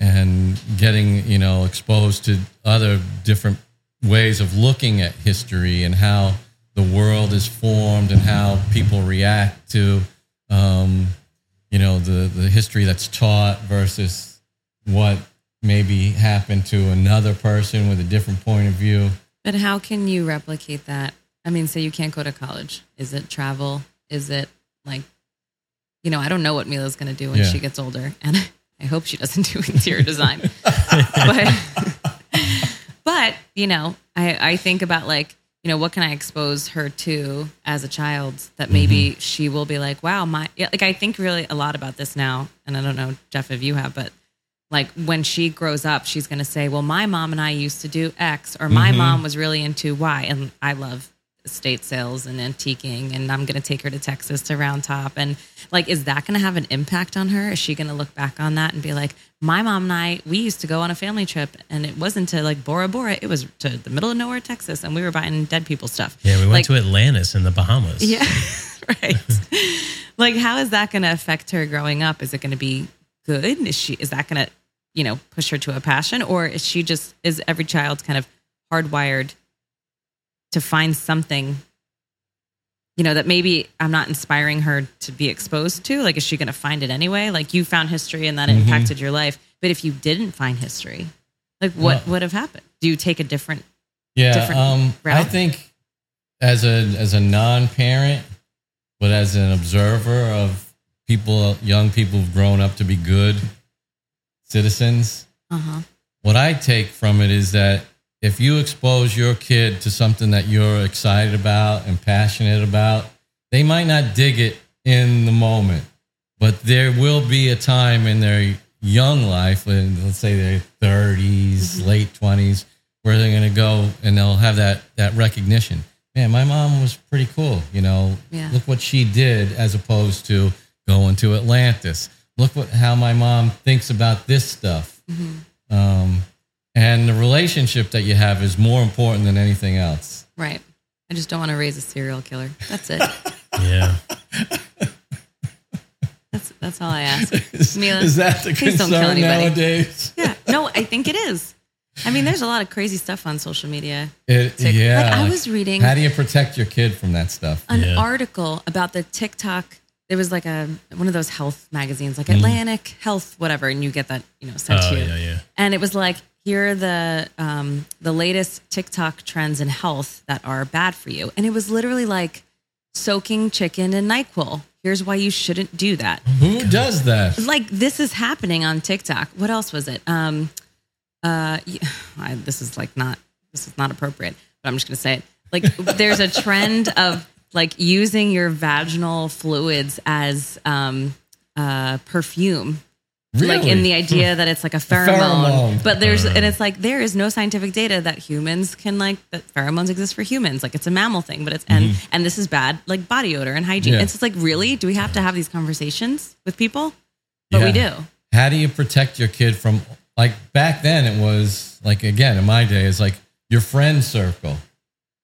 Speaker 3: and getting, you know, exposed to other different ways of looking at history and how the world is formed and how people react to, um, you know, the, the history that's taught versus what maybe happened to another person with a different point of view.
Speaker 4: But how can you replicate that? I mean, so you can't go to college. Is it travel? Is it like, you know, I don't know what Mila's going to do when
Speaker 3: Yeah.
Speaker 4: she gets older, and I hope she doesn't do interior design. but, but you know, I I think about like, you know, what can I expose her to as a child that maybe she will be like, wow, my yeah, like I think really a lot about this now, and I don't know Jeff if you have, but like when she grows up, she's going to say, "Well, my mom and I used to do X, or
Speaker 1: Mm-hmm.
Speaker 4: my mom was really into Y, and I love estate sales and antiquing, and I'm going to take her to Texas to Round Top." And like, is that going to have an impact on her? Is she going to look back on that and be like, "My mom and I, we used to go on a family trip, and it wasn't to like Bora Bora; it was to the middle of nowhere, Texas, and we were buying dead people stuff."
Speaker 1: Yeah, we went
Speaker 4: Like-
Speaker 1: to Atlantis in the Bahamas.
Speaker 4: yeah. right. like how is that going to affect her growing up? Is it going to be good? Is she is that going to, you know, push her to a passion or is she just is every child kind of hardwired to find something you know that maybe I'm not inspiring her to be exposed to? Like is she going to find it anyway? Like you found history and that impacted your life, but if you didn't find history, like what
Speaker 3: Well-
Speaker 4: would have happened? Do you take a different
Speaker 3: yeah
Speaker 4: different
Speaker 3: um i
Speaker 4: route?
Speaker 3: think as a as a non-parent but as an observer of people young people who've grown up to be good citizens
Speaker 4: uh-huh.
Speaker 3: what i take from it is that if you expose your kid to something that you're excited about and passionate about they might not dig it in the moment but there will be a time in their young life, in let's say their 30s, late 20s, where they're going to go and they'll have that that recognition. Man, my mom was pretty cool. You know,
Speaker 4: Yeah.
Speaker 3: look what she did as opposed to going to Atlantis. Look what how my mom thinks about this stuff. Um, and the relationship that you have is more important than anything else.
Speaker 4: Right. I just don't want to raise a serial killer. That's it.
Speaker 1: Yeah.
Speaker 4: That's that's all I ask.
Speaker 3: Is,
Speaker 4: Mila,
Speaker 3: is that the
Speaker 4: please don't kill
Speaker 3: concern
Speaker 4: anybody.
Speaker 3: nowadays?
Speaker 4: Yeah. No, I think it is. I mean, there's a lot of crazy stuff on social media.
Speaker 3: It,
Speaker 4: Tick-
Speaker 3: yeah.
Speaker 4: Like I was reading
Speaker 3: How do you protect your kid from that stuff?
Speaker 4: an
Speaker 1: Yeah.
Speaker 4: article about the TikTok. It was like a one of those health magazines, like Atlantic Health, whatever, and you get that you know sent
Speaker 1: Mm. Oh,
Speaker 4: to you.
Speaker 1: yeah, yeah.
Speaker 4: And it was like, here are the um, the latest TikTok trends in health that are bad for you. And it was literally like soaking chicken in Nyquil. Here's why you shouldn't do that.
Speaker 3: Who does that?
Speaker 4: like this is happening on TikTok. What else was it? Um, uh, y- I, this is like not this is not appropriate, but I'm just gonna say it. Like there's a trend of like using your vaginal fluids as um, uh, perfume. Like in the idea that it's like a pheromone,
Speaker 3: Hmm. pheromone. Uh.
Speaker 4: but there's and it's like there is no scientific data that humans can like that pheromones exist for humans. Like it's a mammal thing, but it's and and this is bad like body odor and hygiene.
Speaker 3: Mm-hmm. Yeah.
Speaker 4: It's just like really, do we have to have these conversations with people? But we do.
Speaker 3: Yeah. How do you protect your kid from like back then it was like again in my day it's like your friend circle.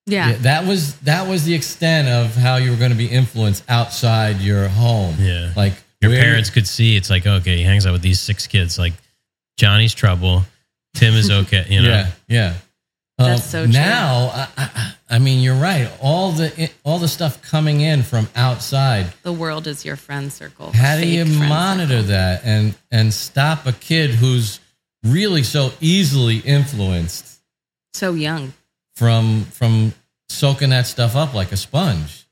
Speaker 4: Yeah.
Speaker 3: Yeah, that was that was the extent of how you were going to be influenced outside your home.
Speaker 1: Yeah.
Speaker 3: Like
Speaker 1: Your
Speaker 3: where-
Speaker 1: parents could see it's like, okay, he hangs out with these six kids. Like, Johnny's trouble. Tim is okay. You know?
Speaker 3: Yeah, yeah. Uh,
Speaker 4: That's so true.
Speaker 3: Now, I, I, I mean, you're right. All the all the stuff coming in from outside.
Speaker 4: The world is your friend circle.
Speaker 3: How do
Speaker 4: Fake
Speaker 3: you
Speaker 4: friend circle.
Speaker 3: monitor that and and stop a kid who's really so easily influenced?
Speaker 4: So young.
Speaker 3: from from soaking that stuff up like a sponge.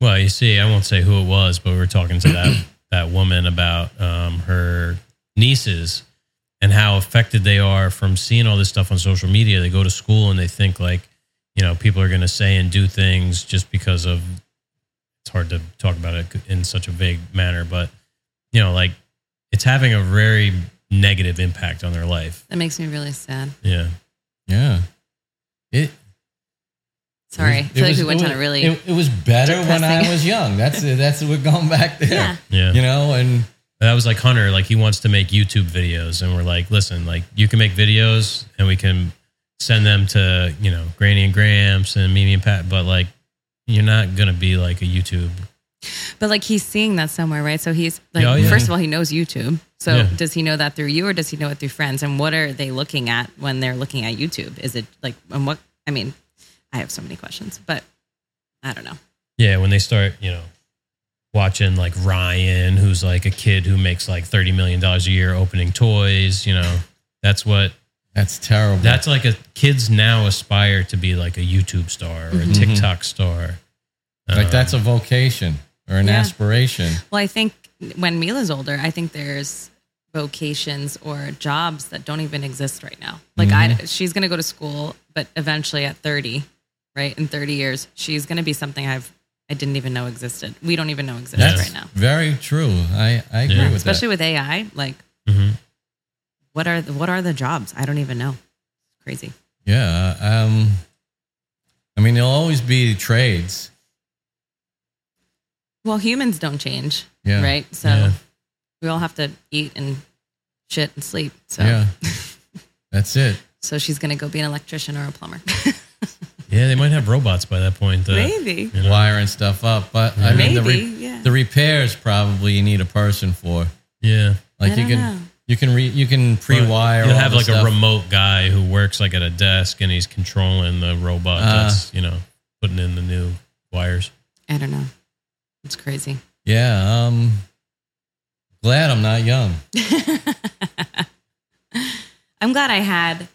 Speaker 1: Well, you see, I won't say who it was, but we were talking to that that woman about um, her nieces and how affected they are from seeing all this stuff on social media. They go to school and they think like, you know, people are going to say and do things just because of. It's hard to talk about it in such a vague manner, but you know, like it's having a very negative impact on their life.
Speaker 4: That makes me really sad.
Speaker 1: Yeah,
Speaker 3: Yeah. It
Speaker 4: Sorry. I
Speaker 3: it
Speaker 4: feel like
Speaker 3: was-
Speaker 4: we went
Speaker 3: it
Speaker 4: on a
Speaker 3: was-
Speaker 4: really
Speaker 3: It, it was better when I
Speaker 4: depressing-
Speaker 3: was young. That's it. That's we're going back there.
Speaker 4: Yeah.
Speaker 1: yeah.
Speaker 3: You know, and
Speaker 1: That was like Hunter, like he wants to make YouTube videos, and we're like, listen, like you can make videos, and we can send them to you know Granny and Gramps and Mimi and Pat, but like you're not gonna be like a YouTube.
Speaker 4: But like he's seeing that somewhere, right? So he's like,
Speaker 1: Oh, Yeah, yeah.
Speaker 4: first of all, he knows YouTube. So
Speaker 1: Yeah.
Speaker 4: does he know that through you, or does he know it through friends? And what are they looking at when they're looking at YouTube? Is it like, and what? I mean, I have so many questions, but I don't know.
Speaker 1: Yeah, when they start, you know, watching like Ryan, who's like a kid who makes like thirty million dollars a year opening toys, you know, that's what
Speaker 3: That's terrible.
Speaker 1: that's like a kids now aspire to be like a YouTube star or a
Speaker 4: Mhm.
Speaker 1: TikTok star.
Speaker 3: like
Speaker 1: Um,
Speaker 3: that's a vocation or an
Speaker 4: Yeah.
Speaker 3: aspiration.
Speaker 4: Well, I think when Mila's older, I think there's vocations or jobs that don't even exist right now. Like
Speaker 1: Mm-hmm.
Speaker 4: I, she's going to go to school, but eventually at 30, right? In 30 years, she's going to be something I've, I didn't even know existed. We don't even know exists
Speaker 1: Yes.
Speaker 4: right now.
Speaker 3: Very true. I, I agree
Speaker 1: Yeah.
Speaker 3: with
Speaker 4: Especially with AI. Like
Speaker 1: Mhm.
Speaker 4: what are the, what are the jobs? I don't even know. Crazy.
Speaker 3: that. Yeah. Um, I mean, there'll always be trades.
Speaker 4: Well, humans don't change,
Speaker 3: Yeah.
Speaker 4: right? So
Speaker 1: Yeah.
Speaker 4: we all have to eat and shit and sleep. So,
Speaker 3: Yeah. that's it.
Speaker 4: so she's going to go be an electrician or a plumber.
Speaker 1: Yeah, they might have robots by that point. uh,
Speaker 4: Maybe.
Speaker 1: You know?
Speaker 3: Wiring stuff up. But I mean, the,
Speaker 4: Maybe,
Speaker 3: re-
Speaker 4: yeah.
Speaker 3: the repairs probably you need a person for.
Speaker 1: Yeah.
Speaker 3: Like
Speaker 4: I
Speaker 3: you
Speaker 4: don't
Speaker 3: can
Speaker 4: know.
Speaker 3: you can re- you can pre-wire.
Speaker 1: You'll
Speaker 3: all
Speaker 1: have
Speaker 3: the
Speaker 1: like
Speaker 3: stuff.
Speaker 1: a remote guy who works like at a desk and he's controlling the robot
Speaker 3: Ah.
Speaker 1: that's, you know, putting in the new wires.
Speaker 4: I don't know. It's crazy.
Speaker 3: Yeah. Um. Glad I'm not young.
Speaker 4: I'm glad I had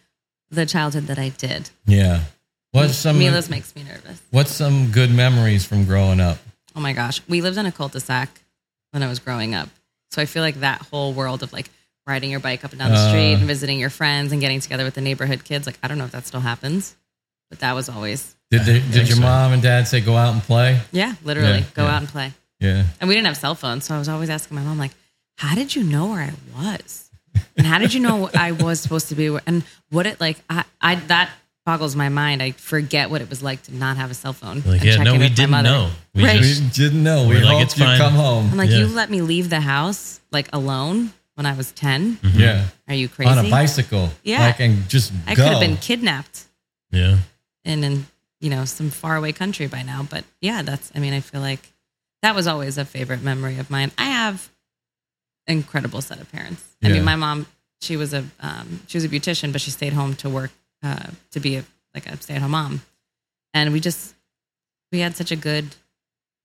Speaker 4: the childhood that I did.
Speaker 3: Yeah. What's some
Speaker 4: Mila's makes me nervous.
Speaker 3: What's some good memories from growing up?
Speaker 4: Oh my gosh. We lived in a cul-de-sac when I was growing up. So I feel like that whole world of like riding your bike up and down the
Speaker 3: Uh.
Speaker 4: street and visiting your friends and getting together with the neighborhood kids. Like I don't know if that still happens, but that was always
Speaker 3: Did they, did
Speaker 1: think
Speaker 3: your
Speaker 1: so.
Speaker 3: mom and dad say go out and play?
Speaker 4: yeah, literally
Speaker 3: Yeah,
Speaker 4: go
Speaker 3: yeah.
Speaker 4: out and play.
Speaker 3: Yeah.
Speaker 4: And we didn't have cell phones, so I was always asking my mom like, "How did you know where I was? And how did you know I was supposed to be? Where, and what it like? I, I that boggles my mind. I forget what it was like to not have a cell phone.
Speaker 1: Like,
Speaker 4: and
Speaker 1: yeah,
Speaker 4: check
Speaker 1: no,
Speaker 4: in
Speaker 1: we
Speaker 4: with my
Speaker 1: didn't
Speaker 4: mother.
Speaker 1: know. We
Speaker 4: Right.
Speaker 1: just,
Speaker 3: We didn't know. We
Speaker 1: We're like,
Speaker 3: hoped
Speaker 1: "It's
Speaker 3: you'd
Speaker 1: fine."
Speaker 3: come home.
Speaker 4: I'm like,
Speaker 1: Yeah.
Speaker 4: you let me leave the house like alone when I was 10
Speaker 3: yeah.
Speaker 4: Are you crazy?
Speaker 3: On a bicycle.
Speaker 4: Yeah.
Speaker 3: Like, and just
Speaker 4: I
Speaker 3: go.
Speaker 4: could have been kidnapped
Speaker 1: yeah.
Speaker 4: in in you know some faraway country by now. But yeah, that's. I mean, I feel like that was always a favorite memory of mine. I have incredible set of parents. I
Speaker 3: Yeah.
Speaker 4: mean, my mom, she was a um, she was a beautician, but she stayed home to work uh, to be a, like a stay at home mom, and we just we had such a good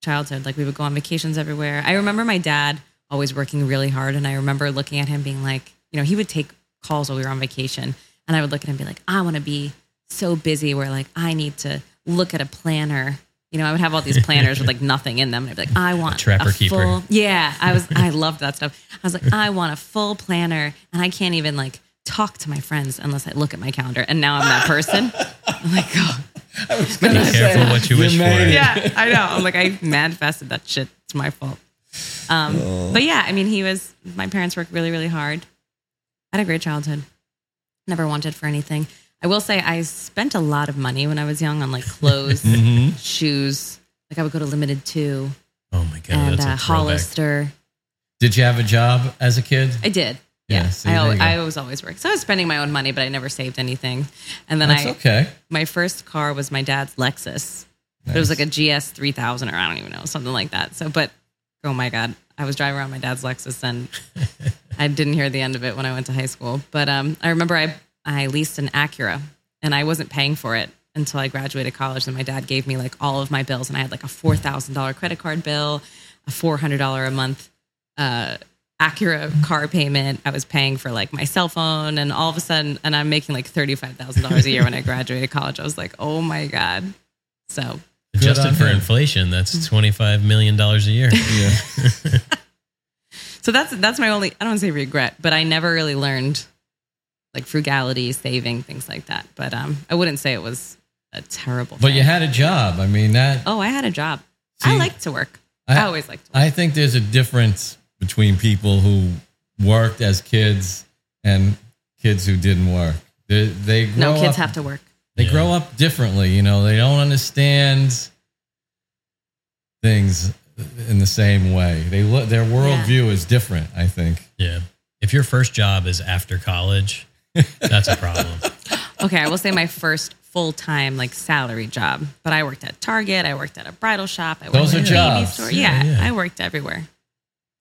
Speaker 4: childhood. Like we would go on vacations everywhere. I remember my dad always working really hard, and I remember looking at him being like, you know, he would take calls while we were on vacation, and I would look at him and be like, I want to be so busy where like I need to look at a planner. You know, I would have all these planners with like nothing in them, and I'd be like, I want
Speaker 1: trapper
Speaker 4: a
Speaker 1: keeper.
Speaker 4: full- yeah, I was I loved that stuff. I was like, I want a full planner, and I can't even like talk to my friends unless I look at my calendar. And now I'm that person. I'm like, God.
Speaker 1: Be careful what you
Speaker 3: You
Speaker 1: wish for.
Speaker 3: made it.
Speaker 4: Yeah, I know. I'm like, I manifested that shit. It's my fault. Um, But yeah, I mean, he was, my parents worked really, really hard. I had a great childhood. Never wanted for anything. I will say I spent a lot of money when I was young on like clothes, shoes. Like I would go to Limited 2
Speaker 1: Mm-hmm. Oh my God.
Speaker 4: and
Speaker 1: that's
Speaker 4: uh,
Speaker 1: a throwback.
Speaker 4: Hollister.
Speaker 3: Did you have a job as a kid?
Speaker 4: I did.
Speaker 3: Yeah,
Speaker 4: Yeah.
Speaker 3: see,
Speaker 4: I,
Speaker 3: there you
Speaker 4: always,
Speaker 3: go.
Speaker 4: I always, always worked. So I was spending my own money, but I never saved anything. And then
Speaker 3: That's
Speaker 4: I,
Speaker 3: okay.
Speaker 4: my first car was my dad's Lexus. But It was like a GS 3000 or I don't even know, something like that. So, but oh my God, I was driving around my dad's Lexus and I didn't hear the end of it when I went to high school. But um, I remember I, I leased an Acura and I wasn't paying for it until I graduated college. And my dad gave me like all of my bills and I had like a $4,000 credit card bill, a $400 a month uh, Acura car payment. I was paying for like my cell phone, and all of a sudden, and I'm making like thirty five thousand dollars a year when I graduated college. I was like, oh my god. So
Speaker 1: Adjusted
Speaker 3: on
Speaker 1: for
Speaker 3: him.
Speaker 1: inflation, that's $25 million a year.
Speaker 3: Yeah.
Speaker 4: so that's that's my only. I don't want to say regret, but I never really learned like frugality, saving things like that. But um, I wouldn't say it was a terrible.
Speaker 3: But
Speaker 4: thing.
Speaker 3: you had a job. I mean, that.
Speaker 4: oh, I had a job.
Speaker 3: See,
Speaker 4: I liked to work.
Speaker 3: I-
Speaker 4: I, always liked to work.
Speaker 3: I think there's a difference between people who worked as kids and kids who didn't work. They, they grow
Speaker 4: no, kids
Speaker 3: up,
Speaker 4: have to work.
Speaker 3: they
Speaker 1: Yeah.
Speaker 3: grow up differently you know they don't understand things in the same way they look their worldview is different i think
Speaker 1: Yeah. If your first job is after college, that's a problem.
Speaker 4: Okay, I will say my first full time like salary job, but I worked at Target, I worked at a bridal shop, I worked
Speaker 3: Those
Speaker 4: at
Speaker 3: are
Speaker 4: a baby
Speaker 3: jobs.
Speaker 4: store.
Speaker 1: Yeah,
Speaker 4: Yeah,
Speaker 1: yeah.
Speaker 4: I worked everywhere.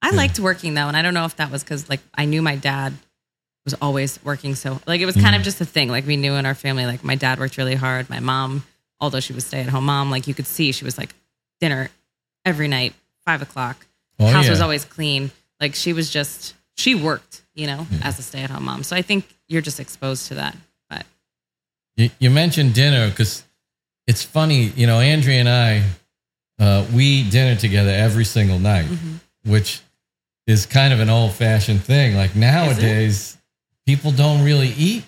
Speaker 4: I liked working though, and I don't know if that was because like I knew my dad was
Speaker 3: Mm.
Speaker 4: always working so like it was kind of just a thing. Like we knew in our family, like my dad worked really hard, my mom although she was stay at home mom, like you could see she was like dinner every night, five o'clock.
Speaker 3: Oh,
Speaker 4: House was
Speaker 3: yeah.
Speaker 4: always clean. Like she was just she worked, you know,
Speaker 3: Mm.
Speaker 4: as a stay at home mom. So I think you're just exposed to that. But
Speaker 3: You, you mentioned dinner because it's funny, you know, Andrea and I, uh, we dinner together every single night,
Speaker 4: Mm-hmm.
Speaker 3: which is kind of an old fashioned thing. Like nowadays, people don't really eat.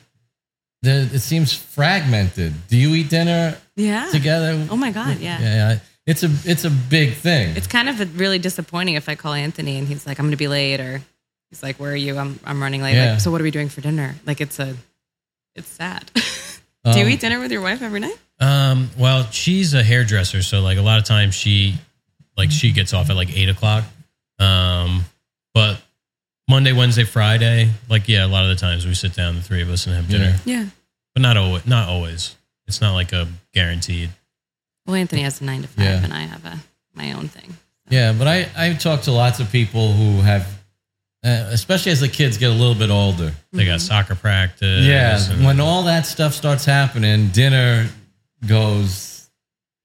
Speaker 3: The, it seems fragmented. Do you eat dinner
Speaker 4: yeah.
Speaker 3: together?
Speaker 4: Oh my God, yeah.
Speaker 3: Yeah, it's a it's a big thing.
Speaker 4: It's kind of really disappointing if I call Anthony and he's like, I'm gonna be late or he's like, Where are you? I'm I'm running late.
Speaker 3: Yeah.
Speaker 4: Like, so what are we doing for dinner? Like it's a it's sad.
Speaker 3: Um,
Speaker 4: Do you eat dinner with your wife every night?
Speaker 1: Um, well, she's a hairdresser, so like a lot of times she like she gets off at like eight o'clock. Um, but Monday, Wednesday, Friday, like yeah, a lot of the times we sit down the three of us and have dinner.
Speaker 3: Yeah.
Speaker 4: Yeah.
Speaker 1: But not always not always. It's not like a guaranteed.
Speaker 4: Well, Anthony has a nine to five
Speaker 3: Yeah.
Speaker 4: and I have a my own thing.
Speaker 3: Yeah, but I I've talked to lots of people who have, uh, especially as the kids get a little bit older.
Speaker 1: They got soccer practice.
Speaker 3: Yeah,
Speaker 1: and-
Speaker 3: when all that stuff starts happening, dinner goes.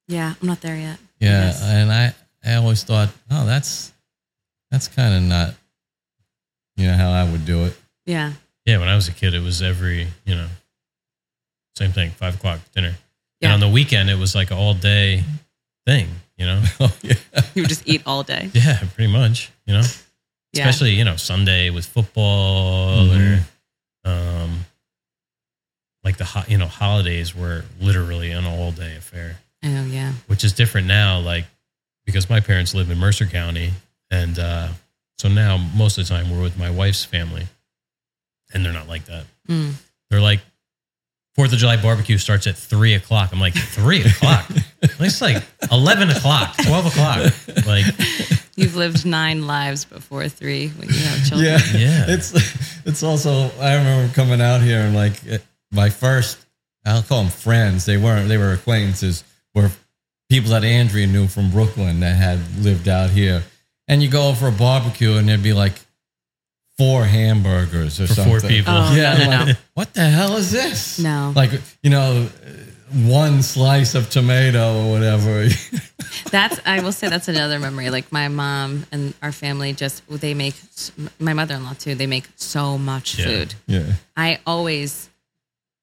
Speaker 4: Yeah, I'm not there yet.
Speaker 3: Yeah,
Speaker 4: Yes.
Speaker 3: and I I always thought, oh, that's that's kind of not, you know, how I would do it.
Speaker 4: Yeah.
Speaker 1: yeah, when I was a kid, it was every you know, same thing, five o'clock dinner.
Speaker 4: Yeah.
Speaker 1: And on the weekend, it was like an all day thing. You know.
Speaker 3: oh yeah,
Speaker 4: You would just eat all day.
Speaker 1: yeah, pretty much. You know.
Speaker 4: Yeah.
Speaker 1: especially you know Sunday with football
Speaker 3: Mhm.
Speaker 1: or um, like the ho- you know holidays were literally an all day affair,
Speaker 4: Oh yeah.
Speaker 1: which is different now. Like because my parents live in Mercer County, and uh, so now most of the time we're with my wife's family, and they're not like that.
Speaker 4: Mm.
Speaker 1: They're like Fourth of July barbecue starts at three o'clock. I'm like three o'clock. It's like eleven o'clock, twelve o'clock. Like
Speaker 4: You've lived nine lives before three when you have children.
Speaker 3: yeah,
Speaker 1: Yeah.
Speaker 3: It's it's also I remember coming out here and like eh, my first I'll call them friends. They weren't they were acquaintances. Were people that Andrea knew from Brooklyn that had lived out here. And you go for a barbecue and there'd be like four hamburgers or
Speaker 1: for
Speaker 3: something.
Speaker 1: four people.
Speaker 4: Oh,
Speaker 3: yeah,
Speaker 4: no,
Speaker 3: I'm
Speaker 4: no,
Speaker 3: like, what the hell is this?
Speaker 4: No.
Speaker 3: like you know, one slice of tomato or whatever.
Speaker 4: That's I will say that's another memory. Like my mom and our family just they make s- my mother-in-law too. They make so much
Speaker 1: Yeah.
Speaker 4: food.
Speaker 3: yeah,
Speaker 4: I always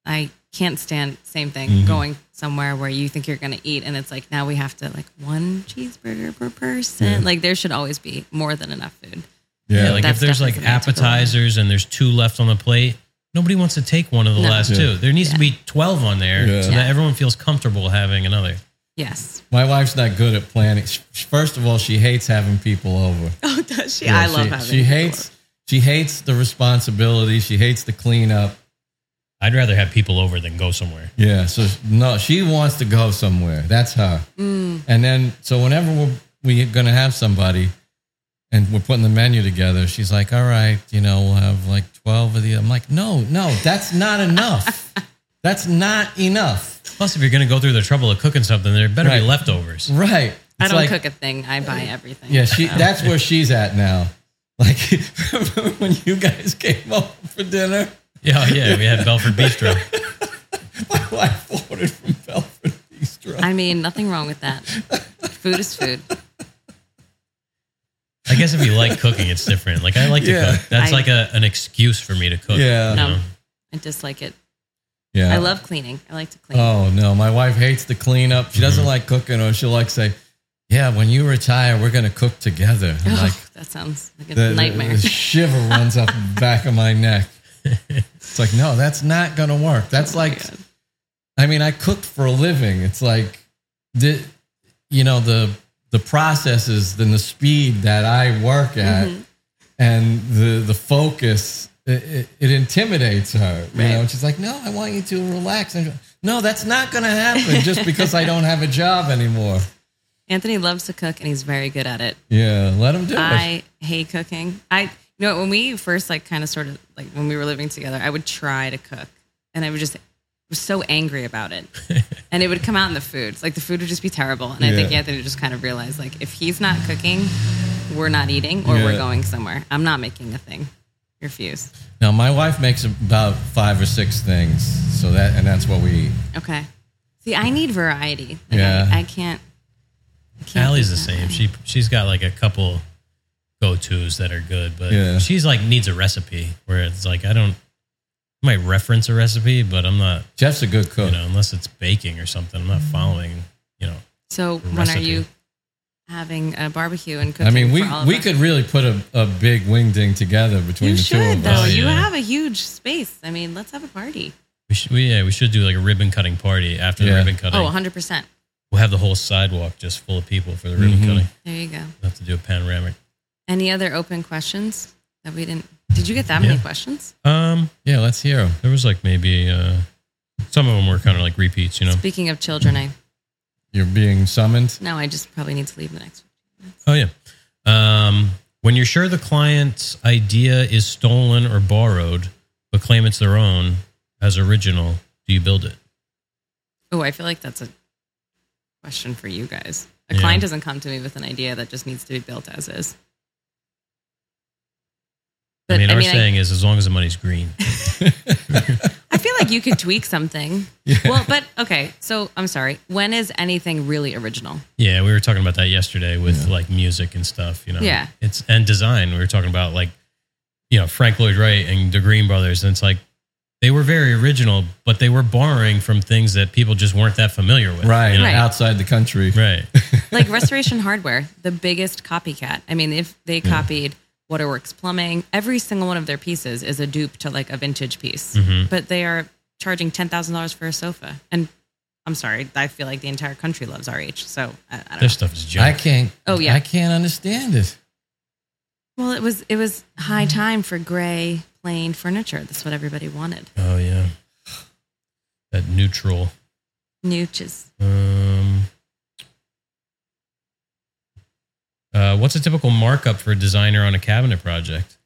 Speaker 4: I can't stand same thing
Speaker 3: Mm-hmm.
Speaker 4: going somewhere where you think you're going to eat and it's like now we have to like one cheeseburger per person. Like there should always be more than enough food.
Speaker 1: Yeah,
Speaker 3: yeah,
Speaker 1: like if
Speaker 4: That's
Speaker 1: there's like
Speaker 4: definitely something to go on.
Speaker 1: appetizers and there's two left on the plate, nobody wants to take one of the
Speaker 4: No.
Speaker 1: last
Speaker 3: Yeah.
Speaker 1: two. There needs to be 12 on there
Speaker 3: Yeah.
Speaker 1: so
Speaker 4: Yeah.
Speaker 1: that everyone feels comfortable having another.
Speaker 4: Yes.
Speaker 3: my wife's not good at planning. Sh- First of all, she hates having people over.
Speaker 4: Oh, does she?
Speaker 3: Yeah,
Speaker 4: I love
Speaker 3: she,
Speaker 4: having
Speaker 3: She
Speaker 4: people
Speaker 3: hates. She hates the responsibility. She hates the cleanup.
Speaker 1: I'd rather have people over than go somewhere.
Speaker 3: Yeah. So no, she wants to go somewhere. That's her.
Speaker 4: Mm.
Speaker 3: And then so whenever we're we're gonna have somebody, and we're putting the menu together, she's like, "All right, you know, we'll have like twelve of the." I'm like, "No, no, that's not enough. that's not enough."
Speaker 1: Plus, if you're going to go through the trouble of cooking something, there better
Speaker 3: Right.
Speaker 1: be leftovers.
Speaker 3: Right.
Speaker 4: I
Speaker 3: It's
Speaker 4: don't
Speaker 3: like-
Speaker 4: cook a thing. I buy everything.
Speaker 3: Yeah, she.
Speaker 4: So,
Speaker 3: That's where she's at now. Like when you guys came over for dinner.
Speaker 1: Yeah, yeah, we had Belford Bistro.
Speaker 3: My wife ordered from Belford Bistro.
Speaker 4: I mean, nothing wrong with that. food is food.
Speaker 1: I guess if you like cooking, it's different. Like I like
Speaker 3: Yeah.
Speaker 1: to cook. That's
Speaker 4: I-
Speaker 1: like a, an excuse for me to cook.
Speaker 3: Yeah.
Speaker 1: you
Speaker 4: No.
Speaker 1: know?
Speaker 4: I dislike it.
Speaker 3: Yeah.
Speaker 4: I love cleaning. I like to clean.
Speaker 3: Oh no, my wife hates the cleanup. She doesn't like cooking, or she'll like say, "Yeah, when you retire, we're gonna cook together." I'm
Speaker 4: Ugh,
Speaker 3: like
Speaker 4: that sounds like a
Speaker 3: the,
Speaker 4: nightmare.
Speaker 3: the shiver runs up the back of my neck. It's like, no, that's not gonna work. That's
Speaker 4: Oh my
Speaker 3: like,
Speaker 4: God.
Speaker 3: I mean, I cooked for a living. It's like the, you know, the the processes and the speed that I work at,
Speaker 4: Mm-hmm.
Speaker 3: and the the focus. It, it, it intimidates her, you know.
Speaker 4: Right.
Speaker 3: And she's like, "No, I want you to relax." And I'm- no, that's not going to happen just because I don't have a job anymore.
Speaker 4: Anthony loves to cook and he's very good at it.
Speaker 3: Yeah, let him do it.
Speaker 4: I hate cooking. I you know when we first like kind of sort of like when we were living together, I would try to cook and I would just was so angry about it, and it would come out in the food. Like the food would just be terrible, and I think
Speaker 3: Yeah.
Speaker 4: Anthony just kind of realized like if he's not cooking, we're not eating or
Speaker 3: Yeah.
Speaker 4: we're going somewhere. I'm not making a thing. Refuse.
Speaker 3: Now, my wife makes about five or six things, so that and that's what we eat.
Speaker 4: Okay. See, I need variety. Like,
Speaker 3: Yeah.
Speaker 4: I, I can't. I can't
Speaker 1: Allie's
Speaker 4: do
Speaker 1: the
Speaker 4: that.
Speaker 1: same. She she's got like a couple go tos that are good, but
Speaker 3: Yeah.
Speaker 1: she's like needs a recipe where it's like I don't I might reference a recipe, but I'm not
Speaker 3: Jeff's a good cook.
Speaker 1: you know unless it's baking or something. I'm not
Speaker 4: Mm-hmm.
Speaker 1: following you know.
Speaker 4: So when are
Speaker 1: Recipe.
Speaker 4: you having a barbecue and cooking?
Speaker 3: I mean, we,
Speaker 4: for all of
Speaker 3: we
Speaker 4: us?
Speaker 3: could really put a, a big wing ding together between
Speaker 4: You
Speaker 3: the two
Speaker 4: should
Speaker 3: of
Speaker 4: though.
Speaker 3: us.
Speaker 4: You
Speaker 1: yeah.
Speaker 4: have a huge space. I mean, let's have a party.
Speaker 1: We should we, yeah we should do like a ribbon cutting party after
Speaker 3: Yeah.
Speaker 1: the ribbon cutting.
Speaker 4: Oh, 100 percent.
Speaker 1: We'll have the whole sidewalk just full of people for the ribbon
Speaker 3: Mhm.
Speaker 1: cutting.
Speaker 4: There you go.
Speaker 1: We'll have to do a panoramic.
Speaker 4: Any other open questions that we didn't? Did you get that many
Speaker 1: Yeah.
Speaker 4: questions?
Speaker 1: Um,
Speaker 3: Yeah, let's hear him.
Speaker 1: there was like maybe uh, some of them were kind of like repeats, you know.
Speaker 4: Speaking of children, I
Speaker 3: You're being summoned.
Speaker 4: no, I just probably need to leave the next. one.
Speaker 1: Oh yeah. Um, when you're sure the client's idea is stolen or borrowed, but claim it's their own as original, do you build it?
Speaker 4: Oh, I feel like that's a question for you guys. A
Speaker 1: Yeah.
Speaker 4: client doesn't come to me with an idea that just needs to be built as is. But
Speaker 1: I mean,
Speaker 4: I
Speaker 1: our
Speaker 4: mean, I-
Speaker 1: saying is as long as the money's green.
Speaker 4: I feel like you could tweak something. Well, but okay. So I'm sorry. When is anything really original?
Speaker 1: yeah, we were talking about that yesterday with like music and stuff. You know,
Speaker 4: Yeah.
Speaker 1: it's and design. We were talking about like you know Frank Lloyd Wright and the Green Brothers, and it's like they were very original, but they were borrowing from things that people just weren't that familiar with.
Speaker 3: Right,
Speaker 1: you know?
Speaker 4: Right.
Speaker 3: outside the country.
Speaker 1: Right.
Speaker 4: Like Restoration Hardware, the biggest copycat. I mean, if they copied Waterworks Plumbing, every single one of their pieces is a dupe to like a vintage piece. But they are charging ten thousand dollars for a sofa, and I'm sorry, I feel like the entire country loves RH. So I, I don't
Speaker 1: Their
Speaker 4: know.
Speaker 1: stuff is
Speaker 3: I
Speaker 1: junk.
Speaker 3: can't.
Speaker 4: Oh, yeah.
Speaker 3: I can't understand it.
Speaker 4: Well, it was it was high time for gray plain furniture. That's what everybody wanted.
Speaker 1: oh yeah, that neutral.
Speaker 4: Nooch is
Speaker 1: Um, uh, what's a typical markup for a designer on a cabinet project?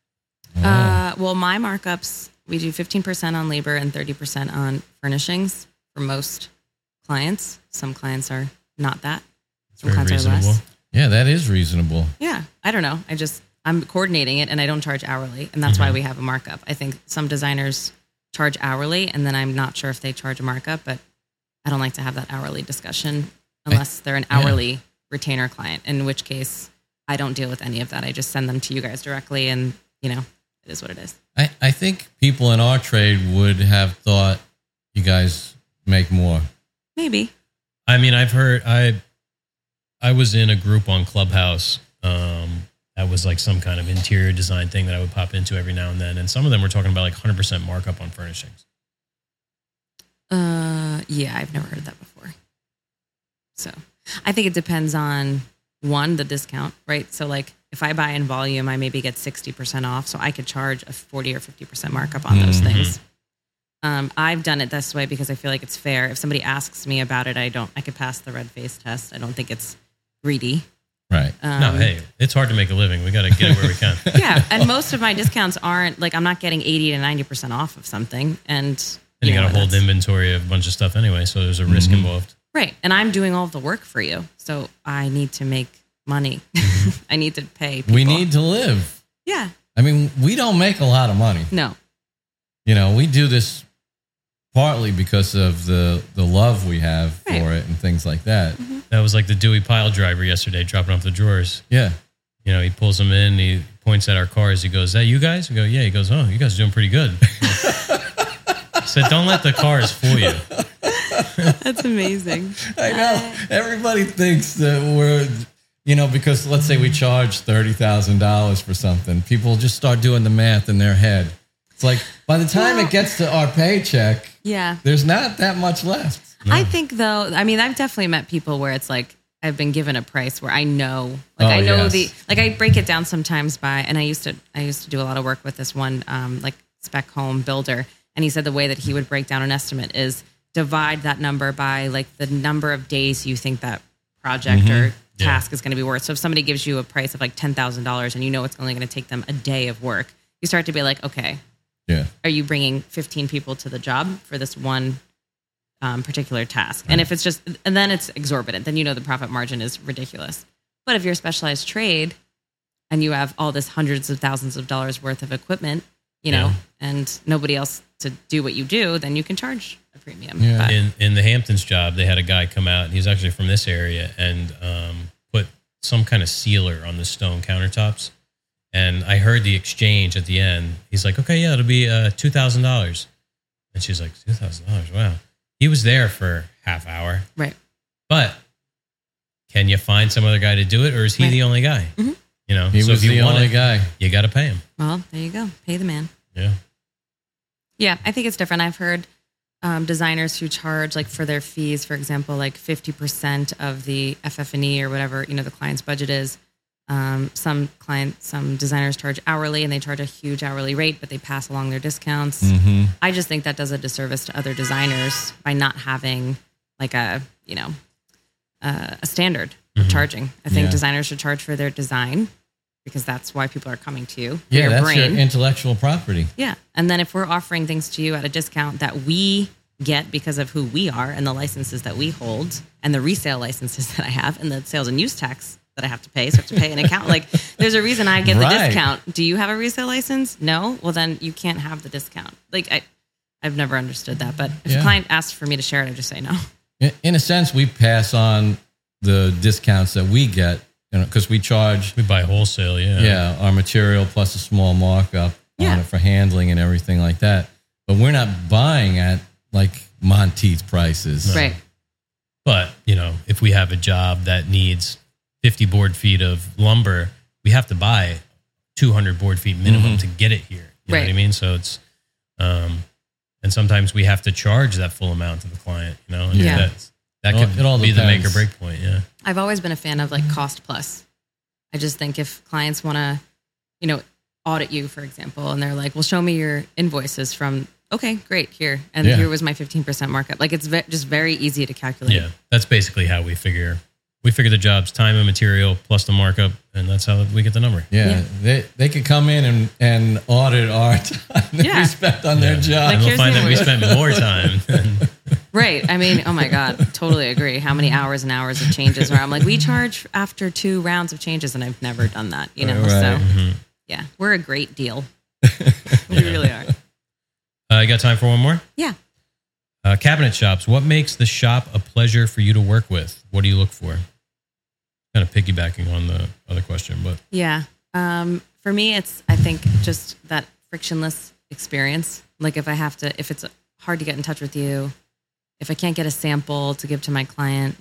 Speaker 1: Oh.
Speaker 4: Uh, well, my markups we do 15% on labor and 30% on furnishings for most clients. Some clients are not that. Some
Speaker 1: very
Speaker 4: clients are less.
Speaker 1: reasonable.
Speaker 3: Yeah, that is reasonable.
Speaker 4: Yeah, I don't know. I just I'm coordinating it and I don't charge hourly, and that's
Speaker 1: Mm-hmm.
Speaker 4: why we have a markup. I think some designers charge hourly, and then I'm not sure if they charge a markup, but I don't like to have that hourly discussion unless they're an hourly retainer client, in which case I don't deal with any of that. I just send them to you guys directly, and you know it is what it is.
Speaker 3: I, I think people in our trade would have thought you guys make more.
Speaker 4: Maybe.
Speaker 1: I mean, I've heard I I was in a group on Clubhouse um, that was like some kind of interior design thing that I would pop into every now and then, and some of them were talking about like 100% markup on furnishings.
Speaker 4: Uh, yeah, I've never heard that before. So I think it depends on one, the discount, right? So like if I buy in volume, I maybe get 60% off. So I could charge a 40 or 50% markup on those
Speaker 1: Mm-hmm.
Speaker 4: things. Um, I've done it this way because I feel like it's fair. If somebody asks me about it, I don't, I could pass the red face test. I don't think it's greedy.
Speaker 3: Right.
Speaker 4: Um,
Speaker 1: no, hey, it's hard to make a living. We got to get it where we can.
Speaker 4: Yeah. And most of my discounts aren't like, I'm not getting 80 to 90% off of something. And,
Speaker 1: And you got
Speaker 4: know,
Speaker 1: to hold
Speaker 4: that's-
Speaker 1: inventory of a bunch of stuff anyway, so there's a risk
Speaker 3: Mm-hmm.
Speaker 1: involved.
Speaker 4: Right. And I'm doing all the work for you. So I need to make money. I need to pay.
Speaker 3: We
Speaker 4: people.
Speaker 3: need to live.
Speaker 4: Yeah.
Speaker 3: I mean, we don't make a lot of money.
Speaker 4: No.
Speaker 3: You know, we do this partly because of the the love we have
Speaker 4: Right. Mm-hmm.
Speaker 3: for it and things like that.
Speaker 1: That was like the Dewey pile driver yesterday, dropping off the drawers.
Speaker 3: Yeah.
Speaker 1: you know, he pulls them in, he points at our cars, he goes, That you guys? We go, Yeah. He goes, Oh, you guys are doing pretty good. so don't let the cars fool you.
Speaker 4: That's amazing.
Speaker 3: I know. Everybody thinks that we're, you know, because let's say we charge $30,000 for something, people just start doing the math in their head. It's like by the time it gets to our paycheck,
Speaker 4: yeah.
Speaker 3: there's not that much left.
Speaker 4: I think though, I mean, I've definitely met people where it's like I've been given a price where I know, like
Speaker 3: Oh,
Speaker 4: I know
Speaker 3: yes.
Speaker 4: the, like I break it down sometimes by, and I used to, I used to do a lot of work with this one, um, like spec home builder, and he said the way that he would break down an estimate is divide that number by like the number of days you think that project
Speaker 3: Mm-hmm.
Speaker 4: or task is going to be worth. So if somebody gives you a price of like ten thousand dollars and you know it's only going to take them a day of work, you start to be like, okay,
Speaker 3: Yeah.
Speaker 4: are you bringing 15 people to the job for this one um, particular task? And if it's just, and then it's exorbitant, then you know the profit margin is ridiculous. But if you're a specialized trade and you have all this hundreds of thousands of dollars worth of equipment, you know, and nobody else to do what you do, then you can charge a premium.
Speaker 3: Yeah.
Speaker 4: But
Speaker 1: in in the Hamptons job, they had a guy come out. and He's actually from this area and um, put some kind of sealer on the stone countertops. And I heard the exchange at the end. He's like, "Okay, yeah, it'll be uh, two thousand dollars." And she's like, 2000 dollars? Wow." He was there for half hour,
Speaker 4: right.
Speaker 1: but can you find some other guy to do it, or is he
Speaker 4: Right.
Speaker 1: the only guy?
Speaker 4: Mhm.
Speaker 1: You know,
Speaker 3: He
Speaker 1: if
Speaker 3: was
Speaker 1: you
Speaker 3: the
Speaker 1: want
Speaker 3: only
Speaker 1: it,
Speaker 3: guy.
Speaker 1: You got to pay him.
Speaker 4: Well, there you go. Pay the man.
Speaker 1: Yeah.
Speaker 4: Yeah, I think it's different. I've heard um, designers who charge like for their fees, for example, like fifty percent of the FF&E E or whatever you know the client's budget is. Um, some clients, some designers charge hourly, and they charge a huge hourly rate, but they pass along their discounts.
Speaker 3: Mm-hmm.
Speaker 4: I just think that does a disservice to other designers by not having like a you know uh, a standard
Speaker 1: Mhm.
Speaker 4: of charging. I think
Speaker 3: Mm-hmm. Yeah.
Speaker 4: designers should charge for their design because that's why people are coming to you. for
Speaker 3: Yeah,
Speaker 4: your
Speaker 3: that's
Speaker 4: brain.
Speaker 3: your intellectual property.
Speaker 4: Yeah. And then if we're offering things to you at a discount that we get because of who we are and the licenses that we hold and the resale licenses that I have and the sales and use tax that I have to pay. So I have to pay an account. Like there's a reason I get the
Speaker 3: Right.
Speaker 4: discount. Do you have a resale license? No. Well then you can't have the discount. Like I I've never understood that. But if a
Speaker 3: Yeah.
Speaker 4: client asks for me to share it, I just say no.
Speaker 3: In- In a sense, we pass on the discounts that we get, you know, because we charge
Speaker 1: We buy wholesale. Yeah.
Speaker 3: yeah, our material plus a small markup
Speaker 4: Yeah.
Speaker 3: on it for handling and everything like that. But we're not buying at like Monteith prices.
Speaker 4: Right.
Speaker 1: But you know, if we have a job that needs 50 board feet of lumber, we have to buy 200 board feet
Speaker 3: Mm-hmm.
Speaker 1: minimum to get it here. You know what I
Speaker 4: Right.
Speaker 1: mean? So it's, um, and sometimes we have to charge that full amount to the client. You know, and
Speaker 4: Yeah.
Speaker 1: that's, that
Speaker 3: It all-
Speaker 1: could
Speaker 3: it all
Speaker 1: be the make or
Speaker 3: depends.
Speaker 1: break point. Yeah,
Speaker 4: I've always been a fan of like cost plus. I just think if clients want to, you know, audit you, for example, and they're like, well, show me your invoices from, okay, great, here. And
Speaker 3: Yeah.
Speaker 4: here was my 15% markup. Like it's ve- just very easy to calculate.
Speaker 1: yeah. That's basically how we figure. We figure the job's time and material plus the markup, and that's how we get the number.
Speaker 3: Yeah,
Speaker 4: Yeah.
Speaker 3: They, they could come in and, and audit our time that
Speaker 4: Yeah.
Speaker 3: we spent on their job.
Speaker 1: and we'll
Speaker 4: here's
Speaker 1: find
Speaker 4: the
Speaker 1: that we
Speaker 4: invoice.
Speaker 1: spent more time. than-
Speaker 4: Right. I mean, oh my God, totally agree. How many hours and hours of changes where I'm like, we charge after two rounds of changes, and I've never done that, you know?
Speaker 3: Right.
Speaker 4: So
Speaker 1: Mhm.
Speaker 4: yeah, we're a great deal. we really are.
Speaker 1: uh, you got time for one more?
Speaker 4: Yeah.
Speaker 1: Uh, cabinet shops. What makes the shop a pleasure for you to work with? What do you look for? Kind of piggybacking on the other question, but
Speaker 4: Yeah. Um, for me, it's, I think, just that frictionless experience. Like, if I have to, if it's hard to get in touch with you, if I can't get a sample to give to my client,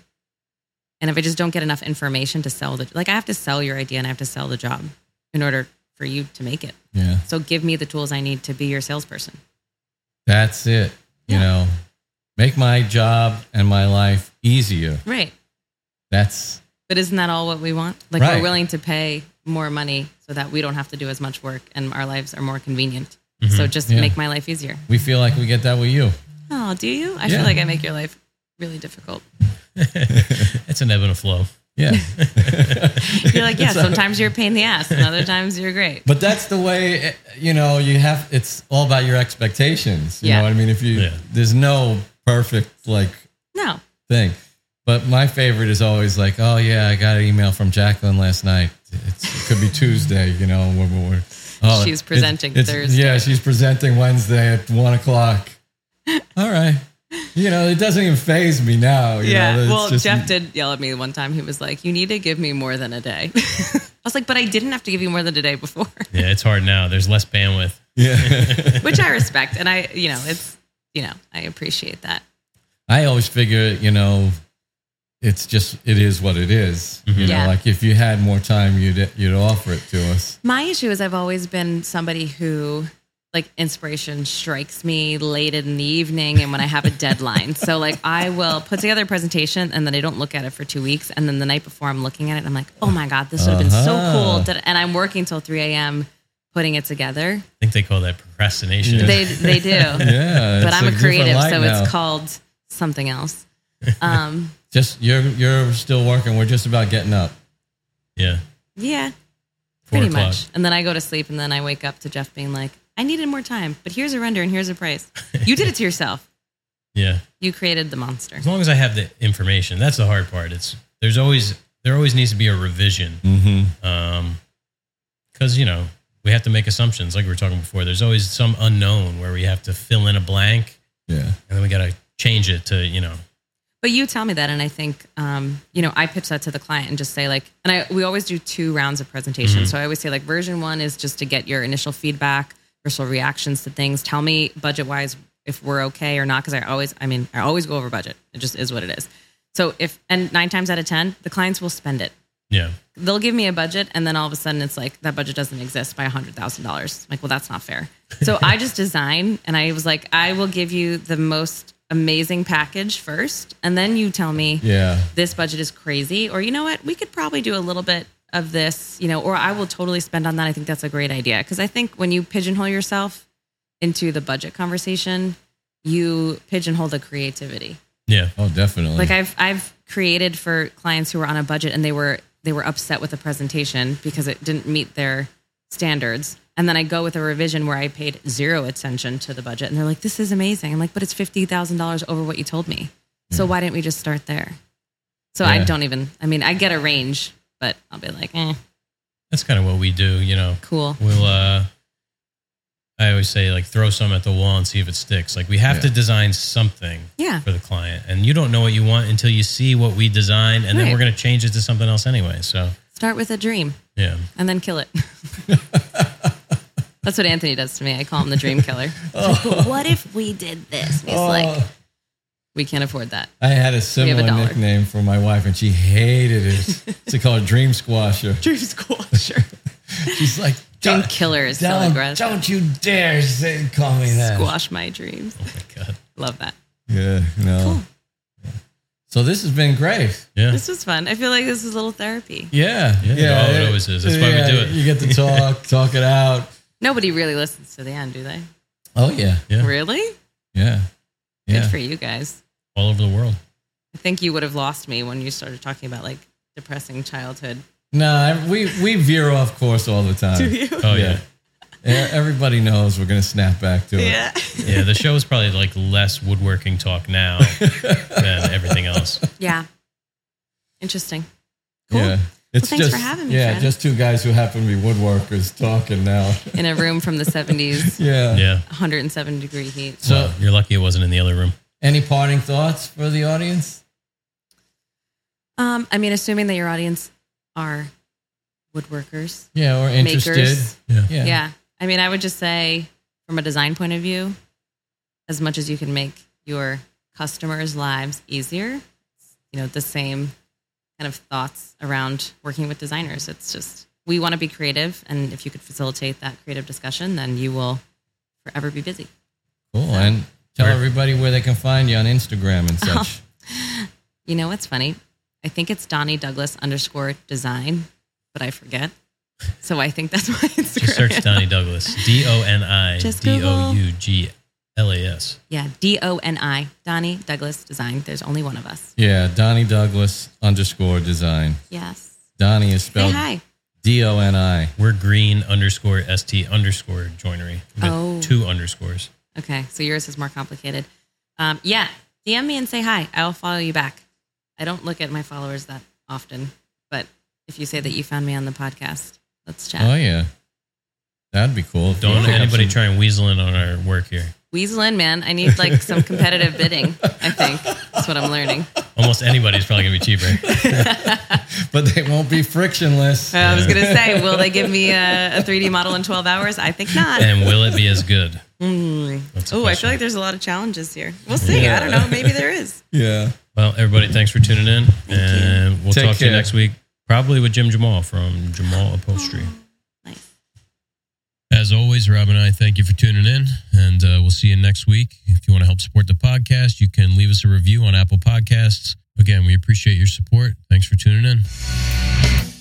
Speaker 4: and if I just don't get enough information to sell the, like, I have to sell your idea and I have to sell the job in order for you to make it.
Speaker 3: yeah,
Speaker 4: So, give me the tools I need to be your salesperson.
Speaker 3: that's it. You
Speaker 4: Yeah.
Speaker 3: know, make my job and my life easier.
Speaker 4: Right.
Speaker 3: That's
Speaker 4: But isn't that all what we want? Like,
Speaker 3: Right.
Speaker 4: we're willing to pay more money so that we don't have to do as much work and our lives are more convenient. So, just
Speaker 3: Mm-hmm. Yeah.
Speaker 4: make my life easier.
Speaker 3: we feel like we get that with you.
Speaker 4: Oh, do you? I
Speaker 3: Yeah.
Speaker 4: feel like I make your life really difficult.
Speaker 1: it's an ebb and a flow.
Speaker 3: Yeah.
Speaker 4: You're like, yeah, sometimes you're a pain in the ass, and other times you're great.
Speaker 3: But that's the way eh, you know you have. It's all about your expectations. You
Speaker 4: Yeah.
Speaker 3: know what I mean? If you
Speaker 1: Yeah.
Speaker 3: there's no perfect like
Speaker 4: No.
Speaker 3: thing, but my favorite is always like, oh yeah, I got an email from Jacqueline last night. It's, it could be Tuesday, you know. When we're, oh,
Speaker 4: She's
Speaker 3: it-
Speaker 4: presenting
Speaker 3: it's-
Speaker 4: Thursday.
Speaker 3: Yeah, she's presenting Wednesday at one o'clock. All right. You know, it doesn't even phase me now. you
Speaker 4: Yeah.
Speaker 3: know, it's
Speaker 4: well,
Speaker 3: just-
Speaker 4: Jeff did yell at me one time. He was like, you need to give me more than a day. I was like, but I didn't have to give you more than a day before,
Speaker 1: Yeah, it's hard now. There's less bandwidth.
Speaker 3: Yeah.
Speaker 4: which I respect. And I, you know, it's, you know, I appreciate that.
Speaker 3: I always figure, you know, it's just it is what it is. You know,
Speaker 4: Yeah.
Speaker 3: like if you had more time, you'd you'd offer it to us.
Speaker 4: My issue is I've always been somebody who like inspiration strikes me late in the evening and when I have a deadline. So like I will put together a presentation and then I don't look at it for two weeks. And then the night before I'm looking at it, I'm like, oh my God, this would have been
Speaker 3: Uh-huh.
Speaker 4: so cool. Did- And I'm working till 3 a.m. putting it together.
Speaker 1: I think they call that procrastination.
Speaker 4: They, they do.
Speaker 3: Yeah,
Speaker 4: But
Speaker 3: it's
Speaker 4: I'm a
Speaker 3: different
Speaker 4: creative,
Speaker 3: light
Speaker 4: so
Speaker 3: now.
Speaker 4: it's called something else. Um,
Speaker 3: just you're you're still working. We're just about getting up.
Speaker 1: yeah,
Speaker 4: yeah,
Speaker 1: Four
Speaker 4: pretty
Speaker 1: o'clock.
Speaker 4: much. And then I go to sleep and then I wake up to Jeff being like, I needed more time, but here's a render and here's a price. You did it to yourself.
Speaker 1: Yeah,
Speaker 4: You created the monster.
Speaker 1: as long as I have the information, that's the hard part. It's there's always there always needs to be a revision
Speaker 3: Mm-hmm.
Speaker 1: because Um, you know we have to make assumptions, like we were talking before. There's always some unknown where we have to fill in a blank,
Speaker 3: Yeah.
Speaker 1: and then we got to change it to you know.
Speaker 4: But you tell me that, and I think, um, you know, I pitch that to the client and just say like, and I we always do two rounds of
Speaker 1: Mm-hmm.
Speaker 4: presentation. So I always say like, version one is just to get your initial feedback, initial reactions to things. Tell me budget wise if we're okay or not, because I always, I mean, I always go over budget. It just is what it is. So if and nine times out of ten, the clients will spend it.
Speaker 1: Yeah,
Speaker 4: They'll give me a budget, and then all of a sudden, it's like that budget doesn't exist by a hundred thousand dollars. Like, well, that's not fair. So I just design, and I was like, I will give you the most amazing package first, and then you tell me
Speaker 3: Yeah.
Speaker 4: this budget is crazy or you know what we could probably do a little bit of this you know or i will totally spend on that i think that's a great idea because i think when you pigeonhole yourself into the budget conversation you pigeonhole the creativity
Speaker 1: yeah,
Speaker 3: Oh, definitely.
Speaker 4: like i've i've created for clients who were on a budget and they were they were upset with the presentation because it didn't meet their standards and then i go with a revision where i paid zero attention to the budget and they're like this is amazing i'm like but it's $50000 over what you told me so why didn't we just start there so i
Speaker 3: Yeah.
Speaker 4: don't even i mean i get a range but i'll be like eh,
Speaker 1: that's kind of what we do. You know,
Speaker 4: cool
Speaker 1: we'll. uh I always say like throw some at the wall and see if it sticks. Like we have
Speaker 3: Yeah.
Speaker 1: to design something
Speaker 4: yeah
Speaker 1: for the client, and you don't know what you want until you see what we design, and then
Speaker 4: Right.
Speaker 1: we're going to change it to something else anyway. So
Speaker 4: start with a dream
Speaker 1: yeah,
Speaker 4: and then kill it that's what anthony does to me i call him the dream killer He's like, but what if we did this and he's like
Speaker 3: Oh,
Speaker 4: we can't afford that
Speaker 3: I had a similar
Speaker 4: dollar.
Speaker 3: nickname for my wife, and she hated it. She called it Dream Squasher.
Speaker 4: Dream Squasher.
Speaker 3: She's like,
Speaker 4: Dream
Speaker 3: "Don't-
Speaker 4: Killer is so
Speaker 3: don't,
Speaker 4: aggressive.
Speaker 3: don't you dare say, call me that.
Speaker 4: Squash my dreams.
Speaker 1: oh my god,
Speaker 4: Love that.
Speaker 3: Yeah, no.
Speaker 4: Cool.
Speaker 3: So this has been great.
Speaker 1: yeah.
Speaker 4: This was fun. I feel like this is a little therapy.
Speaker 3: Yeah,
Speaker 1: Yeah, no, it always is. That's why we do it.
Speaker 3: You get to talk, talk it out.
Speaker 4: Nobody really listens to the end, do they?
Speaker 3: Oh yeah,
Speaker 1: Yeah.
Speaker 4: Really?
Speaker 3: yeah, yeah.
Speaker 4: Good for you guys.
Speaker 1: all over the world.
Speaker 4: I think you would have lost me when you started talking about like depressing childhood.
Speaker 3: No, I- we we veer off course all the time.
Speaker 4: Do you?
Speaker 1: Oh yeah.
Speaker 3: E- Everybody knows we're gonna snap back to it.
Speaker 4: Yeah.
Speaker 1: Yeah, the show is probably like less woodworking talk now than everything else.
Speaker 4: Yeah. Interesting. Cool.
Speaker 3: Yeah. It's
Speaker 4: thanks
Speaker 3: just,
Speaker 4: for having me,
Speaker 3: Yeah,
Speaker 4: Fred.
Speaker 3: just two guys who happen to be woodworkers talking now.
Speaker 4: In a room from the 70s,
Speaker 3: yeah.
Speaker 1: Yeah.
Speaker 4: 107 degree heat.
Speaker 3: So,
Speaker 1: Well, you're lucky it wasn't in the other room.
Speaker 3: any parting thoughts for the audience?
Speaker 4: Um, I mean, assuming that your audience are woodworkers,
Speaker 3: Yeah, or interested.
Speaker 4: makers.
Speaker 1: Yeah.
Speaker 3: Yeah.
Speaker 4: Yeah. I mean, I would just say from a design point of view, as much as you can make your customers' lives easier, you know, the same kind of thoughts around working with designers. It's just we want to be creative and if you could facilitate that creative discussion, then you will forever be busy.
Speaker 3: Cool. And tell everybody where they can find you on Instagram and
Speaker 4: Oh.
Speaker 3: such.
Speaker 4: You know what's funny? I think it's Donnie Douglas underscore design, but I forget. So I think that's my Instagram.
Speaker 1: Just search Donnie Douglas. D O N I
Speaker 4: Just
Speaker 1: D O U G L A S.
Speaker 4: Yeah, D O N I, Donnie Douglas Design. There's only one of us.
Speaker 3: Yeah, Donnie Douglas underscore design.
Speaker 4: Yes.
Speaker 3: Donnie is
Speaker 4: Say
Speaker 3: spelled
Speaker 4: hi.
Speaker 3: D O N I.
Speaker 1: We're green underscore S T underscore joinery. We got
Speaker 4: Oh.
Speaker 1: Two underscores.
Speaker 4: Okay, so yours is more complicated. Um, yeah, DM me and say hi. I'll follow you back. I don't look at my followers that often, but if you say that you found me on the podcast, let's chat.
Speaker 3: Oh yeah, that'd be cool. if you
Speaker 1: Don't
Speaker 3: pick up
Speaker 1: anybody
Speaker 3: some-
Speaker 1: try and weasel in on our work here.
Speaker 4: Weasel in, man. I need like some competitive bidding. I think that's what I'm learning.
Speaker 1: Almost anybody's probably going to be cheaper.
Speaker 3: but they won't be frictionless.
Speaker 4: I was gonna say, will they give me a, a 3D model in 12 hours? I think not.
Speaker 1: And will it be as good? That's the
Speaker 4: Oh, I
Speaker 1: question.
Speaker 4: feel like there's a lot of challenges here. We'll see. I don't know. Maybe there is.
Speaker 3: yeah.
Speaker 1: Well, everybody, thanks for tuning in. And we'll
Speaker 3: Take
Speaker 1: talk to you
Speaker 3: care.
Speaker 1: next week, probably with Jim Jamal from Jamal Upholstery.
Speaker 4: Nice.
Speaker 5: As always, Rob and I thank you for tuning in, and uh, we'll see you next week. If you want to help support the podcast, you can leave us a review on Apple Podcasts. Again, we appreciate your support. Thanks for tuning in.